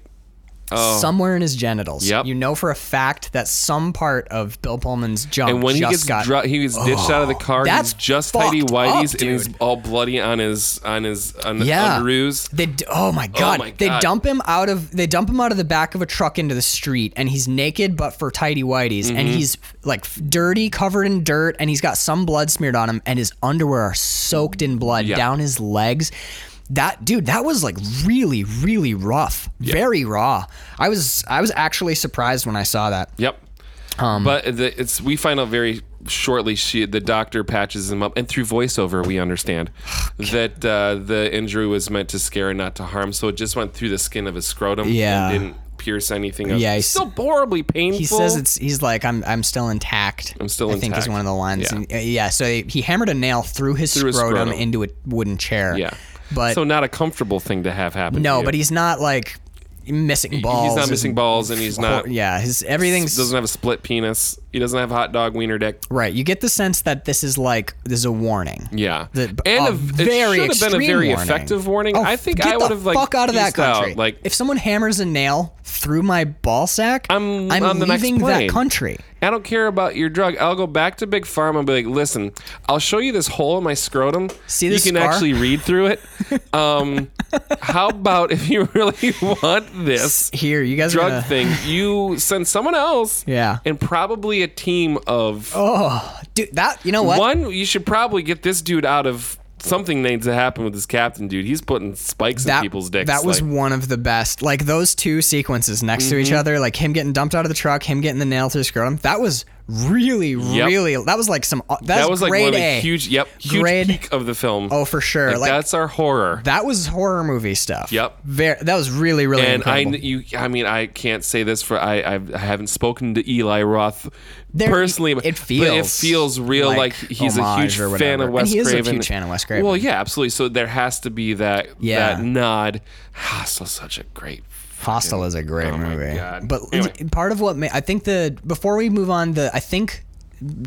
S2: Oh.
S3: somewhere in his genitals
S2: Yep.
S3: you know for a fact that some part of Bill Pullman's junk
S2: and when he
S3: Oh, just
S2: gets
S3: got Oh,
S2: dro- he was ditched out of the car.
S3: that's
S2: he's just
S3: fucked
S2: tidy whities,
S3: up,
S2: and he's
S3: dude.
S2: all bloody on his on his on the
S3: Yeah.
S2: underoos.
S3: They d- oh my god.
S2: my
S3: They
S2: God.
S3: dump him out of they dump him out of the back of a truck into the street and he's naked but for tidy whities
S2: Mm-hmm.
S3: and he's like f- dirty, covered in dirt and he's got some blood smeared on him and his underwear are soaked in blood
S2: Yeah.
S3: down his legs. That dude, that was like really really rough. Very raw. I was I was actually surprised when I saw that.
S2: Yep.
S3: Um,
S2: but the, it's we find out very shortly. She the doctor patches him up, and through voiceover we understand that uh, the injury was meant to scare and not to harm. So it just went through the skin of his scrotum.
S3: Yeah.
S2: and didn't pierce anything. Else.
S3: Yeah,
S2: Yeah,
S3: he
S2: it's
S3: s-
S2: still horribly painful.
S3: He says it's. He's like, I'm. I'm still intact.
S2: I'm still
S3: I think is
S2: intact.
S3: one of the lines.
S2: Yeah.
S3: And, uh, yeah. So he, he hammered a nail through his,
S2: Through his
S3: scrotum
S2: scrotum.
S3: into a wooden chair.
S2: yeah,
S3: But
S2: so not a comfortable thing to have happen.
S3: no,
S2: to you.
S3: but he's not like missing balls.
S2: he's not
S3: and-
S2: missing balls, and he's not.
S3: Yeah, his everything's
S2: doesn't have a split penis. He doesn't have hot dog wiener dick.
S3: right. You get the sense that this is like this is a warning.
S2: Yeah,
S3: The-
S2: and
S3: a
S2: a,
S3: very
S2: it should have been a
S3: extreme
S2: very
S3: warning.
S2: effective warning.
S3: Oh,
S2: I think
S3: get
S2: I
S3: the
S2: would have like
S3: fuck out of that
S2: peaced out,
S3: country.
S2: Like
S3: if someone hammers a nail through my ball sack,
S2: I'm on the next
S3: leaving
S2: plane.
S3: that country.
S2: I don't care about your drug. I'll go back to Big Pharma and be like, listen, I'll show you this hole in my scrotum.
S3: See this
S2: You can
S3: scar?
S2: actually read through it. Um, how about if you really want this
S3: Here, you guys are
S2: drug
S3: gonna,
S2: thing, you send someone else.
S3: Yeah.
S2: And probably a team of
S3: Oh, dude, that you know what?
S2: one. You should probably get this dude out of something needs to happen with this captain dude. He's putting spikes in people's dicks.
S3: That was
S2: like- Mm-hmm.
S3: one of the best. Like those two sequences next to each other, like him getting dumped out of the truck, him getting the nail through his scrotum. That was really,
S2: Yep.
S3: really. That was like some. That's
S2: that was like
S3: grade
S2: one of the
S3: A.
S2: huge, yep, huge
S3: Grade-
S2: peak of the film.
S3: Oh, for sure.
S2: Like,
S3: Like,
S2: that's our horror.
S3: that was horror movie stuff.
S2: Yep.
S3: Ver that was really, really.
S2: and I,
S3: Oh, incredible.
S2: you, I mean, I can't say this for I, I've, I haven't spoken to Eli Roth
S3: There-
S2: personally, but
S3: it
S2: but it
S3: feels
S2: feels real. Like,
S3: like
S2: he's a
S3: homage
S2: huge
S3: or
S2: fan
S3: whatever.
S2: of
S3: And
S2: Wes
S3: he is a
S2: Craven.
S3: huge fan of Wes Craven.
S2: Well, yeah, absolutely. So there has to be that
S3: Yeah.
S2: that nod. Ah, so such a great.
S3: Hostel is a great movie.
S2: Oh God.
S3: But
S2: Anyway.
S3: part of what ma- I think the before we move on, the I think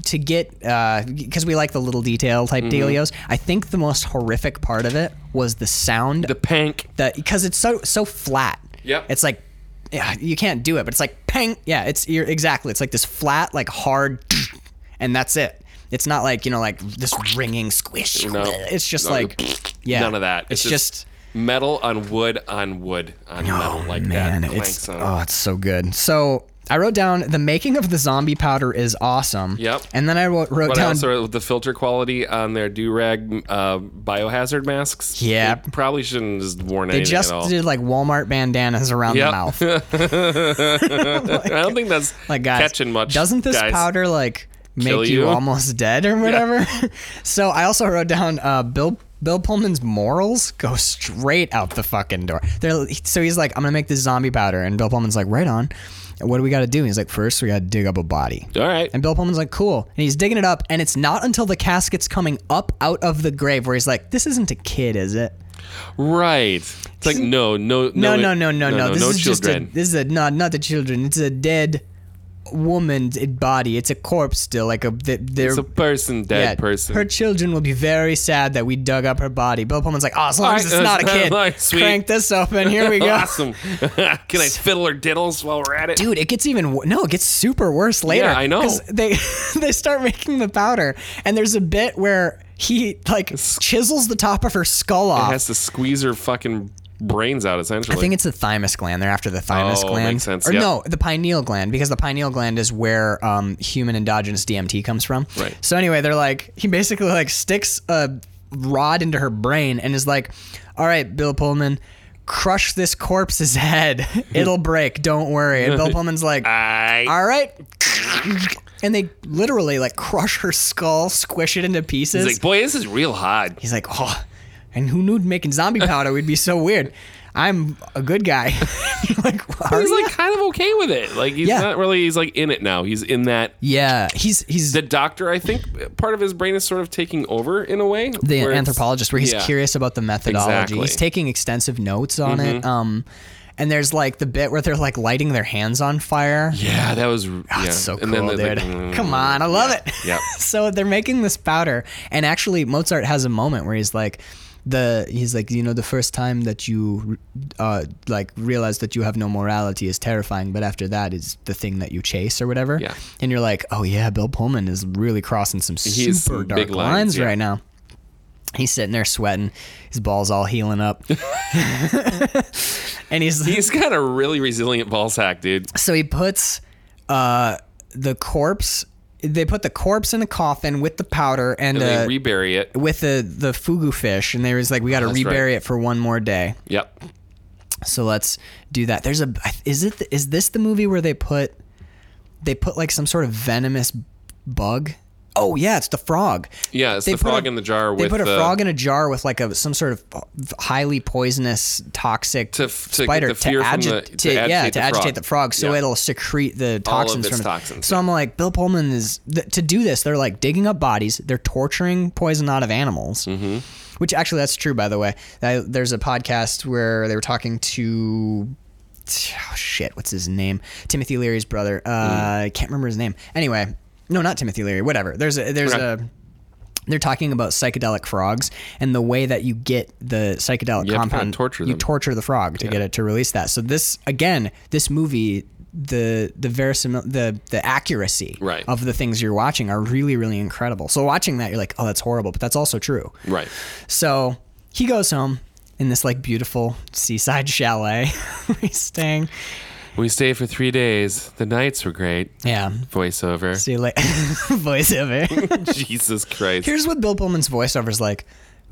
S3: to get uh, because we like the little detail
S2: Mm-hmm.
S3: type dealios. I think the most horrific part of it was the sound
S2: The pank.
S3: that because it's so so flat.
S2: Yep.
S3: It's like yeah, you can't do it, but it's like pang. Yeah, it's you're, exactly. It's like this flat, like hard, and that's it. It's not like you know, like this ringing squish.
S2: No.
S3: It's just
S2: No,
S3: like yeah,
S2: None of that.
S3: It's, just,
S2: metal on wood on wood on metal like
S3: oh, man,
S2: that.
S3: it's
S2: Clanks on.
S3: oh, it's so good. So I wrote down the making of the zombie powder is awesome.
S2: Yep.
S3: And then I wrote, wrote
S2: But I
S3: down
S2: also wrote the filter quality on their do rag uh, biohazard masks.
S3: Yeah.
S2: They probably shouldn't have just worn
S3: they
S2: anything
S3: just
S2: at all.
S3: did like Walmart bandanas around the
S2: Yep.
S3: mouth.
S2: I don't think that's
S3: like guys,
S2: catching much.
S3: Doesn't this
S2: guys.
S3: powder like make
S2: Kill
S3: you,
S2: you?
S3: almost dead or whatever? so I also wrote down uh, Bill Bill Pullman's morals go straight out the fucking door. They're, so he's like, I'm gonna make this zombie powder, and Bill Pullman's like, right on. What do we got to do? And he's like, first we got to dig up a body.
S2: All right.
S3: And Bill Pullman's like, cool. And he's digging it up, and it's not until the casket's coming up out of the grave where he's like, this isn't a kid, is it?
S2: Right. It's like no, no,
S3: No,
S2: no,
S3: no, no, no, no. This
S2: no
S3: is just a,
S2: children.
S3: this is a, not not the children. It's a dead woman's body. It's a corpse still. Like a th- they're.
S2: it's a person, dead
S3: yeah,
S2: person.
S3: Her children will be very sad that we dug up her body. Bill Pullman's like, oh, as long as it's
S2: Alright,
S3: not a
S2: that's-
S3: kid,
S2: like, sweet.
S3: crank this open. Here we go.
S2: awesome. Can I fiddle her diddles while we're at it?
S3: Dude, it gets even wo- no, it gets super worse later.
S2: Yeah, I know.
S3: 'Cause They they start making the powder, and there's a bit where he like chisels the top of her skull off.
S2: Has to squeeze her fucking brains out essentially.
S3: I think it's the thymus gland. They're after the thymus
S2: Oh,
S3: gland.
S2: makes sense,
S3: Or
S2: yeah.
S3: no, the pineal gland, because the pineal gland is where um, human endogenous DMT comes from.
S2: Right.
S3: So anyway, they're like he basically like sticks a rod into her brain and is like, "All right, Bill Pullman, crush this corpse's head. It'll break. Don't worry." And Bill Pullman's like,
S2: I
S3: "All right." And they literally like crush her skull, squish it into pieces.
S2: He's like, boy, this is real hard.
S3: He's like, oh, and who knew making zombie powder would be so weird? I'm a good guy. You're like, are
S2: He's
S3: ya?
S2: like kind of okay with it. Like he's
S3: Yeah.
S2: not really. He's like in it now. He's in that.
S3: yeah, he's he's
S2: The
S3: the,
S2: doctor, I think, part of his brain is sort of taking over in a way. where it's-
S3: anthropologist where he's
S2: yeah.
S3: curious about the methodology.
S2: Exactly. Mm-hmm.
S3: He's taking extensive notes on it. Um, and there's like the bit where they're like lighting their hands on fire.
S2: Yeah, that was. yeah.
S3: Oh, It's so cool,
S2: And then
S3: dude.
S2: they're like, mm.
S3: Come on, I love it.
S2: Yep.
S3: so they're making this powder, and actually Mozart has a moment where he's like, the he's like, you know, the first time that you uh, like realize that you have no morality is terrifying, but after that is the thing that you chase or whatever.
S2: Yeah.
S3: And you're like, oh yeah, Bill Pullman is really crossing some super
S2: has some
S3: dark
S2: big lines, yeah.
S3: right now. He's sitting there sweating, his balls all healing up, and he's
S2: He's got a really resilient ball sack, dude.
S3: so he puts uh, the corpse. They put the corpse in a coffin with the powder and,
S2: And
S3: uh,
S2: they rebury it.
S3: with the the fugu fish, and they was like, "We got to
S2: Oh, That's right.
S3: rebury it for one more day."
S2: Yep.
S3: So let's do that. There's a is it is this the movie where they put they put like some sort of venomous bug? Oh yeah, it's the frog.
S2: Yeah, it's
S3: They
S2: the
S3: put
S2: frog
S3: a-
S2: in the jar
S3: They
S2: with uh,
S3: put a
S2: the
S3: frog in a jar with like a some sort of highly poisonous, toxic
S2: To f- to get
S3: spider
S2: the fear from the-
S3: agit-
S2: to
S3: to- yeah
S2: agitate
S3: to
S2: the
S3: agitate
S2: frog.
S3: the frog, so
S2: Yeah.
S3: it'll secrete the
S2: All of
S3: toxins
S2: its
S3: from it.
S2: toxins,
S3: So I'm like, Bill Pullman is th- to do this. They're like digging up bodies. They're torturing poison out of animals. Mm-hmm. Which actually, that's true. By the way, I, there's a podcast where they were talking to. Oh, shit, what's his name? Timothy Leary's brother. Uh,
S2: Mm.
S3: I can't remember his name. Anyway, no, not Timothy Leary. Whatever. There's a there's
S2: Okay.
S3: a they're talking about psychedelic frogs and the way that you get the psychedelic
S2: You have to
S3: compound.
S2: kinda torture
S3: You
S2: them.
S3: torture the frog to get it to release that. So this again, this movie, the the verisimil the the accuracy
S2: Right.
S3: of the things you're watching are really really incredible. So watching that, you're like, oh, that's horrible, but that's also true.
S2: Right.
S3: So he goes home in this like beautiful seaside chalet where he's staying.
S2: We stayed for three days. The nights were great.
S3: Yeah.
S2: Voiceover.
S3: See you later. voiceover.
S2: Jesus Christ.
S3: Here's what Bill Pullman's voiceover's like.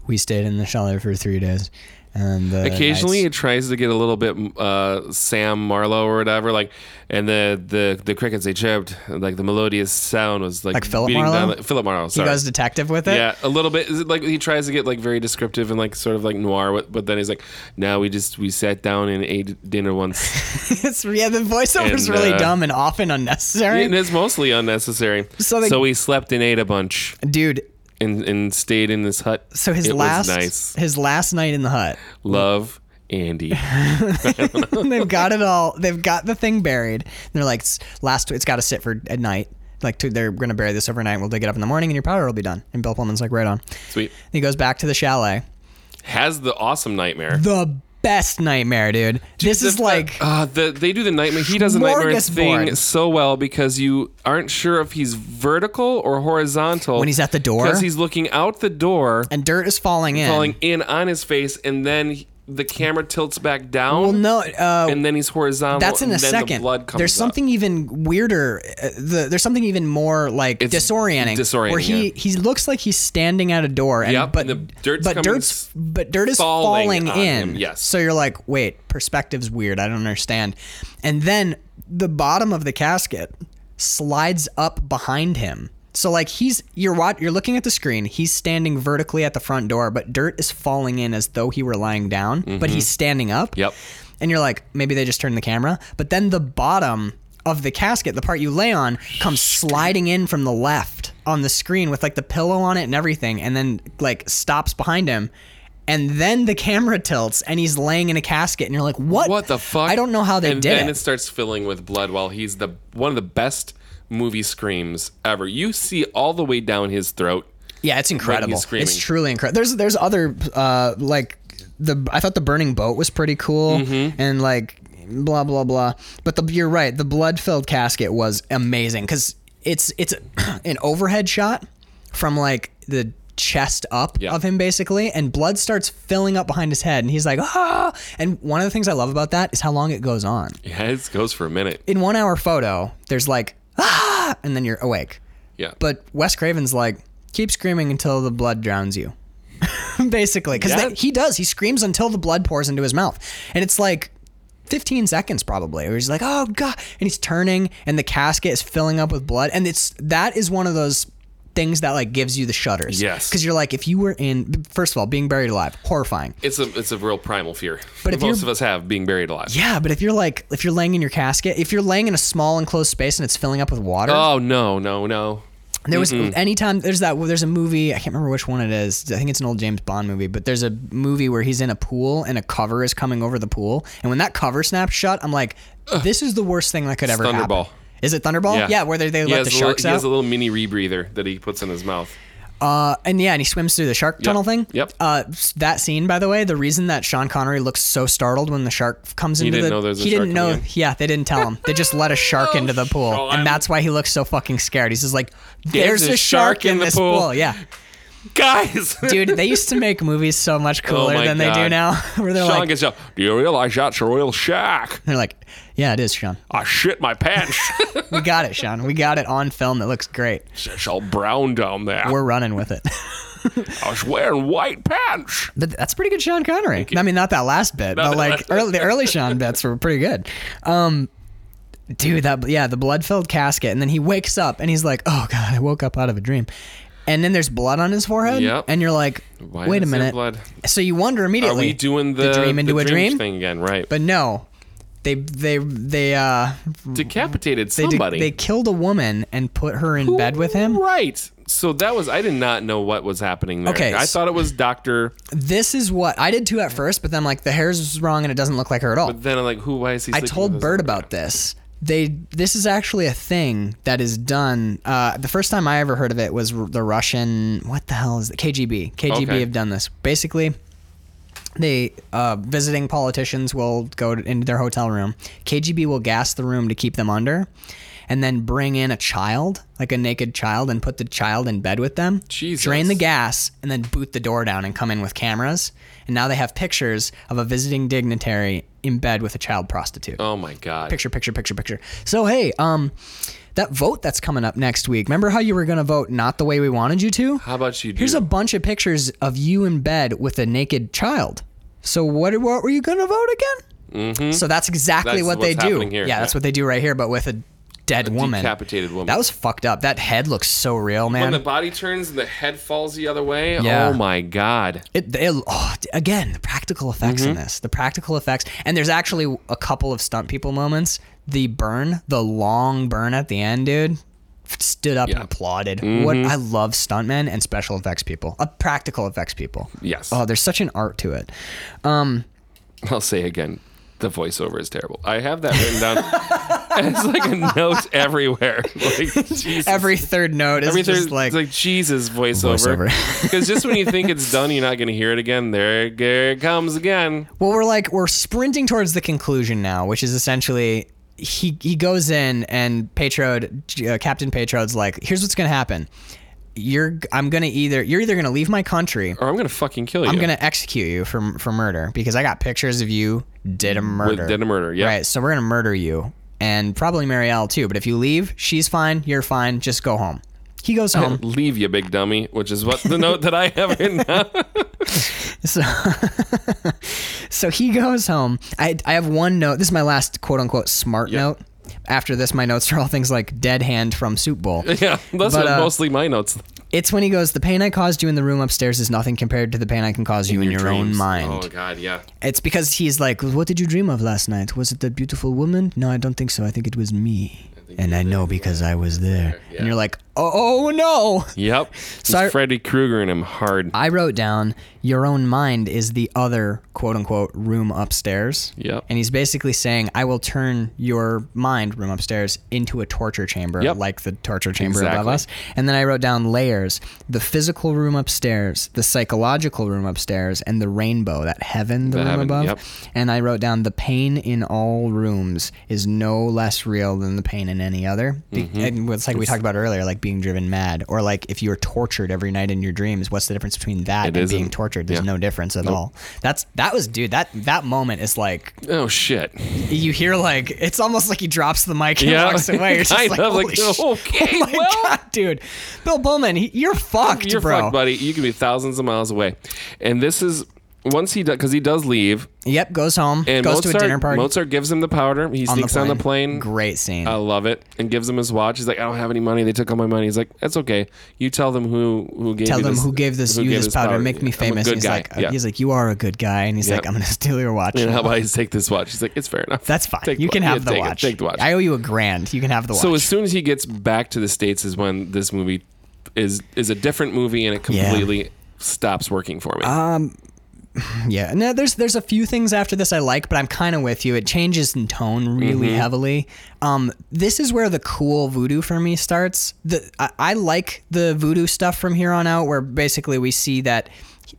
S3: we stayed in the chalet for three days. And the
S2: Occasionally,
S3: nights-
S2: it tries to get a little bit uh, Sam Marlowe or whatever, like, and the, the, the crickets they chirped, like the melodious sound was like,
S3: Like Philip
S2: beating
S3: Marlowe?
S2: down. Philip Marlowe,
S3: he
S2: sorry.
S3: goes detective with it.
S2: yeah, a little bit. Is it Like he tries to get like very descriptive and like sort of like noir, but- but then he's like, "Now we just we sat down and ate dinner once."
S3: it's yeah. The voiceover's
S2: And,
S3: really
S2: uh,
S3: dumb and often unnecessary.
S2: and it's mostly unnecessary.
S3: So they-
S2: so we slept and ate a bunch
S3: Dude,
S2: and and stayed in this hut.
S3: so his
S2: It was
S3: last
S2: nice
S3: his last night in the hut.
S2: love, Andy.
S3: they've got it all. They've got the thing buried. And they're like, "S- last, it's got to sit for at night. Like, to, they're going to bury this overnight. We'll dig it up in the morning, and your powder will be done. And Bill Pullman's like, right on.
S2: Sweet
S3: He goes back to the chalet.
S2: has the awesome nightmare.
S3: The best nightmare, dude. this is
S2: The-
S3: like
S2: uh, the they do the nightmare. He does the nightmare
S3: Smorgasbord.
S2: thing so well because you aren't sure if he's vertical or horizontal
S3: When he's at the door?
S2: because he's looking out the door
S3: and dirt is falling in.
S2: falling in on his face, and then he- the camera tilts back down.
S3: well, no, uh,
S2: and then he's horizontal.
S3: that's in
S2: and
S3: a
S2: then
S3: second.
S2: The blood comes
S3: there's
S2: up.
S3: something even weirder. Uh, the, there's something even more like
S2: It's
S3: disorienting.
S2: disorienting,
S3: Where he
S2: yeah.
S3: he looks like he's standing at a door, and
S2: Yep,
S3: but
S2: and the dirt's
S3: but
S2: coming
S3: dirt's
S2: s-
S3: but dirt is falling,
S2: falling on
S3: in.
S2: him, yes.
S3: So you're like, wait, perspective's weird. I don't understand. And then the bottom of the casket slides up behind him. So like he's you're wat- you're looking at the screen. He's standing vertically at the front door, but dirt is falling in as though he were lying down, but he's standing up.
S2: Mm-hmm. Yep.
S3: And you're like, maybe they just turned the camera. But then the bottom of the casket, the part you lay on, comes sliding in from the left on the screen with like the pillow on it and everything, and then like stops behind him. And then the camera tilts and he's laying in a casket, and you're like, what?
S2: What the fuck?
S3: I don't know how they
S2: and
S3: did
S2: then
S3: it.
S2: it starts filling with blood while he's the one of the best movie screams ever. You see all the way down his throat.
S3: Yeah, it's incredible.
S2: screaming.
S3: It's truly incredible. There's there's other uh like the I thought the burning boat was pretty cool
S2: Mm-hmm.
S3: and like blah blah blah. But the you're right, the blood filled casket was amazing cuz it's it's an overhead shot from like the chest up
S2: Yeah.
S3: of him basically and blood starts filling up behind his head and he's like ah and one of the things I love about that is how long it goes on
S2: Yeah, it goes for a minute.
S3: in one hour photo, there's like ah, and then you're awake.
S2: Yeah.
S3: But Wes Craven's like, keep screaming until the blood drowns you, basically, because
S2: Yeah.
S3: he does. He screams until the blood pours into his mouth, and it's like. 15 seconds probably where he's like oh god and he's turning and the casket is filling up with blood and it's that is one of those things that like gives you the shudders
S2: Yes.
S3: because you're like if you were in first of all being buried alive horrifying
S2: It's a it's a real primal fear.
S3: But
S2: But
S3: if
S2: most
S3: you're-
S2: of us have being buried alive.
S3: yeah but if you're like if you're laying in your casket if you're laying in a small enclosed space and it's filling up with water
S2: Oh no no no.
S3: There was
S2: Mm-hmm.
S3: anytime there's that there's a movie I can't remember which one it is I think it's an old James Bond movie but there's a movie where he's in a pool and a cover is coming over the pool and when that cover snaps shut I'm like this is the worst thing that could ever
S2: Thunderball.
S3: happen. Is it Thunderball? Oh, Yeah, where they, they
S2: He
S3: let
S2: has
S3: the
S2: a little-
S3: sharks
S2: He has a
S3: out.
S2: little mini rebreather that he puts in his mouth.
S3: uh, and yeah, and he swims through the shark tunnel thing.
S2: Yep.
S3: Uh, s- that scene, by the way, the reason that Sean Connery looks so startled when the shark comes into
S2: didn't
S3: the
S2: know there was a
S3: he didn't
S2: shark
S3: know.
S2: coming in. Oh,
S3: Yeah, they didn't tell him. They just let a shark into the pool,
S2: Sean.
S3: and that's why he looks so fucking scared. He's just like, "There's, a shark, in,
S2: the
S3: this
S2: pool."
S3: pool." Yeah.
S2: Guys,
S3: Dude, they used to make movies so much cooler
S2: Oh my
S3: than they
S2: God.
S3: do now. Where they're
S2: Sean
S3: like,
S2: gets up. Do you realize that's a real shark?
S3: they're like, yeah, it is, Sean.
S2: I shit my pants.
S3: We got it, Sean. We got it on film. That looks great.
S2: it's all brown down there.
S3: We're running with it.
S2: I was wearing white pants.
S3: but that's pretty good, Sean Connery. I mean, not that last bit, but
S2: the
S3: like
S2: last-
S3: early, the early Sean bits were pretty good. Um, dude, that yeah, the blood-filled casket, and then he wakes up and he's like, oh god, I woke up out of a dream. And then there's blood on his forehead,
S2: Yep.
S3: and you're like,
S2: Why
S3: wait a
S2: is there
S3: minute.
S2: blood?
S3: So you wonder
S2: Are
S3: immediately,
S2: we doing the,
S3: dream into
S2: the
S3: a dream?
S2: thing again? Right.
S3: but no, they they they uh
S2: Decapitated
S3: They, did-
S2: somebody.
S3: they killed a woman and put her in bed with him.
S2: Right. So that was I did not know what was happening there.
S3: Okay,
S2: I
S3: so-
S2: thought it was Doctor.
S3: This is what I did too at first, but then like the hair's wrong and it doesn't look like her at all.
S2: Then I'm like, who? Why is he?
S3: I
S2: sleeping
S3: told
S2: with
S3: Bird
S2: this?
S3: about this. They this is actually a thing that is done. Uh, the first time I ever heard of it was r- the Russian. What the hell is it? KGB? KGB
S2: Okay.
S3: have done this. Basically, they uh, visiting politicians will go to, into their hotel room. KGB will gas the room to keep them under, and then bring in a child, like a naked child, and put the child in bed with them.
S2: Jesus.
S3: Drain the gas and then boot the door down and come in with cameras. And now they have pictures of a visiting dignitary in bed with a child prostitute
S2: Oh my god.
S3: picture picture picture picture so hey um that vote that's coming up next week remember how you were going to vote not the way we wanted you to
S2: How about you do?
S3: here's a bunch of pictures of you in bed with a naked child so what what were you going to vote again mm-hmm. so that's exactly
S2: That's
S3: what they
S2: what's
S3: do
S2: happening here,
S3: yeah that's
S2: yeah.
S3: what they do right here but with a dead woman
S2: decapitated woman.
S3: that was fucked up that head looks so real man
S2: when the body turns and the head falls the other way.
S3: Yeah.
S2: Oh my god.
S3: It, it oh, d- again the practical effects
S2: Mm-hmm.
S3: in this, the practical effects, and there's actually a couple of stunt people moments. The burn, the long burn at the end, dude, stood up
S2: Yeah. Mm-hmm.
S3: and applauded. What I love stuntmen and special effects people, uh, practical effects people.
S2: Yes.
S3: Oh, there's such an art to it.
S2: I'll say again. The voiceover is terrible. I have that written down. and it's like a note everywhere. Like Jesus.
S3: Every third note is
S2: Every
S3: just
S2: third-
S3: like,
S2: it's like Jesus voiceover.
S3: Voiceover.
S2: Because just when you think it's done, you're not going to hear it again. There, there it comes again.
S3: well, we're like we're sprinting towards the conclusion now, which is essentially. He, he goes in and Patrode, uh, Captain Patrode's like, here's what's gonna happen. You're I'm gonna either you're either gonna leave my country
S2: Or I'm going to fucking kill you.
S3: I'm gonna execute you for for murder because I got pictures of you did a murder.
S2: did a murder, yeah.
S3: Right. So we're gonna murder you and probably Marielle too. But if you leave, she's fine. You're fine. Just go home. He goes home.
S2: leave you, big dummy. Which is what the note that I have written down.
S3: So, so he goes home. I, I have one note. This is my last quote unquote smart note. After this, my notes are all things like dead hand from Soup Bowl.
S2: Yeah, that's
S3: But,
S2: what
S3: uh,
S2: mostly my notes.
S3: It's when he goes, The pain I caused you in the room upstairs is nothing compared to the pain I can cause you in, your, own
S2: dreams.
S3: mind.
S2: Oh God, yeah.
S3: It's because he's like, What did you dream of last night? Was it that beautiful woman? No, I don't think so. I think it was me. and I know because I was there. And you're like, Oh, oh, no.
S2: Yep.
S3: So I-
S2: it's Freddy Krueger and him hard.
S3: I wrote down, Your own mind is the other quote unquote room upstairs.
S2: Yep.
S3: And he's basically saying, I will turn your mind room upstairs into a torture chamber,
S2: Yep.
S3: like the torture chamber above
S2: Exactly.
S3: us. And then I wrote down layers the physical room upstairs, the psychological room upstairs, and the rainbow, that heaven, the,
S2: The
S3: room
S2: heaven,
S3: above.
S2: yep.
S3: And I wrote down the pain in all rooms is no less real than the pain in any other. Be-
S2: Mm-hmm.
S3: And it's like we talked about earlier, like being driven mad, or like if you were tortured every night in your dreams, what's the difference between that
S2: It
S3: and
S2: isn't.
S3: being tortured? There's
S2: Yeah.
S3: no difference at all. That's that was dude. That that moment is like
S2: oh shit.
S3: you hear like it's almost like he drops the mic and
S2: Yeah.
S3: walks away. You're just
S2: Kind
S3: like,
S2: of, like,
S3: "Holy sh-
S2: okay,
S3: oh my
S2: well."
S3: god, dude, Bill Pullman, he- you're fucked,
S2: You're
S3: bro.
S2: fucked, buddy. You could be thousands of miles away. And this is once he does because he does leave.
S3: Yep, goes home,
S2: And
S3: goes
S2: Mozart,
S3: to a dinner party
S2: Mozart gives him the powder. He
S3: on, the
S2: sneaks
S3: plane.
S2: on the plane.
S3: Great scene.
S2: I love it. And gives him his watch. He's like, I don't have any money. They took all my money. He's like, that's okay. You tell them who who gave
S3: Tell
S2: you
S3: them
S2: this,
S3: who gave this you
S2: gave
S3: this powder. Make
S2: I'm
S3: me
S2: a
S3: famous.
S2: good
S3: he's
S2: guy.
S3: like, uh,
S2: yeah.
S3: he's like, you are a good guy, and he's like,
S2: Yep.
S3: I'm gonna steal your watch.
S2: and how about I just take this watch? He's like, it's fair enough.
S3: That's fine.
S2: Take
S3: you can
S2: wa-
S3: have
S2: yeah,
S3: the
S2: take it.
S3: watch.
S2: Take the watch.
S3: I owe you a grand. You can have the watch.
S2: So as soon as he gets back to the states is when this movie is is a different movie and it
S3: Yeah.
S2: completely stops working for me.
S3: Yeah, no, there's there's a few things after this I like, but I'm kind of with you. It changes in tone really
S2: Mm-hmm.
S3: heavily. Um, this is where the cool voodoo for me starts. The I, I like the voodoo stuff from here on out, where basically we see that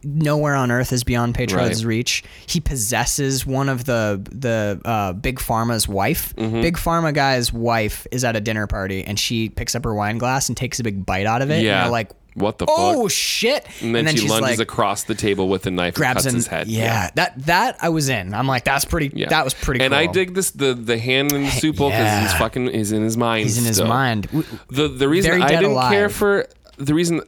S3: nowhere on earth is beyond Patriot's
S2: Right.
S3: reach. He possesses one of the the uh, Big Pharma's wife.
S2: Mm-hmm.
S3: Big Pharma guy's wife is at a dinner party, and she picks up her wine glass and takes a big bite out of it. and
S2: yeah.
S3: you're like.
S2: what the
S3: Oh
S2: fuck?
S3: shit!
S2: And then, she
S3: she's
S2: lunges
S3: like,
S2: across the table with a knife
S3: grabs
S2: and cuts
S3: him.
S2: his head.
S3: Yeah, that that I was in. I'm like, that's pretty.
S2: Yeah.
S3: That was pretty.
S2: And
S3: cool.
S2: I dig this the the hand in the soup bowl because he's
S3: yeah.
S2: fucking he's in his mind.
S3: He's in his
S2: still.
S3: mind. We-
S2: The the reason
S3: Very
S2: I
S3: dead
S2: didn't care
S3: alive.
S2: for the reason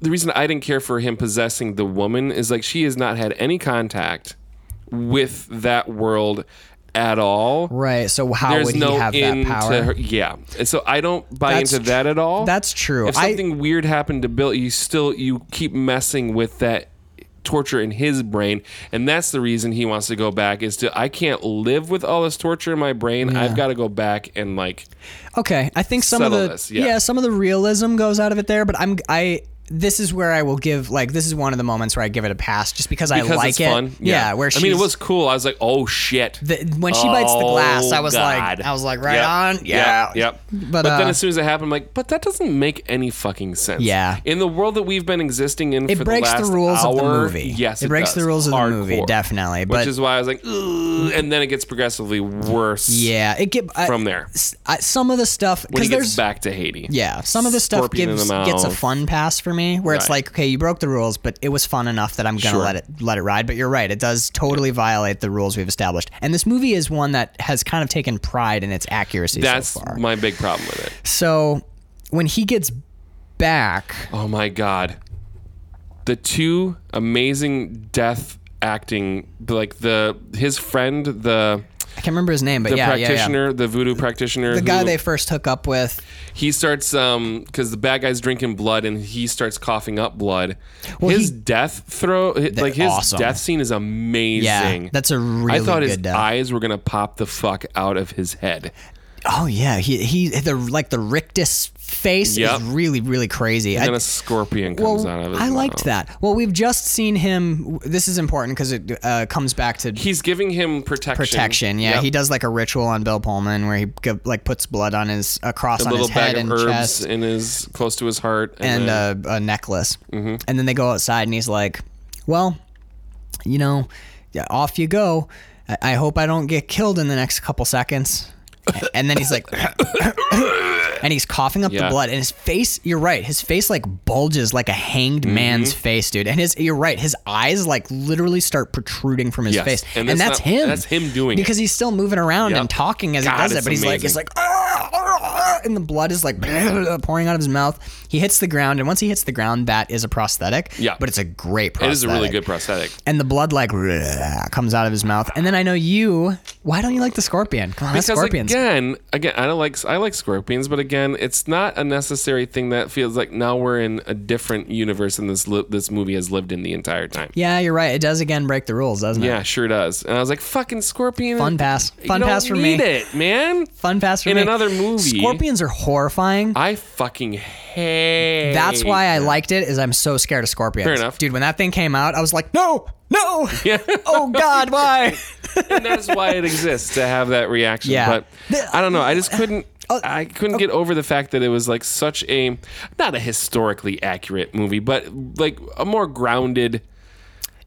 S2: the reason I didn't care for him possessing the woman is like she has not had any contact with that world at all.
S3: Right. So how
S2: There's
S3: would
S2: no
S3: he have
S2: end
S3: that power?
S2: to her. Yeah. And so I don't buy
S3: That's
S2: into that
S3: tr-
S2: at all.
S3: that's true.
S2: If
S3: I-
S2: something weird happened to Bill, you still you keep messing with that torture in his brain and that's the reason he wants to go back is to I can't live with all this torture in my brain. I've got to go back and like
S3: Okay, I think some of
S2: Settle
S3: the
S2: this, yeah.
S3: some of the realism goes out of it there, but I'm I this is where I will give like this is one of the moments where I give it a pass just because, I
S2: because
S3: like
S2: it's
S3: it.
S2: fun.
S3: Yeah. where
S2: I mean, it
S3: she's-
S2: was cool. I was like, oh shit.
S3: the, when she bites the glass,
S2: Oh,
S3: I was
S2: God.
S3: like, I was like, right
S2: Yep.
S3: on, yeah,
S2: Yep. yep.
S3: But,
S2: But, then
S3: uh,
S2: as soon as it happened, I'm like, but that doesn't make any fucking sense.
S3: Yeah.
S2: In the world that we've been existing in,
S3: It
S2: for
S3: breaks
S2: the,
S3: the,
S2: last
S3: rules of the
S2: hour,
S3: movie.
S2: Yes,
S3: it,
S2: it,
S3: breaks
S2: does.
S3: the rules of the movie,
S2: Hardcore.
S3: definitely. But
S2: Which is why I was like, Ugh, and then it gets progressively worse.
S3: yeah, it get I-
S2: From there,
S3: s- I- some of the stuff
S2: when he
S3: because
S2: gets
S3: there's
S2: back to Haiti.
S3: yeah, some of the stuff
S2: Scorpion in
S3: gives
S2: the
S3: gets a
S2: mouth.
S3: fun pass for me where it's
S2: Right.
S3: like, okay, you broke the rules, but it was fun enough that I'm gonna
S2: Sure.
S3: let it let it ride. But you're right, it does totally violate the rules we've established. And this movie is one that has kind of taken pride in its accuracy
S2: That's
S3: so far.
S2: my big problem with it.
S3: so when he gets back,
S2: Oh my god, the two amazing death acting, like the his friend, the
S3: I can't remember his name, but
S2: the
S3: yeah, yeah, yeah.
S2: practitioner, the voodoo practitioner,
S3: The guy
S2: who-
S3: they first hook up with.
S2: he starts um because the bad guy's drinking blood and he starts coughing up blood.
S3: Well,
S2: his
S3: he-
S2: death throw, hi- like his
S3: awesome.
S2: death scene is amazing.
S3: Yeah, that's a
S2: I
S3: really
S2: thought
S3: good uh,
S2: his
S3: death.
S2: eyes were gonna pop the fuck out of his head.
S3: Oh yeah, he he the like the rictus face
S2: Yep.
S3: is really really crazy.
S2: And then
S3: I,
S2: a scorpion comes
S3: well,
S2: out of his
S3: I
S2: mouth.
S3: liked that. Well, we've just seen him. This is important because it uh, comes back to
S2: He's giving him protection.
S3: protection. Yeah,
S2: Yep.
S3: he does like a ritual on Bill Pullman where he g- like puts blood on his across
S2: a
S3: on
S2: little
S3: his
S2: bag
S3: head
S2: of
S3: and
S2: herbs
S3: chest
S2: in his close to his heart. And,
S3: and
S2: then- Mm-hmm.
S3: a, a necklace. And then they go outside, and he's like, "Well, you know, yeah, off you go. I, I hope I don't get killed in the next couple seconds." A- and then he's like, and he's coughing up
S2: Yeah.
S3: the blood, and his face. You're right. His face like bulges like a hanged
S2: Mm-hmm.
S3: man's face, dude. And his. You're right. His eyes like literally start protruding from his
S2: Yes.
S3: face,
S2: And that's
S3: and, that's
S2: not-
S3: him.
S2: that's him doing it.
S3: because he's still moving around
S2: Yep.
S3: and talking as
S2: God,
S3: he does
S2: it's
S3: it. But he's like,
S2: amazing.
S3: it's like and the blood is like pouring out of his mouth. He hits the ground, and once he hits the ground, that is a prosthetic.
S2: Yeah.
S3: but it's a
S2: it
S3: great uh, prosthetic.
S2: is a really good prosthetic.
S3: And the blood like comes out of his mouth, and then I know you. Why don't you like the scorpion? Come on, that's
S2: Because
S3: scorpions.
S2: again, again, I don't like I like scorpions, but again, it's not a necessary thing that feels like now we're in a different universe than this li- this movie has lived in the entire time.
S3: yeah, you're right. It does again break the rules, doesn't it?
S2: Yeah, sure does. And I was like, fucking scorpion.
S3: Fun pass.
S2: You
S3: Fun
S2: don't
S3: pass for me.
S2: need it, man.
S3: Fun pass for
S2: In
S3: me.
S2: another movie-
S3: Scorpions are horrifying.
S2: I fucking hate.
S3: That's why I liked it. Is I'm so scared of scorpions.
S2: Fair enough.
S3: dude. When that thing came out, I was like, no, no. oh God, why?
S2: and that's why it exists to have that reaction.
S3: Yeah. uh, oh,
S2: But I don't know. I just couldn't. I couldn't get over the fact that it was like such a not a historically accurate movie, but like a more grounded.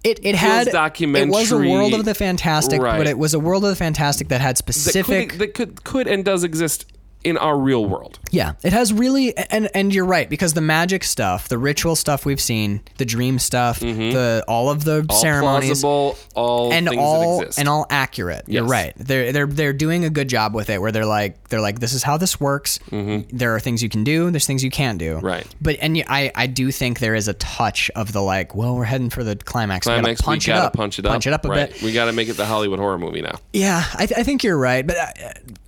S3: It it had
S2: documentary-
S3: It was a world of the fantastic,
S2: Right.
S3: but it was a world of the fantastic that had
S2: that
S3: specific.
S2: could, that could could and does exist in our real world.
S3: yeah, it has really, and and you're right because the magic stuff, the ritual stuff we've seen, the dream stuff, the all of the
S2: Mm-hmm. All
S3: ceremonies.
S2: plausible, all
S3: and
S2: things
S3: all
S2: that exist.
S3: and all accurate. You're
S2: Yes.
S3: right. They're they're they're doing a good job with it. Where they're like they're like this is how this works. There are things you can do. There's things you can't do.
S2: Mm-hmm. Right.
S3: But and you- I I do think there is a touch of the like well we're heading for the climax. We gotta
S2: climax,
S3: punch
S2: we
S3: it
S2: gotta
S3: up.
S2: punch it up.
S3: Punch it up a
S2: right.
S3: bit.
S2: We gotta make it the Hollywood horror movie now.
S3: Yeah, I, th- I think you're right. But uh,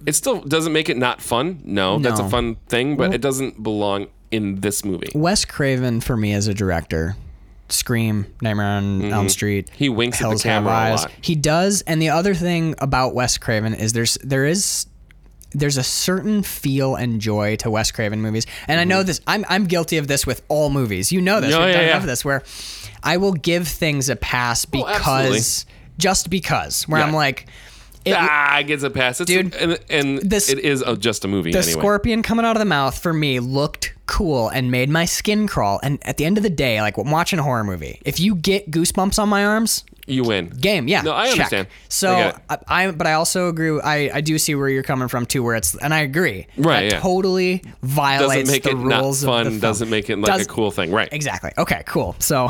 S2: It still doesn't make it not fun. No, that's a
S3: No.
S2: fun thing, but it doesn't belong in this movie.
S3: Wes Craven for me as a director. Scream, Nightmare on Elm Street.
S2: Mm-hmm. He winks at the
S3: Hells Have
S2: camera a
S3: Eyes.
S2: lot.
S3: He does, and the other thing about Wes Craven is there's there is there's a certain feel and joy to Wes Craven movies, and I know this. I'm I'm guilty of this with all movies. You know this.
S2: No,
S3: We've
S2: Mm-hmm. yeah,
S3: done
S2: yeah. Oh,
S3: enough of this where I will give things a pass because just because where
S2: Yeah.
S3: I'm like. It,
S2: ah, it gets a pass, it's
S3: Dude,
S2: and, and
S3: this-
S2: it is a, just a movie.
S3: the
S2: anyway.
S3: scorpion coming out of the mouth for me looked cool and made my skin crawl. And at the end of the day, like I'm watching a horror movie, if you get goosebumps on my arms,
S2: you win.
S3: game, yeah,
S2: No, I
S3: check.
S2: understand.
S3: So uh,
S2: I get it.
S3: I, I, but I also agree. I, I do see where you're coming from too, where it's, and I agree.
S2: Right,
S3: that
S2: yeah.
S3: totally
S2: doesn't
S3: violates
S2: make
S3: the
S2: it not
S3: rules of the
S2: fun.
S3: film.
S2: Doesn't make it like
S3: Does-
S2: a cool thing, right?
S3: exactly. Okay, cool. So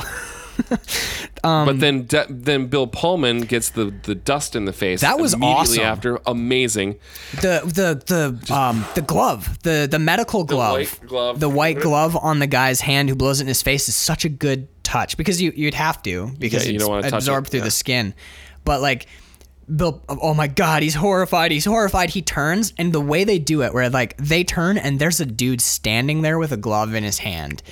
S3: um,
S2: but then de- then Bill Pullman gets the the dust in the face.
S3: That was
S2: immediately
S3: awesome.
S2: after amazing.
S3: the the the um the glove, the the medical glove,
S2: white glove.
S3: the white glove on the guy's hand who blows it in his face is such a good touch because you you'd have to because
S2: Yeah, you
S3: it's
S2: don't wanna touch
S3: absorbed
S2: it,
S3: through
S2: yeah.
S3: the skin, but like. Bill, oh my God, he's horrified. He's horrified. He turns, and the way they do it, where like they turn and there's a dude standing there with a glove in his hand,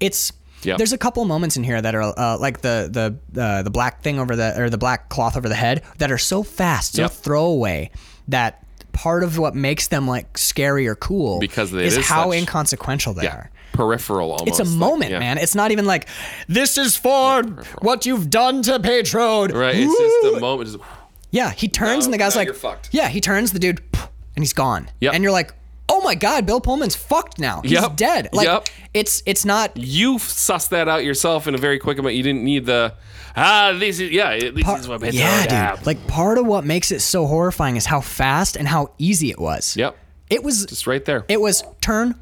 S3: it's
S2: Yep.
S3: there's a couple moments in here that are uh, like the the uh, the black thing over the or the black cloth over the head that are so fast, so
S2: Yep.
S3: throwaway that part of what makes them like scary or cool
S2: Because it
S3: is
S2: is
S3: how
S2: such-
S3: inconsequential they
S2: Yeah,
S3: are.
S2: peripheral almost.
S3: It's a
S2: Like,
S3: moment,
S2: yeah.
S3: man. It's not even like this is for what you've done to Page Road.
S2: Right? It's just a moment. Just,
S3: Yeah, he turns
S2: No,
S3: and the guy's
S2: no,
S3: like,
S2: you're fucked.
S3: yeah, he turns the dude, pff, and he's gone.
S2: Yep.
S3: and you're like, oh my god, Bill Pullman's fucked now. He's
S2: Yep.
S3: dead. Like
S2: Yep.
S3: it's it's not.
S2: you sussed that out yourself in a very quick amount. You didn't need the ah. This is yeah. This is what Page
S3: yeah,
S2: Road
S3: dude.
S2: happened."
S3: Like part of what makes it so horrifying is how fast and how easy it was.
S2: Yep.
S3: It was
S2: It's right there.
S3: it was turn,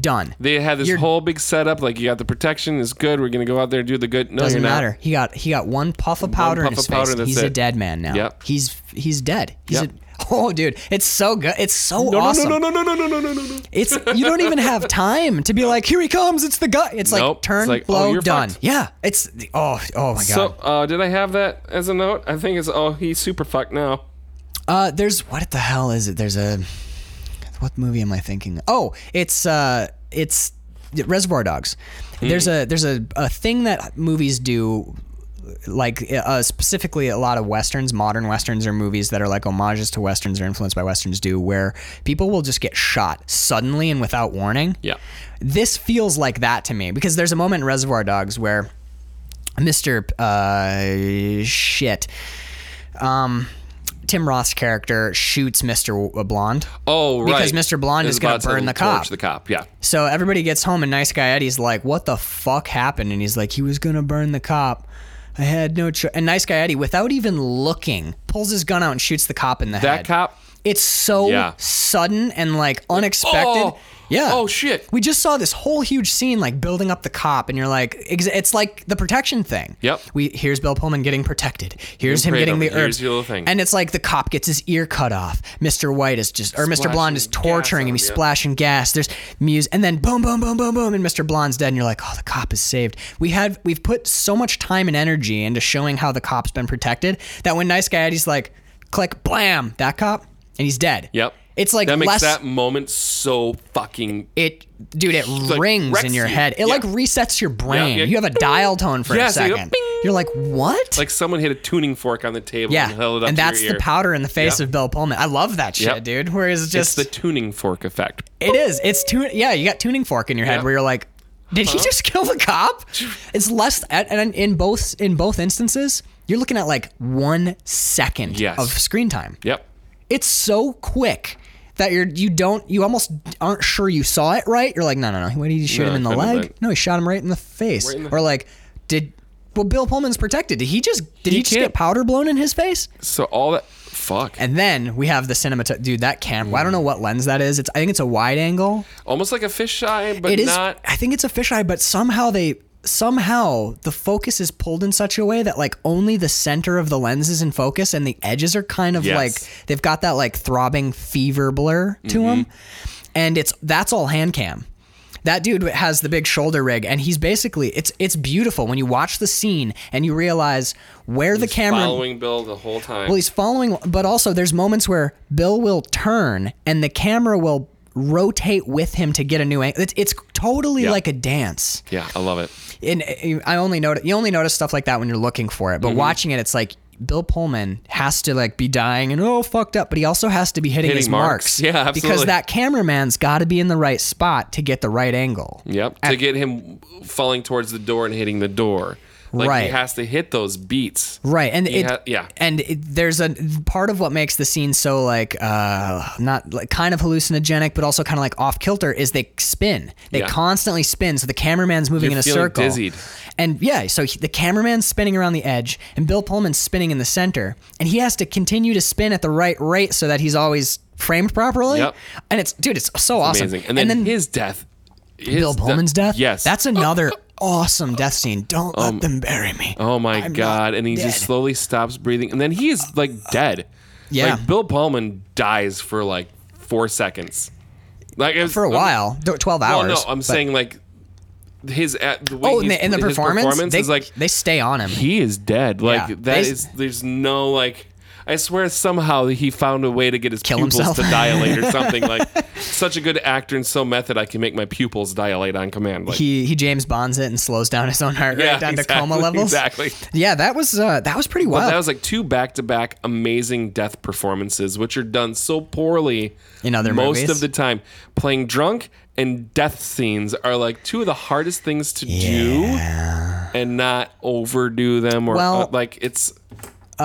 S3: done.
S2: They had this
S3: You're-
S2: whole big setup. Like you got the protection. It's good. We're gonna go out there and do the good. No,
S3: Doesn't
S2: you're not.
S3: matter. He got he got one puff of powder
S2: puff
S3: in his
S2: of powder,
S3: face.
S2: that's
S3: he's a
S2: it.
S3: dead man now.
S2: Yep.
S3: He's he's dead. He's
S2: Yep.
S3: a, oh dude, it's so good. It's so
S2: No,
S3: awesome.
S2: no, no, no, no, no, no, no, no, no.
S3: It's you don't even have time to be like, here he comes, it's the guy. It's like
S2: Nope.
S3: turn,
S2: It's like, oh,
S3: blow,
S2: you're
S3: done.
S2: fucked.
S3: Yeah, it's oh oh my god.
S2: So uh, did I have that as a note? I think it's oh he's super fucked now.
S3: uh, there's what the hell is it? There's a what movie am I thinking? Oh, it's uh, it's Reservoir Dogs. There's a there's a, a thing that movies do. Like uh, specifically, a lot of westerns, modern westerns, or movies that are like homages to westerns or influenced by westerns do, where people will just get shot suddenly and without warning.
S2: Yeah.
S3: this feels like that to me because there's a moment in Reservoir Dogs where Mr. Uh, shit, um, Tim Roth's character shoots Mr. W- Blonde.
S2: Oh right.
S3: Because Mr. Blonde is gonna
S2: about to
S3: burn the
S2: torch
S3: cop.
S2: The cop. Yeah.
S3: So everybody gets home and nice guy Eddie's like, "What the fuck happened?" And he's like, "He was gonna burn the cop. I had no choice." And nice guy Eddie, without even looking, pulls his gun out and shoots the cop in the
S2: That
S3: head.
S2: cop.
S3: It's so
S2: Yeah.
S3: sudden and like unexpected.
S2: Oh.
S3: yeah.
S2: Oh shit.
S3: We just saw this whole huge scene like building up the cop, and you're like, ex- it's like the protection thing.
S2: Yep.
S3: We here's Bill Pullman getting protected. Here's him
S2: prayed
S3: getting
S2: over.
S3: the
S2: Here's
S3: herbs.
S2: the little thing.
S3: And it's like the cop gets his ear cut off. Mr. White is just, or Mr. Blonde is
S2: Splashing
S3: torturing
S2: gas
S3: him.
S2: on
S3: He's
S2: him, yeah.
S3: splashing gas. There's music, and then boom, boom, boom, boom, boom, and Mr. Blonde's dead. And you're like, oh, the cop is saved. We had we've put so much time and energy into showing how the cop's been protected that when Nice Guy Eddie's like, click, blam, that cop, and he's dead.
S2: Yep.
S3: It's like
S2: that makes
S3: less
S2: that moment so fucking
S3: it dude it
S2: Like,
S3: rings
S2: wrecks
S3: in your
S2: you.
S3: head it
S2: Yeah.
S3: like resets your brain
S2: Yeah, yeah.
S3: you have a dial tone for
S2: Yeah,
S3: a
S2: so you go
S3: second
S2: bing.
S3: you are like what
S2: like someone hit a tuning fork on the table
S3: yeah
S2: and held it up
S3: and
S2: to your
S3: that's
S2: ear.
S3: the powder in the face
S2: Yeah.
S3: of bill pullman i love that shit
S2: Yep.
S3: dude where it's
S2: It's
S3: just
S2: the tuning fork effect.
S3: it is it's tune yeah you got tuning fork in your head
S2: Yeah. Uh-huh.
S3: where you're like did he just kill the cop it's less and and in both in both instances you're looking at like one second
S2: Yes.
S3: of screen time
S2: Yep.
S3: it's so quick that you're you don't you almost aren't sure you saw it right. You're like, no, no, no. What did he shoot
S2: No,
S3: him in the
S2: I couldn't have
S3: leg?
S2: been.
S3: No, he shot him right in the face.
S2: Right in the-
S3: or like, did well, Bill Pullman's protected. Did he just did he,
S2: He
S3: just get
S2: can't-
S3: powder blown in his face?
S2: So all that fuck.
S3: And then we have the cinema dude. That camera. I don't know what lens that is. It's I think it's a wide angle.
S2: Almost like a fisheye, but
S3: It is.
S2: not
S3: I think it's a fisheye, but somehow they somehow the focus is pulled in such a way that like only the center of the lens is in focus and the edges are kind of
S2: Yes. Mm-hmm.
S3: like they've got that like throbbing fever blur to them and it's that's all hand cam that dude has the big shoulder rig and he's basically it's it's beautiful when you watch the scene and you realize where the camera
S2: following Bill the whole time.
S3: well, he's following, but also there's moments where Bill will turn and the camera will rotate with him to get a new angle. It's, it's totally
S2: Yeah.
S3: like a dance.
S2: yeah, I love it.
S3: And uh, I only notice you only notice stuff like that when you're looking for it,
S2: Mm-hmm.
S3: but watching it, it's like Bill Pullman has to like be dying and oh fucked up, but he also has to be hitting,
S2: Hitting
S3: his
S2: marks.
S3: marks,
S2: Yeah,
S3: because
S2: absolutely.
S3: that cameraman's got to be in the right spot to get the right angle.
S2: Yep. to get him falling towards the door and hitting the door. Like
S3: Right.
S2: he has to hit those beats.
S3: Right, and
S2: He
S3: it,
S2: ha- yeah.
S3: and it, there's a part of what makes the scene so like uh, not like kind of hallucinogenic, but also kind of like off kilter is they spin. They
S2: Yeah.
S3: constantly spin, so the cameraman's moving
S2: You're
S3: in a
S2: feeling
S3: circle.
S2: dizzied.
S3: And yeah, so he, the cameraman's spinning around the edge, and Bill Pullman's spinning in the center, and he has to continue to spin at the right rate so that he's always framed properly.
S2: Yep.
S3: And it's dude, it's so awesome.
S2: Amazing. And then, his death. his
S3: Bill
S2: de-
S3: Pullman's death.
S2: Yes. Um,
S3: that's another awesome death scene. Don't let them bury me.
S2: Oh my
S3: I'm not
S2: god! And he
S3: dead.
S2: just slowly stops breathing, and then he is like dead.
S3: Yeah.
S2: Like Bill Pullman dies for like four seconds. Like it was-
S3: for a while, twelve
S2: Well,
S3: hours.
S2: no, I'm
S3: but-
S2: saying like his at the way
S3: Oh, in
S2: he's-
S3: the, in the
S2: his
S3: performance, they,
S2: is like
S3: they stay on him.
S2: he is dead. Like
S3: Yeah.
S2: that is
S3: They-
S2: there's no like I swear somehow he found a way to get his
S3: Kill
S2: pupils
S3: himself.
S2: to dilate or something. like such a good actor and so method I can make my pupils dilate on command. Like
S3: he he James Bonds it and slows down his own heart rate
S2: yeah,
S3: down
S2: exactly,
S3: to coma levels.
S2: Exactly.
S3: Yeah, that was uh, that was pretty
S2: But
S3: wild.
S2: that was like two back to back amazing death performances, which are done so poorly
S3: In other
S2: most
S3: movies.
S2: of the time. Playing drunk and death scenes are like two of the hardest things to do and not overdo them or
S3: Well-
S2: uh, like it's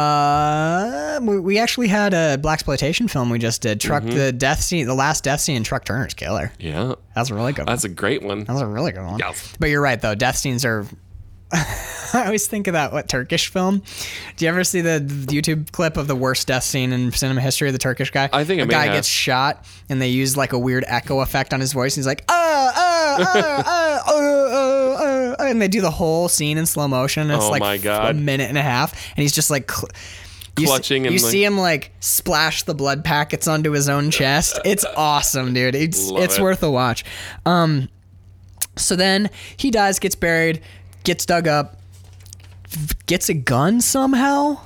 S3: Uh, we, we actually had a black exploitation film we just did.
S2: Mm-hmm.
S3: Truck the death scene, the last death scene in Truck Turner's Killer.
S2: yeah
S3: That's a really good. One.
S2: that's a great one
S3: That was a really good one.
S2: Yes.
S3: But you're right though. Death scenes are. I always think about what Turkish film. Do you ever see the YouTube clip of the worst death scene in cinema history of the Turkish guy?
S2: I think I
S3: a
S2: may
S3: guy
S2: have.
S3: gets shot and they use like a weird echo effect on his voice. And he's like, uh, uh, uh, uh, uh, uh, uh, and they do the whole scene in slow motion. It's
S2: Oh
S3: like
S2: my
S3: f-
S2: God.
S3: a minute and a half, and he's just like. Cl- you s-
S2: Clutching and,
S3: you
S2: like-
S3: see him like splash the blood packets onto his own chest. It's awesome, dude. It's
S2: Love
S3: it's
S2: it.
S3: worth a watch. Um, so then he dies, gets buried, gets dug up, f- gets a gun somehow.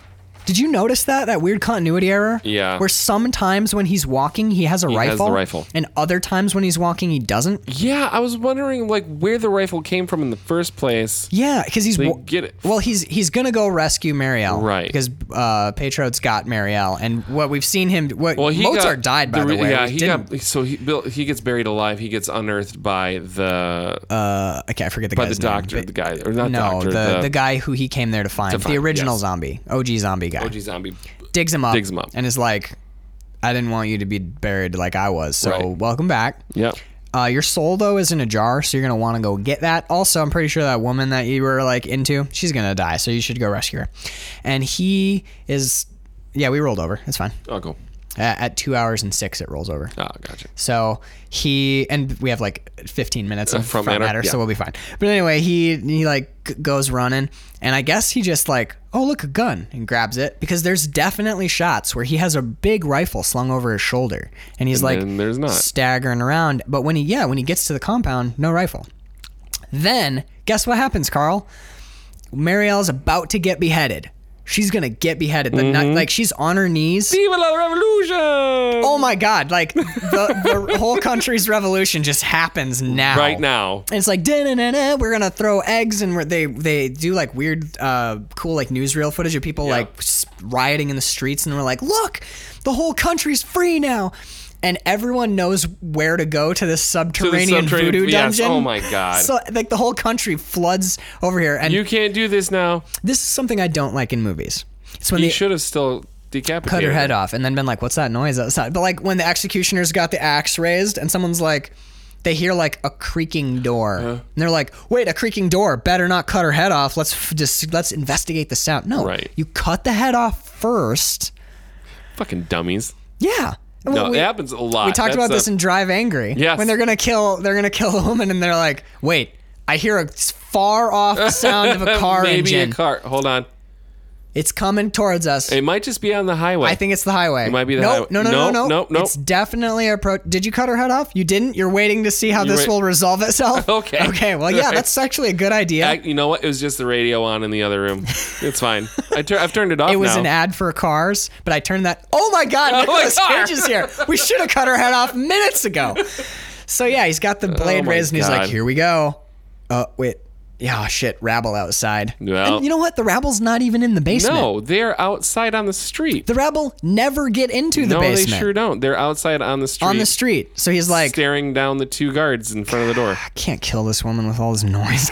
S3: Did you notice that that weird continuity error?
S2: Yeah.
S3: Where sometimes when he's walking, he has a
S2: He
S3: rifle.
S2: has the rifle.
S3: And other times when he's walking, he doesn't.
S2: yeah i was wondering like where the rifle came from in the first place
S3: Yeah, because he's
S2: They
S3: wa-
S2: get it.
S3: Well, he's he's gonna go rescue Marielle,
S2: Right.
S3: Because uh, Patriot's got Marielle, and what we've seen him. What
S2: well he
S3: Mozart
S2: got,
S3: died by the,
S2: re-
S3: way.
S2: yeah
S3: We
S2: he
S3: didn't-
S2: got so he built he gets buried alive he gets unearthed by the
S3: uh, okay, I forget the
S2: by the
S3: guy's
S2: doctor
S3: name,
S2: the
S3: but-
S2: guy or not
S3: no,
S2: doctor
S3: the, the guy who he came there to find,
S2: find,
S3: the original
S2: yes.
S3: zombie, OG zombie guy.
S2: OG zombie
S3: digs him up,
S2: Digs him up.
S3: and is like, "I didn't want you to be buried like I was, so
S2: Right.
S3: welcome back."
S2: yeah
S3: Uh, your soul though is in a jar, so you're gonna want to go get that. Also, I'm pretty sure that woman that you were like into, she's gonna die, so you should go rescue her. And he is, yeah, we rolled over. It's fine.
S2: oh cool
S3: Uh, at two hours and six, it rolls over.
S2: oh gotcha
S3: So he and we have like 15 minutes of
S2: front
S3: front,
S2: matter,
S3: matter, so
S2: Uh, yeah.
S3: we'll be fine. But anyway, he he like g- goes running, and I guess he just like, oh look, a gun, and grabs it because there's definitely shots where he has a big rifle slung over his shoulder, and he's like,
S2: then there's not.
S3: staggering around. But when he yeah, when he gets to the compound, no rifle. Then guess what happens, Carl? Marielle's about to get beheaded. She's gonna get beheaded. The night, like she's on her knees.
S2: Mm-hmm. Viva la revolution
S3: Oh my god! Like the, the whole country's revolution just happens now.
S2: right now
S3: And it's like da na na We're gonna throw eggs, and we're, they they do like weird, uh, cool like newsreel footage of people like s- rioting in the streets, and we're like, look, the whole country's free now, and everyone knows where to go to this subterranean,
S2: subterranean-
S3: voodoo
S2: yes,
S3: dungeon.
S2: oh my God.
S3: So like the whole country floods over here, and
S2: you can't do this now
S3: this is something I don't like in movies. It's when
S2: he
S3: they
S2: should have still decapitated
S3: cut her head off and then been like, what's that noise outside? But like when the executioner's got the axe raised and someone's like, they hear like a creaking door
S2: Uh-huh.
S3: and they're like, wait, a creaking door. Better not cut her head off. Let's f- just let's investigate the sound. No,
S2: Right.
S3: you cut the head off first.
S2: Fucking dummies.
S3: Yeah.
S2: No,
S3: Well, we,
S2: it happens a lot.
S3: we talked
S2: That's
S3: about
S2: a-
S3: this in Drive Angry.
S2: Yes.
S3: When they're gonna kill, they're gonna kill a woman, and they're like, "Wait, I hear a far off sound of a car
S2: Maybe
S3: engine.
S2: a car. Hold on.
S3: It's coming towards us."
S2: It might just be on the highway.
S3: I think it's the highway. It
S2: might be the
S3: no,
S2: highway.
S3: No, no,
S2: No,
S3: no, no,
S2: no, no.
S3: It's definitely a pro. Did you cut her head off? You didn't. You're waiting to see how this
S2: wait-
S3: will resolve itself.
S2: Okay.
S3: Okay. Well, yeah,
S2: Alright.
S3: that's actually a good idea.
S2: I- you know what? It was just the radio on in the other room. It's fine. I tur- I've turned it off.
S3: it was
S2: now.
S3: an ad for cars, but I turned that. Oh my God!
S2: Oh my
S3: Nicolas
S2: God.
S3: Cage is here. We should have cut her head off minutes ago. So yeah, he's got the blade
S2: Oh my
S3: raised, and he's
S2: God.
S3: like, "Here we go." Uh, wait. Yeah, shit. Rabble outside.
S2: Well-
S3: and you know what? The rabble's not even in the basement.
S2: No, they're outside on the street.
S3: The rabble never get into the
S2: no,
S3: basement.
S2: they sure don't. They're outside on the street.
S3: on the street. So he's like,
S2: staring down the two guards in front of the door.
S3: I can't kill this woman with all this noise.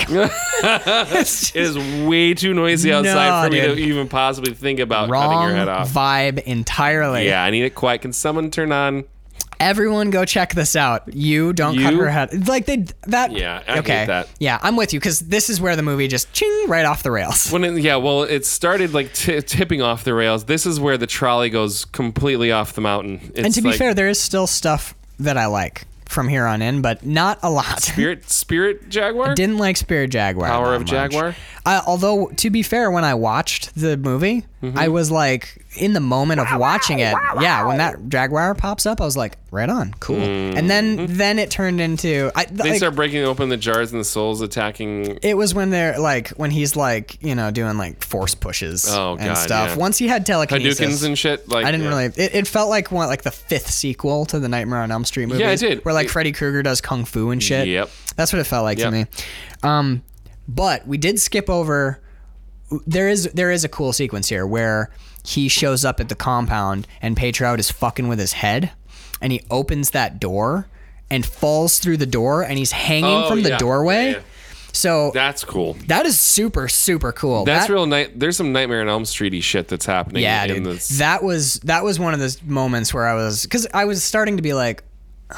S3: it's just
S2: It is way too noisy outside
S3: No,
S2: for me
S3: dude.
S2: to even possibly think about cutting
S3: wrong
S2: your head off.
S3: vibe entirely.
S2: Yeah, I need it quiet. Can someone turn on?
S3: Everyone go check this out. You don't cut
S2: You?
S3: her head. It's Like they that
S2: Yeah, I hate
S3: okay.
S2: that.
S3: Yeah, I'm with you cuz this is where the movie just ching right off the rails.
S2: When it, yeah, well, it started like t- tipping off the rails. This is where the trolley goes completely off the mountain. It's
S3: And to be
S2: like,
S3: fair, there is still stuff that I like from here on in, but not a lot.
S2: Spirit, Spirit Jaguar.
S3: Didn't like Spirit Jaguar.
S2: Power
S3: that
S2: of
S3: much.
S2: Jaguar?
S3: Uh, although, to be fair, when I watched the movie,
S2: Mm-hmm.
S3: I was like, in the moment of watching it, yeah, when that Jaguar pops up, I was like, right on, cool. And then then it turned into. I, th-
S2: Mm-hmm. they
S3: like,
S2: start breaking open the jars and the souls attacking.
S3: it was when they're like when he's like you know doing like force pushes
S2: Oh,
S3: and
S2: God,
S3: stuff.
S2: yeah.
S3: Once he had telekinesis,
S2: Hadoukens and shit. Like
S3: I didn't
S2: yeah.
S3: really. It, it felt like one like the fifth sequel to the Nightmare on Elm Street movies.
S2: Yeah, it did.
S3: Where like
S2: It-
S3: Freddy Krueger does kung fu and shit.
S2: Yep.
S3: That's what it felt like
S2: Yep.
S3: to me. Um, but we did skip over. There is there is a cool sequence here where he shows up at the compound and Patriot is fucking with his head, and he opens that door. and falls through the door and he's hanging
S2: Oh,
S3: from the
S2: yeah.
S3: doorway.
S2: Yeah, yeah.
S3: So
S2: That's cool.
S3: that is super super cool.
S2: That's
S3: That-
S2: real night. There's some Nightmare on Elm Streety shit that's happening.
S3: Yeah,
S2: in
S3: dude.
S2: This.
S3: That was that was one of those moments where I was because I was starting to be like,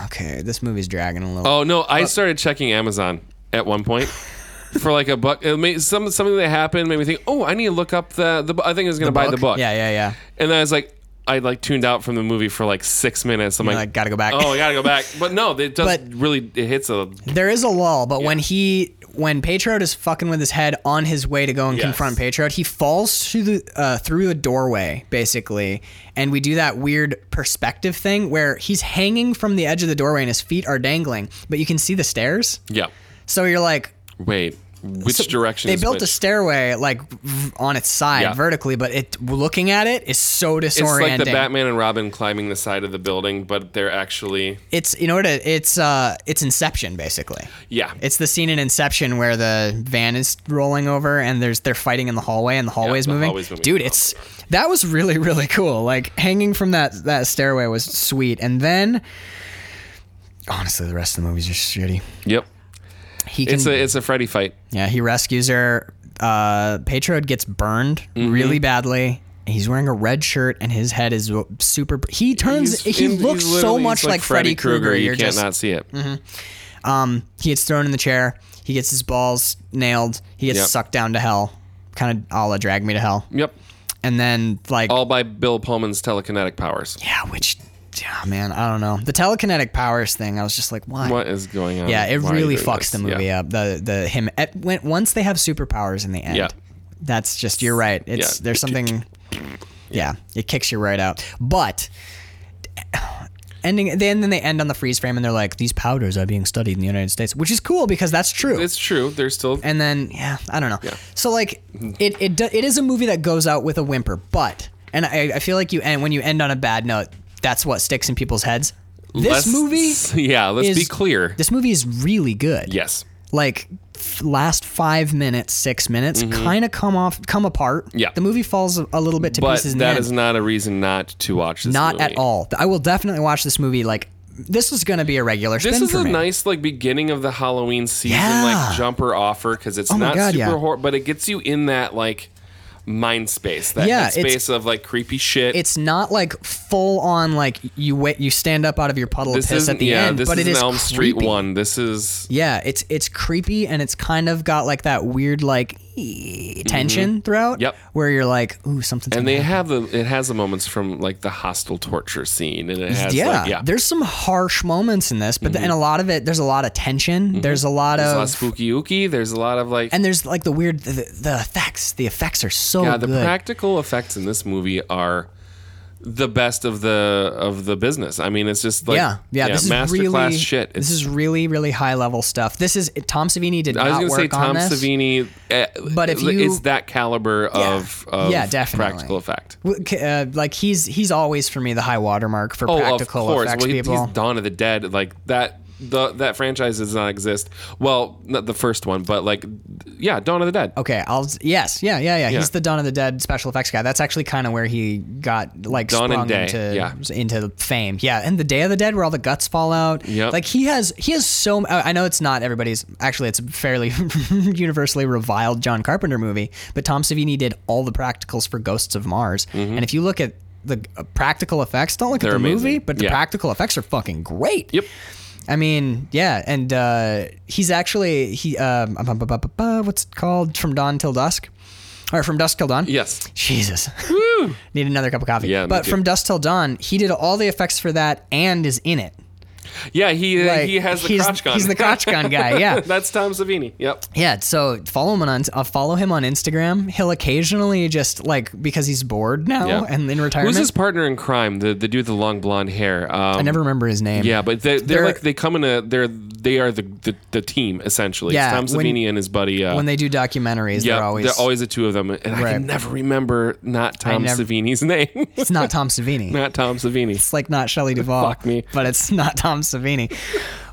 S3: okay, this movie's dragging a little.
S2: oh no, I started checking Amazon at one point for like a buck. It made some something that happened made me think. Oh, I need to look up the the. bu- I think I was gonna buy the book.
S3: Yeah, yeah, yeah.
S2: And then I was like, I like tuned out from the movie for like six minutes. I'm
S3: You're
S2: like,
S3: like, gotta go back.
S2: Oh, I gotta go back. But no, it does
S3: But-
S2: really. It hits a.
S3: There is a lull, but when he when Patriot is fucking with his head on his way to go and
S2: Yes.
S3: confront Patriot, he falls through the uh, through a doorway basically, and we do that weird perspective thing where he's hanging from the edge of the doorway and his feet are dangling, but you can see the stairs.
S2: Yeah.
S3: So you're like,
S2: Wait, which
S3: So
S2: direction?
S3: They
S2: is
S3: built
S2: which?
S3: a stairway like v- on its side
S2: Yeah.
S3: vertically, but it looking at it is so
S2: It's
S3: disorienting.
S2: like the Batman and Robin climbing the side of the building, but they're actually
S3: It's- you know what it, it's uh it's Inception basically.
S2: yeah.
S3: It's the scene in Inception where the van is rolling over and there's they're fighting in the hallway and the hallway's
S2: the
S3: moving.
S2: hallway's moving.
S3: Dude,
S2: Oh
S3: it's that was really really cool. Like hanging from that that stairway was sweet. And then honestly, the rest of the movie's just shitty.
S2: yep.
S3: He can
S2: It's a it's a Freddy fight.
S3: Yeah, he rescues her. Uh, Patriot gets burned
S2: Mm-hmm.
S3: really badly. He's wearing a red shirt and his head is super. He turns.
S2: He's-
S3: he
S2: he's
S3: looks so
S2: literally-
S3: much
S2: he's
S3: like, Freddy Krueger.
S2: You
S3: You're
S2: can't
S3: just Mm-hmm.
S2: not see it.
S3: um. He gets thrown in the chair. He gets his balls nailed. He gets
S2: Yep.
S3: sucked down to hell, kind of a la drag me to hell.
S2: Yep.
S3: And then like
S2: All by Bill Pullman's telekinetic powers.
S3: yeah, which yeah, man, I don't know. The telekinetic powers thing. I was just like, why?
S2: What is going on?
S3: Yeah, it
S2: Why are you
S3: really
S2: doing
S3: fucks
S2: this?
S3: the movie
S2: Yeah.
S3: up. The the him at, when, once they have superpowers in the end.
S2: Yeah.
S3: That's just you're right. It's
S2: Yeah.
S3: there's something yeah, it kicks you right out. But ending then then they end on the freeze frame and they're like these powders are being studied in the United States, which is cool because that's true.
S2: It's true. They're still
S3: and then yeah, I don't know. So like it it do- it is a movie that goes out with a whimper, but and I, I feel like you end when you end on a bad note, that's what sticks in people's heads. This
S2: let's-
S3: movie
S2: Yeah, let's
S3: is-
S2: be clear.
S3: This movie is really good
S2: yes.
S3: like f- last five minutes, six minutes, kind of come off, come apart.
S2: Mm-hmm. Yeah.
S3: the movie falls a little bit to
S2: But
S3: pieces. In the
S2: that
S3: end.
S2: is not a reason not to watch this
S3: not
S2: movie.
S3: at all. I will definitely watch this movie. Like this is going to be a regular.
S2: This
S3: spin
S2: is
S3: for
S2: a
S3: me.
S2: nice like beginning of the Halloween season
S3: Yeah.
S2: like jumper offer because it's
S3: Oh my
S2: not
S3: God,
S2: super
S3: yeah.
S2: horror, but it gets you in that like mind space, that
S3: Yeah,
S2: head
S3: it's-
S2: space of like creepy shit.
S3: It's not like full on like you wait you stand up out of your puddle
S2: this
S3: of piss
S2: isn't
S3: at the
S2: yeah,
S3: end,
S2: this
S3: but
S2: is
S3: it
S2: an
S3: is
S2: Elm Street
S3: creepy.
S2: one. This is
S3: Yeah, it's it's creepy and it's kind of got like that weird like e, tension throughout.
S2: Mm-hmm. Yep.
S3: Where you're like, ooh, something's
S2: and
S3: gonna
S2: they have the it has the moments from like the hostile torture scene and it has
S3: yeah,
S2: like, yeah Mm-hmm.
S3: there's some harsh moments in this, but th- and a lot of it, there's a lot of tension. There's a lot
S2: there's a
S3: of,
S2: lot of spooky ooky there's a lot of like
S3: and there's like the weird, the, the effects. The effects are so
S2: yeah the
S3: good.
S2: practical effects in this movie are the best of the of the business I mean it's just like
S3: yeah, yeah, this is
S2: masterclass
S3: really
S2: shit it's
S3: This is really, really high level stuff. This is Tom Savini did
S2: I was
S3: not
S2: gonna
S3: work
S2: say Tom
S3: on this.
S2: Savini, eh,
S3: But if you-
S2: it's that caliber of, of
S3: Yeah, definitely.
S2: practical effect.
S3: W- c- Uh, like he's he's always for me the high watermark for
S2: Oh,
S3: practical
S2: of course.
S3: effects
S2: well, he-
S3: people.
S2: he's Dawn of the Dead, like that. The, that franchise does not exist. Well, not the first one, but like, yeah, Dawn of the Dead.
S3: Okay, I'll yes, yeah, yeah, yeah.
S2: Yeah.
S3: He's the Dawn of the Dead special effects guy. That's actually kind of where he got like
S2: Dawn and
S3: sprung
S2: Day,
S3: into
S2: yeah.
S3: into fame. Yeah, and the Day of the Dead where all the guts fall out.
S2: Yep.
S3: like he has he has so. I I know it's not everybody's. Actually, it's a fairly universally reviled John Carpenter movie, but Tom Savini did all the practicals for Ghosts of Mars, and if you look at the uh, practical effects, don't look
S2: Mm-hmm. They're
S3: at the
S2: amazing.
S3: movie, but the
S2: Yeah.
S3: practical effects are fucking great.
S2: Yep.
S3: I mean, yeah, and uh, he's actually he um bu- bu- bu- bu- bu- what's it called from dawn till dusk, or from dusk till dawn.
S2: Yes.
S3: Jesus, need another cup of coffee.
S2: Yeah, me
S3: but
S2: too.
S3: from dusk till dawn, he did all the effects for that and is in it.
S2: Yeah, he uh,
S3: Like,
S2: he has the
S3: he's-
S2: crotch gun.
S3: he's the crotch gun guy, yeah.
S2: That's Tom Savini. Yep.
S3: Yeah, so follow him on uh, follow him on Instagram. He'll occasionally just like because he's bored now
S2: Yeah.
S3: and in retirement.
S2: Who's his partner in crime? The the dude with the long blonde hair. Um,
S3: I never remember his name.
S2: Yeah, but they, they're,
S3: They're-
S2: like they come in a they're they are the the, the team essentially.
S3: Yeah,
S2: it's Tom
S3: when-
S2: Savini and his buddy. Uh,
S3: When they do documentaries,
S2: Yeah,
S3: they're always,
S2: there are always the two of them, and I
S3: Right.
S2: can never remember not Tom
S3: never-
S2: Savini's name.
S3: it's not Tom Savini.
S2: not Tom Savini.
S3: it's like not Shelley Duvall.
S2: Fuck me.
S3: But it's not Tom Savini.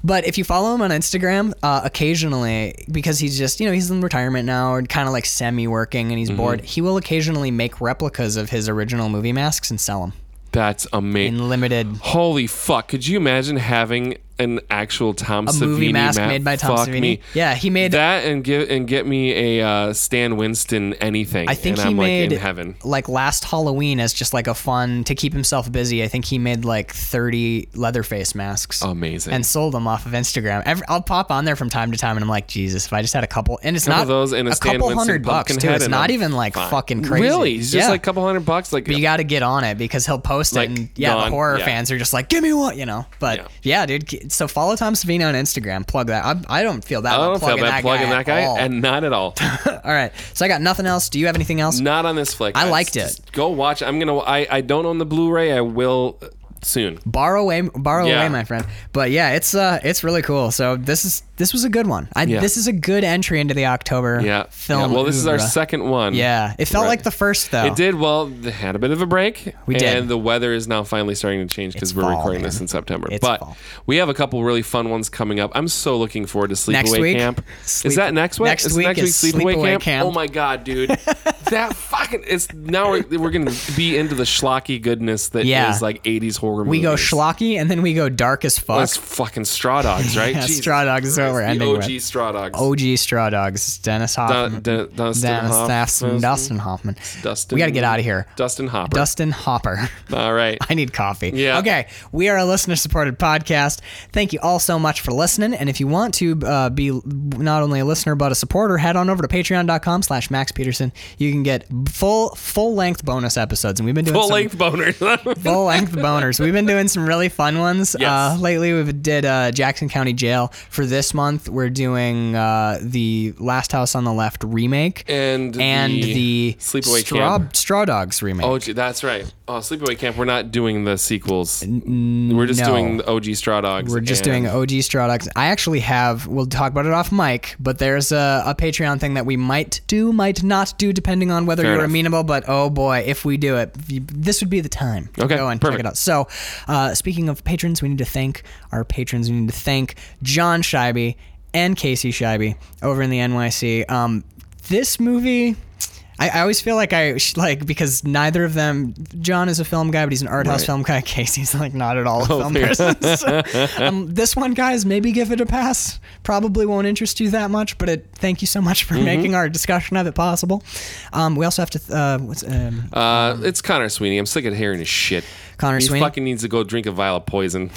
S3: but if you follow him on Instagram, uh, occasionally, because he's just, you know, he's in retirement now and kind of like semi working and
S2: Mm-hmm.
S3: he's bored, he will occasionally make replicas of his original movie masks and sell them
S2: That's amazing.
S3: in limited.
S2: Holy fuck! Could you imagine having an actual Tom
S3: a
S2: Savini
S3: movie mask
S2: ma-
S3: made by Tom
S2: fuck
S3: Savini.
S2: Me.
S3: Yeah, he made.
S2: that and get and get me a uh, Stan Winston anything.
S3: I think
S2: and
S3: he
S2: I'm
S3: made
S2: like in heaven.
S3: like last Halloween as just like a fun to keep himself busy. I think he made like thirty Leatherface
S2: Oh,
S3: masks.
S2: Amazing.
S3: and sold them off of Instagram. Every, I'll pop on there from time to time, and I'm like, Jesus, if I just had a couple, and it's
S2: Couple
S3: not
S2: of those and a
S3: a
S2: Stan
S3: couple
S2: Winston
S3: hundred bucks
S2: pumpkin
S3: too.
S2: head
S3: It's
S2: and
S3: not
S2: I'm
S3: even like
S2: fine.
S3: fucking crazy.
S2: Really? It's just
S3: Yeah.
S2: like a couple hundred bucks. Like
S3: But you got to get on it because he'll post
S2: Like,
S3: it, and yeah,
S2: gone.
S3: the horror
S2: Yeah.
S3: fans are just like, "Give me one," you know. But
S2: Yeah.
S3: yeah, dude. k- So follow Tom Savino on Instagram. Plug that. I'm, I don't feel that.
S2: I
S3: about
S2: don't oh, feel
S3: plugging
S2: bad plugging
S3: at
S2: that guy,
S3: all.
S2: and not at all.
S3: all right. So I got nothing else. Do you have anything else?
S2: not on this flick.
S3: I
S2: guys.
S3: liked it.
S2: Just go watch. it. I'm gonna. I I don't own the Blu-ray. I will uh, soon.
S3: borrow away borrow
S2: Yeah.
S3: away my friend but yeah it's uh it's really cool so this is this was a good one I,
S2: Yeah.
S3: this is a good entry into the october
S2: Yeah.
S3: film
S2: Yeah, Well, this is our
S3: oeuvre.
S2: second one.
S3: yeah it felt
S2: Mm. Right.
S3: like the first though
S2: It did well. They had a bit of a break.
S3: Oh. We did.
S2: And the weather is now finally starting to change because
S3: It's
S2: we're
S3: fall,
S2: recording
S3: man.
S2: this in September.
S3: It's
S2: but
S3: fall.
S2: we have a couple really fun ones coming up. I'm so looking forward to Sleepaway
S3: Next week?
S2: Camp.
S3: Sleep-
S2: is that next week?
S3: next
S2: Is
S3: week
S2: next
S3: is
S2: week Sleepaway,
S3: Sleepaway
S2: camp?
S3: Camp.
S2: Oh my god, dude. that fucking it's now we're, we're gonna be into the schlocky goodness that is
S3: Yeah.
S2: like 80s horror
S3: we go
S2: movies.
S3: schlocky and then we go dark as fuck
S2: That's fucking Straw Dogs, right?
S3: Yeah,
S2: Jesus
S3: Straw Dogs is what
S2: Christ,
S3: we're
S2: the
S3: ending
S2: OG
S3: with.
S2: Straw Dogs.
S3: og straw dogs dennis
S2: Dun-
S3: hoffman
S2: Dun- Dustin
S3: dennis
S2: Hoff-
S3: Dustin, Dustin hoffman
S2: Dustin.
S3: we gotta get out of here
S2: Dustin Hopper.
S3: dustin hopper
S2: All right.
S3: I need coffee.
S2: Yeah.
S3: Okay. We are a listener supported podcast. Thank you all so much for listening. And if you want to uh, be not only a listener but a supporter, head on over to patreon.com slash Max Peterson. You can get full full length bonus episodes. And we've been doing
S2: Full
S3: some
S2: length boner.
S3: full length boners. We've been doing some really fun ones.
S2: Yes.
S3: Uh, lately, we did uh, Jackson County Jail. For this month, we're doing uh, the Last House on the Left remake
S2: and
S3: and the,
S2: Sleepaway
S3: Straw,
S2: Camp.
S3: Straw Dogs remake.
S2: Oh, gee, that's right. Oh, Sleepaway Camp. We're not doing the sequels. we're just
S3: no.
S2: doing the OG Straw Dogs.
S3: We're just
S2: and-
S3: doing OG Straw Dogs. I actually have, we'll talk about it off mic, but there's a, a Patreon thing that we might do, might not do, depending on whether
S2: Fair
S3: you're
S2: enough.
S3: amenable. But oh boy, if we do it, you- this would be the time.
S2: Okay,
S3: Go and check
S2: perfect.
S3: it out. So, uh, speaking of patrons, we need to thank our patrons. We need to thank John Scheibe and Casey Scheibe over in the NYC. Um, this movie. I, I always feel like I sh- like because neither of them. John is a film guy, but he's an art house film guy. Casey's like not at all a film
S2: Oh, yeah.
S3: person. So, um, this one, guys, maybe give it a pass. Probably won't interest you that much, but it, thank you so much
S2: Mm-hmm.
S3: for making our discussion of it possible. Um, we also have to uh, what's um,
S2: Uh, it's Connor Sweeney. I'm sick of hearing his shit.
S3: Connor
S2: he
S3: Sweeney.
S2: fucking needs to go drink a vial of poison.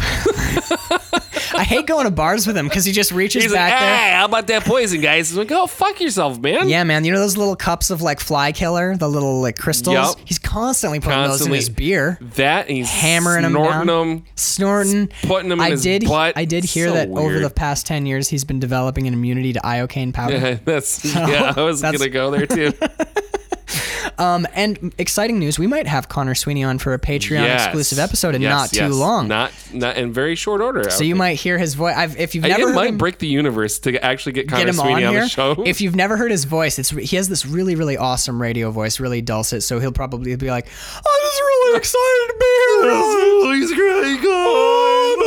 S3: I hate going to bars with him because he just reaches
S2: He's like, "Ah!"
S3: back there.
S2: hey, how about that poison, guys? He's like, oh, fuck yourself, man.
S3: Yeah, man. You know those little cups of like fly killer, the little like crystals.
S2: Yup.
S3: He's constantly putting
S2: Constantly.
S3: those in his beer,
S2: That and he's
S3: hammering them
S2: snorting
S3: down,
S2: them.
S3: snorting,
S2: putting 'em in
S3: I
S2: his
S3: did,
S2: butt.
S3: I did hear
S2: So
S3: that over
S2: weird.
S3: the past ten years, he's been developing an immunity to iocane powder.
S2: that's yeah. I was
S3: Oh, That's-
S2: gonna go there too.
S3: Um, and exciting news, we might have Connor Sweeney on for a Patreon
S2: Yes.
S3: exclusive episode and
S2: Yes,
S3: not
S2: yes.
S3: too long.
S2: Not not in very short order.
S3: so you might hear his voice. I've, if you've never
S2: it
S3: heard
S2: might
S3: him,
S2: break the universe to actually get Connor
S3: get him on
S2: Sweeney on,
S3: here,
S2: the show.
S3: if you've never heard his voice, it's he has this really really awesome radio voice, really dulcet. So he'll probably be like, "I'm just really excited to be here.
S2: He's really good.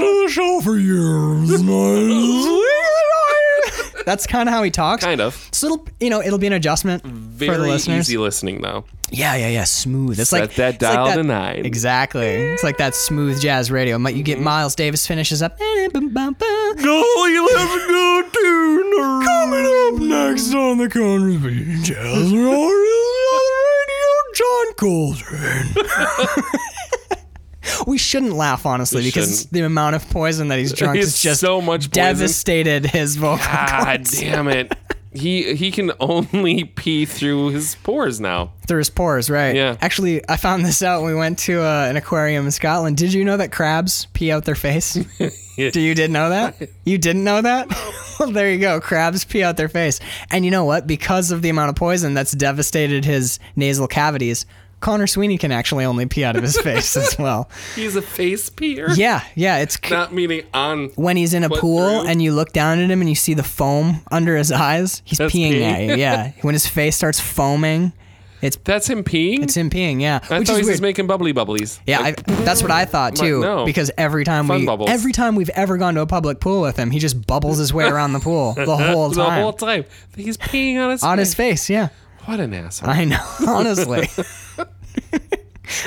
S3: to the show for years." That's kind of how he talks.
S2: Kind of.
S3: So it'll you know it'll be an adjustment for the
S2: Very
S3: listeners.
S2: easy listening though.
S3: Yeah, yeah, yeah. Smooth. It's
S2: Set
S3: like
S2: that
S3: it's like
S2: dial to nine.
S3: Exactly. It's like that smooth jazz radio. Mi- You
S2: Mm-hmm.
S3: get Miles Davis finishes up.
S2: Go, you have good tune.
S3: up next on the Connor's Beat Jazz Radio, John Coltrane. we shouldn't laugh honestly
S2: We
S3: because
S2: shouldn't.
S3: the amount of poison that he's drunk
S2: It's
S3: is just
S2: so much poison.
S3: devastated his vocal
S2: God
S3: cords
S2: damn it. He he can only pee through his pores now.
S3: through his pores. Right.
S2: Yeah.
S3: Actually, I found this out when we went to uh, an aquarium in Scotland. Did you know that crabs pee out their face? Do you didn't know that? You didn't know that? well, there you go. Crabs pee out their face. And you know what? Because of the amount of poison that's devastated his nasal cavities, Connor Sweeney can actually only pee out of his face as well.
S2: He's a face peer.
S3: Yeah, yeah, it's c-
S2: Not meaning on
S3: when he's in a
S2: But
S3: pool
S2: through-
S3: and you look down at him and you see the foam under his eyes, he's
S2: That's
S3: peeing
S2: pee.
S3: at you. Yeah. When his face starts foaming,
S2: That's him peeing?
S3: it's him peeing, yeah.
S2: I
S3: Which
S2: thought
S3: is
S2: he was
S3: weird.
S2: just making bubbly bubblies.
S3: Yeah, I, that's what I thought
S2: My-
S3: too.
S2: no.
S3: Because every time
S2: Fun
S3: we,
S2: bubbles.
S3: every time we've ever gone to a public pool with him, he just bubbles his way around the pool the whole
S2: the
S3: time
S2: whole time. He's peeing on his
S3: on
S2: face.
S3: his face. Yeah,
S2: What an asshole.
S3: I know. Honestly,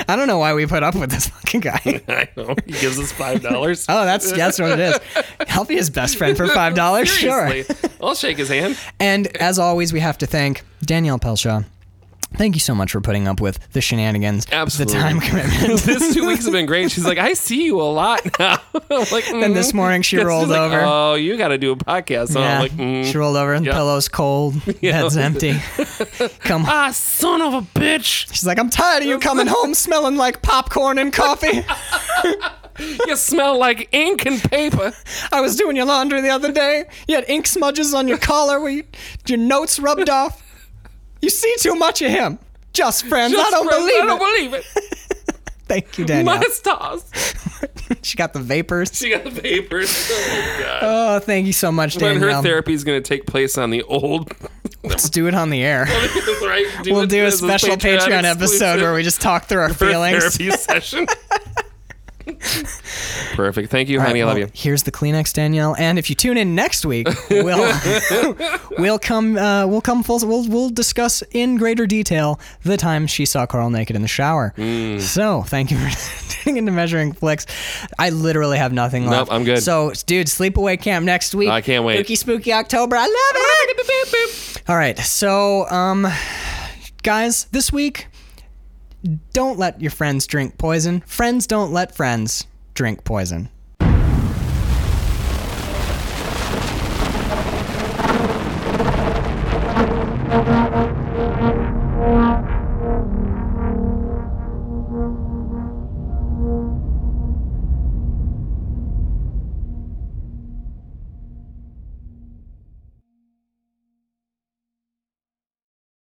S3: I don't know why we put up with this fucking guy.
S2: I know. He gives us five dollars.
S3: Oh, that's that's what it is. I'll be his best friend for five
S2: oh,
S3: dollars, sure.
S2: I'll shake his hand.
S3: And as always, we have to thank Danielle Pelshaw. Thank you so much for putting up with the shenanigans,
S2: Absolutely.
S3: the time commitment.
S2: This two weeks have been great. She's like, I see you a lot now. I'm like,
S3: Then this
S2: mhm.
S3: morning she
S2: She's
S3: rolled
S2: like,
S3: over.
S2: Oh, you got to do a podcast. So I'm like,
S3: she
S2: mm.
S3: rolled over and the
S2: Yeah.
S3: pillow's cold, bed's empty. Come home.
S2: ah, son of a bitch!
S3: She's like, I'm tired of you coming home smelling like popcorn and coffee.
S2: You smell like ink and paper.
S3: I was doing your laundry the other day. You had ink smudges on your collar where you, your notes rubbed off. You see too much of him. Just friends. I
S2: Just
S3: don't
S2: right-
S3: believe
S2: I
S3: it.
S2: don't believe it.
S3: Thank you, Danielle.
S2: My stars.
S3: she got the vapors.
S2: She got the papers. Oh my god.
S3: Oh, thank you so much,
S2: When her
S3: Danielle.
S2: therapy is going to take place on the old.
S3: Let's do it on the air.
S2: right?
S3: We'll
S2: it
S3: do a
S2: as
S3: special Patreon, episode
S2: exclusive.
S3: where we just talk through our
S2: for a
S3: feelings.
S2: therapy session. Perfect. Thank you,
S3: All right,
S2: honey. I love
S3: well,
S2: you.
S3: Here's the Kleenex, Danielle. And if you tune in next week, we'll we'll come uh, we'll come full we'll we'll discuss in greater detail the time she saw Carl naked in the shower.
S2: Mm.
S3: So thank you for tuning into measuring flicks. I literally have nothing left.
S2: I'm good.
S3: So dude, sleepaway camp next week.
S2: I can't wait.
S3: Spooky spooky October. I love it. All right. So um guys, this week don't let your friends drink poison. Friends don't let friends drink poison.